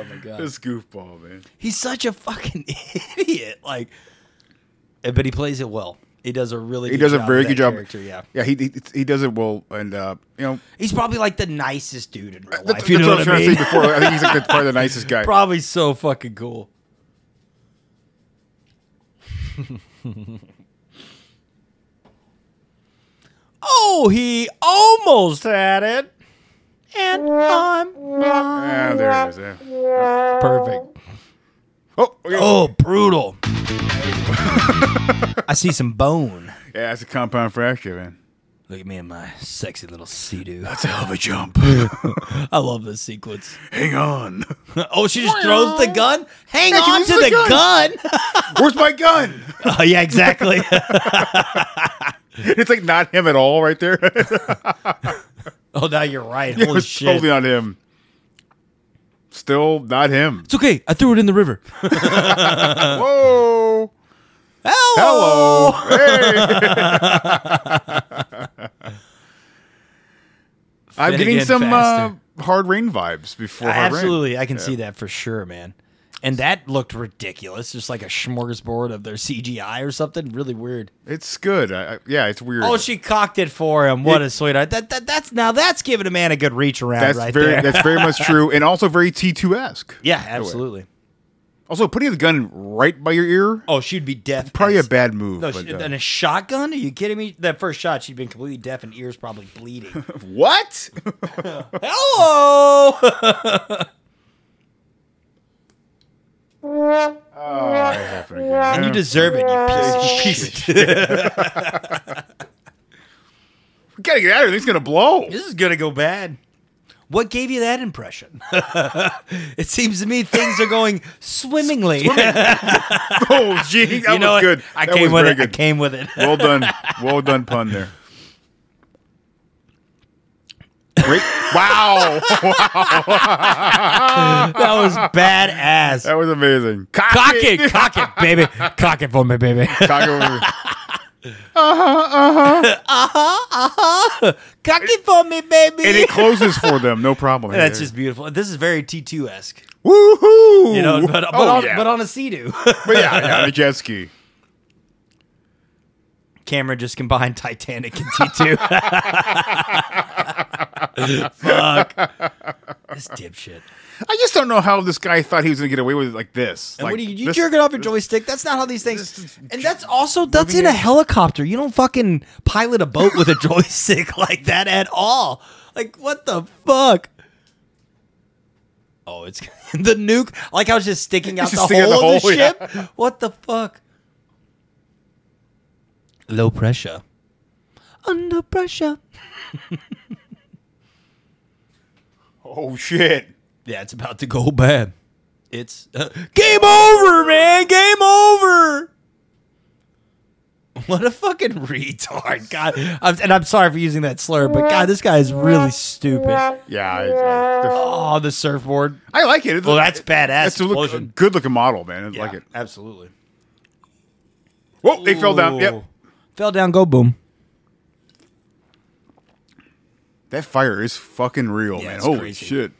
my god, This goofball man. he's such a fucking [LAUGHS] idiot. Like, eh, but he plays it well. He does a really He good does a job very of good that job. Character, yeah. yeah. He, he he does it well, and uh, you know He's probably like the nicest dude in real That's- life. You that's know what I was trying what I mean? to say before. I think he's like the, probably the nicest guy. [LAUGHS] Probably so fucking cool. [LAUGHS] oh, he almost had it. And I'm Ah, there it is. Yeah. perfect. Oh, okay. Oh, brutal. [LAUGHS] I see some bone. yeah, that's a compound fracture, man. Look at me and my sexy little sea That's a hell of a jump. I love this sequence. Hang on. [LAUGHS] Oh, she just throws the gun? Hang Yeah, she on to throws the the [LAUGHS] gun. [LAUGHS] [LAUGHS] Where's my gun? [LAUGHS] oh, yeah, exactly. It's like not him at all, right there. [LAUGHS] oh, now you're right. it Holy was shit. totally not him. Still not him. It's okay. I threw it in the river. [LAUGHS] Uh, Whoa. Hello. Hello. Oh. Hey. I'm getting Finnegan some uh, faster. hard rain vibes before hard rain. Absolutely, I can see that for sure, man. And that looked ridiculous, just like a smorgasbord of their CGI or something. Really weird. It's good. I, I- yeah, it's weird. Oh, she cocked it for him. What It- a sweetheart. That, that that's now that's giving a man a good reach around that's right very there. that's very much true, and also very T2 esque. [LAUGHS] yeah, absolutely. Also, putting the gun right by your ear, Oh, she'd be deaf. probably a as- bad move. No, but, she, uh, and a shotgun? Are you kidding me? That first shot, she'd been completely deaf and ears probably [LAUGHS] bleeding. what? Hello. [LAUGHS] Oh, [LAUGHS] and you deserve it, you piece of shit. [LAUGHS] We gotta get out of here. Thing's gonna blow. [LAUGHS] [LAUGHS] This is gonna go bad. What gave you that impression? [LAUGHS] it seems to me things are going swimmingly. oh, gee, that [LAUGHS] You know was what? good. I That came was with very it. I came with it. well done, well done pun there. [LAUGHS] Great. Wow! [LAUGHS] wow! [LAUGHS] that was badass. That was amazing. Cock, cock it, cock it, [LAUGHS] baby. Cock it for me, baby. Cock it over. uh-huh, uh-huh. Cock it for me, baby. and it closes for them, no problem. [LAUGHS] That's just beautiful. This is very T2 esque. woohoo. You know, but, but, oh, on, yeah. but on a Sea-Doo. [LAUGHS] But yeah, yeah, the jet ski. Camera just combined Titanic and [LAUGHS] T2. [LAUGHS] Fuck. This dipshit. I just don't know how this guy thought he was going to get away with it like this. And like, what are you, you this- jerking off your joystick? That's not how these things. And that's also that's in a helicopter. You don't fucking pilot a boat [LAUGHS] with a joystick [LAUGHS] like that at all. Like what the fuck? Oh, it's [LAUGHS] the nuke. Like I was just sticking out It's the just whole sticking out the of the hole, yeah. ship. What the fuck? Low pressure. Under pressure. Oh shit. Yeah, it's about to go [LAUGHS] bad. It's uh, game over, man. Game over. [LAUGHS] What a fucking retard, God! I'm, and I'm sorry for using that slur, but God, this guy is really stupid. Yeah. I- I- oh, the surfboard. I like it. It's Well, a- that's badass. It's a, look, a explosion. good looking model, man. I like it. Absolutely. Whoa, they fell down. Yep. Ooh. Fell down. Go boom. That fire is fucking real, Yeah, man. it's Holy crazy. shit.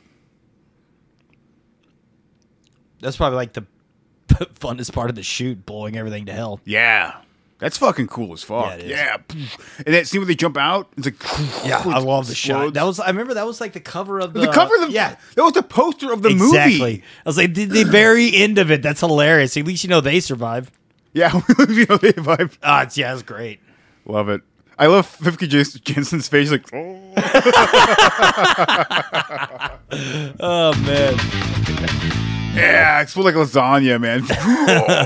That's probably like the [LAUGHS] funnest part of the shoot, blowing everything to hell. Yeah. That's fucking cool as Yeah, fuck. it is. Yeah. And that scene where they jump out, it's like Yeah, [LAUGHS] I love the shot. explodes. That was. I remember that was like the cover of the, The cover of the yeah. that was the poster of the exactly. movie. I was like the, the very end of it. That's hilarious. At least you know they survive. Yeah, [LAUGHS] you know, they vibe. Ah, it's, yeah, it's great. Love it. I love Fifty Jensen's face, like oh. Oh man. yeah, explode like lasagna, man.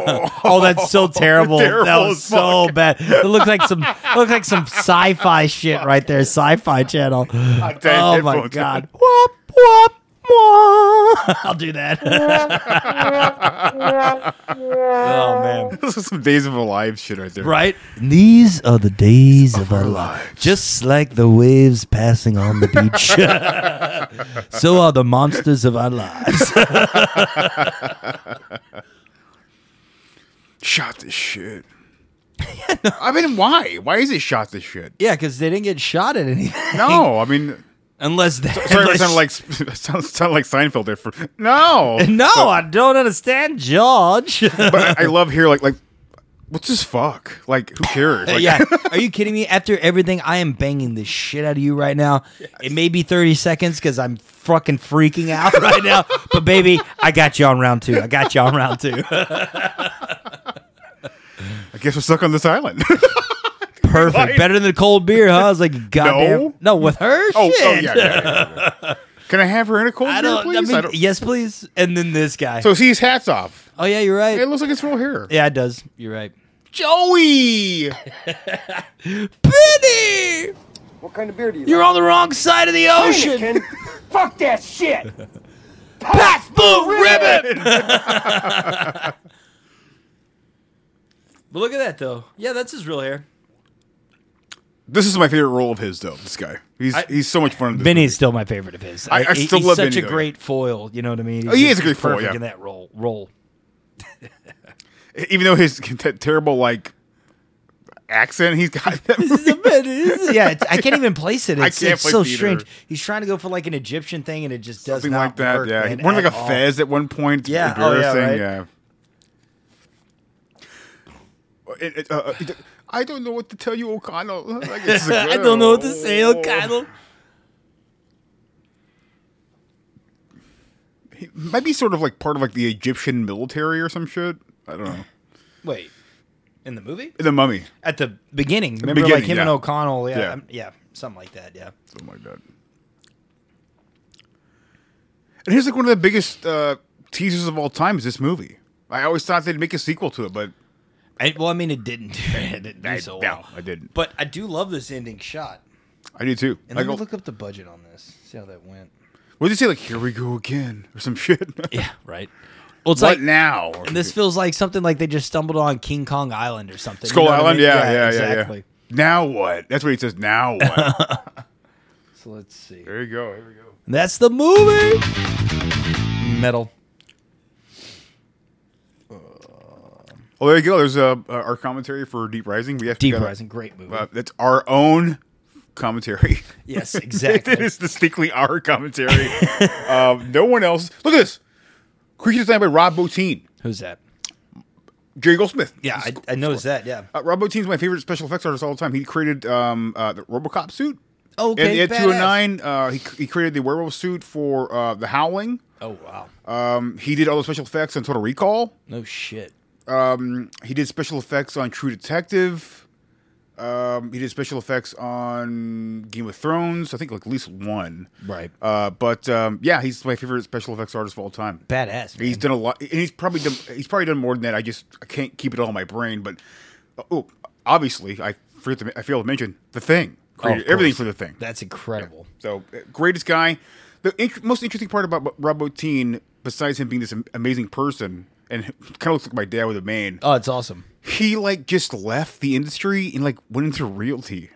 [LAUGHS] Oh, that's so terrible. that Terrible was as so bad. It looked like some looked like some sci-fi shit right there. Sci-fi channel. damn Oh my headphones. [LAUGHS] god. Whoop whoop. whoop. [LAUGHS] I'll do that. oh man. Those are some Days of Our Lives shit right there. Right? These are the days of our life. Just like the waves passing on the [LAUGHS] beach. so are the monsters of our lives. Shot this shit. [LAUGHS] I mean, why? Why is it shot this shit? [LAUGHS] yeah, because they didn't get shot at anything. No, I mean, [LAUGHS] Unless they sorry, I unless- sounded like [LAUGHS] sound, sound like Seinfeld there for no, [LAUGHS] No, I don't [LAUGHS] understand, George. [LAUGHS] But I, I love here, like, like, what's this fuck? Like, who cares? Like, [LAUGHS] yeah. Are you kidding me? After everything, I am banging the shit out of you right now. It may be 30 seconds because I'm fucking freaking out [LAUGHS] right now. But, baby, I got you on round two. I got you on round two. I guess we're stuck on this island. [LAUGHS] Perfect. Better than a cold beer, huh? I was like, goddamn. No, No. with her? oh, shit. oh yeah, yeah, yeah, [LAUGHS] yeah. Can I have her in a cold I beer, don't, please? I mean, I don't- yes, please. And then this guy. So see his hat's off. oh, yeah, you're right. It looks like it's real hair. yeah, it does. You're right. Joey. Benny! What kind of beer do you You're on the wrong side of the like? ocean. Heineken. Fuck that shit. Pass blue ribbon. [LAUGHS] [LAUGHS] But look at that, though. Yeah, that's his real hair. This is my favorite role of his, though. This guy, he's I- he's so much fun. In this Benny's still my favorite of his. I- I He- still he's love such Benny, a though. great foil. You know what I mean? Oh, he He's is a great foil, perfect yeah. in that role. Role. movie. even though his [LAUGHS] that terrible like accent he's [LAUGHS] got. yeah, it's, I can't even place [LAUGHS] it. I It's, can't it's place so it either. strange. He's trying to go for like an Egyptian thing, and it just does [LAUGHS] something not like that. work, yeah, man, he wore like at a all. [LAUGHS] fez at one point. It's Yeah. Oh, yeah, embarrassing. right. yeah. It- it, uh, uh, it- I don't know what to tell you, O'Connell. [LAUGHS] Like, it's a [LAUGHS] I don't know what to girl. say, O'Connell. He might be sort of like part of like the Egyptian military or some shit. I don't know. Wait, in the movie? The Mummy, At the beginning, remember, beginning, like him yeah. and O'Connell. Yeah, Yeah. um, yeah, something like that. Yeah. something like that. And here's like one of the biggest uh, teasers of all time is this movie. I always thought they'd make a sequel to it, but I, well, I mean, it didn't. it didn't do [LAUGHS] I, so no, well. I didn't. But I do love this ending shot. I do too. And let Like, me look up the budget on this. See how that went. What did you say? Like, here we go again, or some [LAUGHS] shit. yeah, right. Well, Well, it's it's what like- now? And this feels like something like they just stumbled on King Kong Island or something. you Skull know what I Island. mean? Yeah, yeah, yeah, yeah, exactly. Now what? That's what he says. Now [LAUGHS] what? so let's see. There you go. Here we go. That's the movie. Metal. Oh, there you go. There's uh, uh, our commentary for Deep Rising. We have Deep to kinda- Rising, great movie. Uh, that's our own commentary. [LAUGHS] Yes, exactly. it is distinctly our commentary. um, no one else. Look at this. Creature designed by Rob Bottin. Who's that? Jerry Goldsmith. Yeah, I, I noticed that. Yeah. Uh, Rob Bottin's my favorite special effects artist of all the time. He created um, uh, the RoboCop suit. Oh, okay, And, badass. 209, uh, he, he created the werewolf suit for uh, The Howling. Oh wow. Um, he did all the special effects on Total Recall. No shit. Um, he did special effects on True Detective. Um, he did special effects on Game of Thrones. I think like at least one. Right. Uh, but um, yeah, he's my favorite special effects artist of all time. Badass. Man. He's done a lot, and he's probably done. He's probably done more than that. I just I can't keep it all in my brain. But oh, obviously, I forget. To, I failed to mention the thing. Oh, of Created everything course. for the thing. That's incredible. So uh, greatest guy. The int- most interesting part about Rob Bottin, besides him being this am- amazing person and kind of looks like my dad with a mane, Oh, it's awesome. he like just left the industry and like went into realty.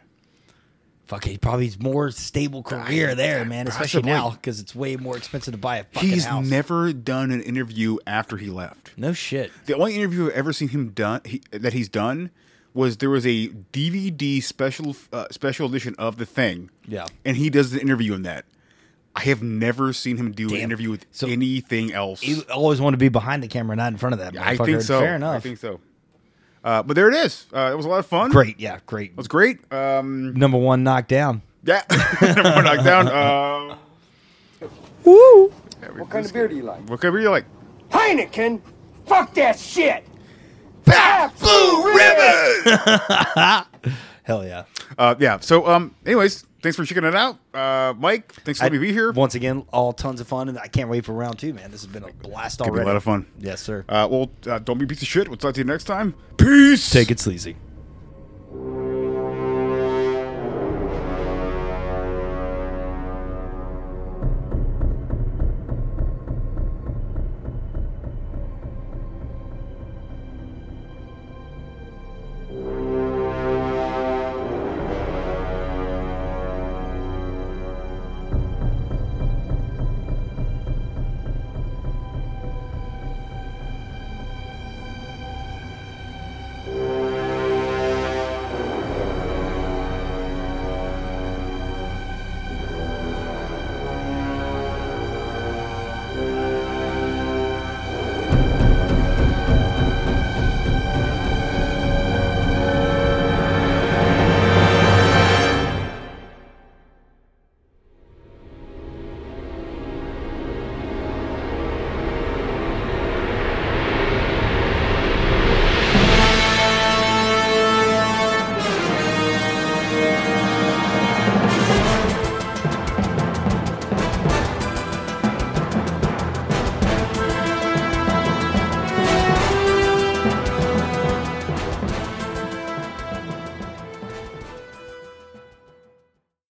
Fuck it. Probably his more stable career there, man. Especially possibly. now because it's way more expensive to buy a fucking He's house. never done an interview after he left. no shit. The only interview I've ever seen him done he, that he's done was there was a DVD special uh, special edition of the thing. Yeah. and he does the interview in that. I have never seen him do an Damn. interview with So- anything else. He always wanted to be behind the camera, not in front of that. I motherfucker. think so. Fair enough. I think so. Uh, but there it is. Uh, it was a lot of fun. It Great. Yeah. Great. was great. Um, Number one knockdown. yeah. [LAUGHS] We're knocked [LAUGHS] down. Um, Woo. What kind of beer do you like? what could we like? Heineken! Fuck that shit! Blue ribbon. Hell yeah. Uh, yeah. So, um, anyways, thanks for checking it out, uh, Mike. Thanks for I- letting me be here. Once again, all tons of fun, and I can't wait for round two, man. This has been a blast Could already. be a lot of fun. Yes, sir. Uh, well, uh, don't be a piece of shit. We'll talk to you next time. Peace. Take it sleazy.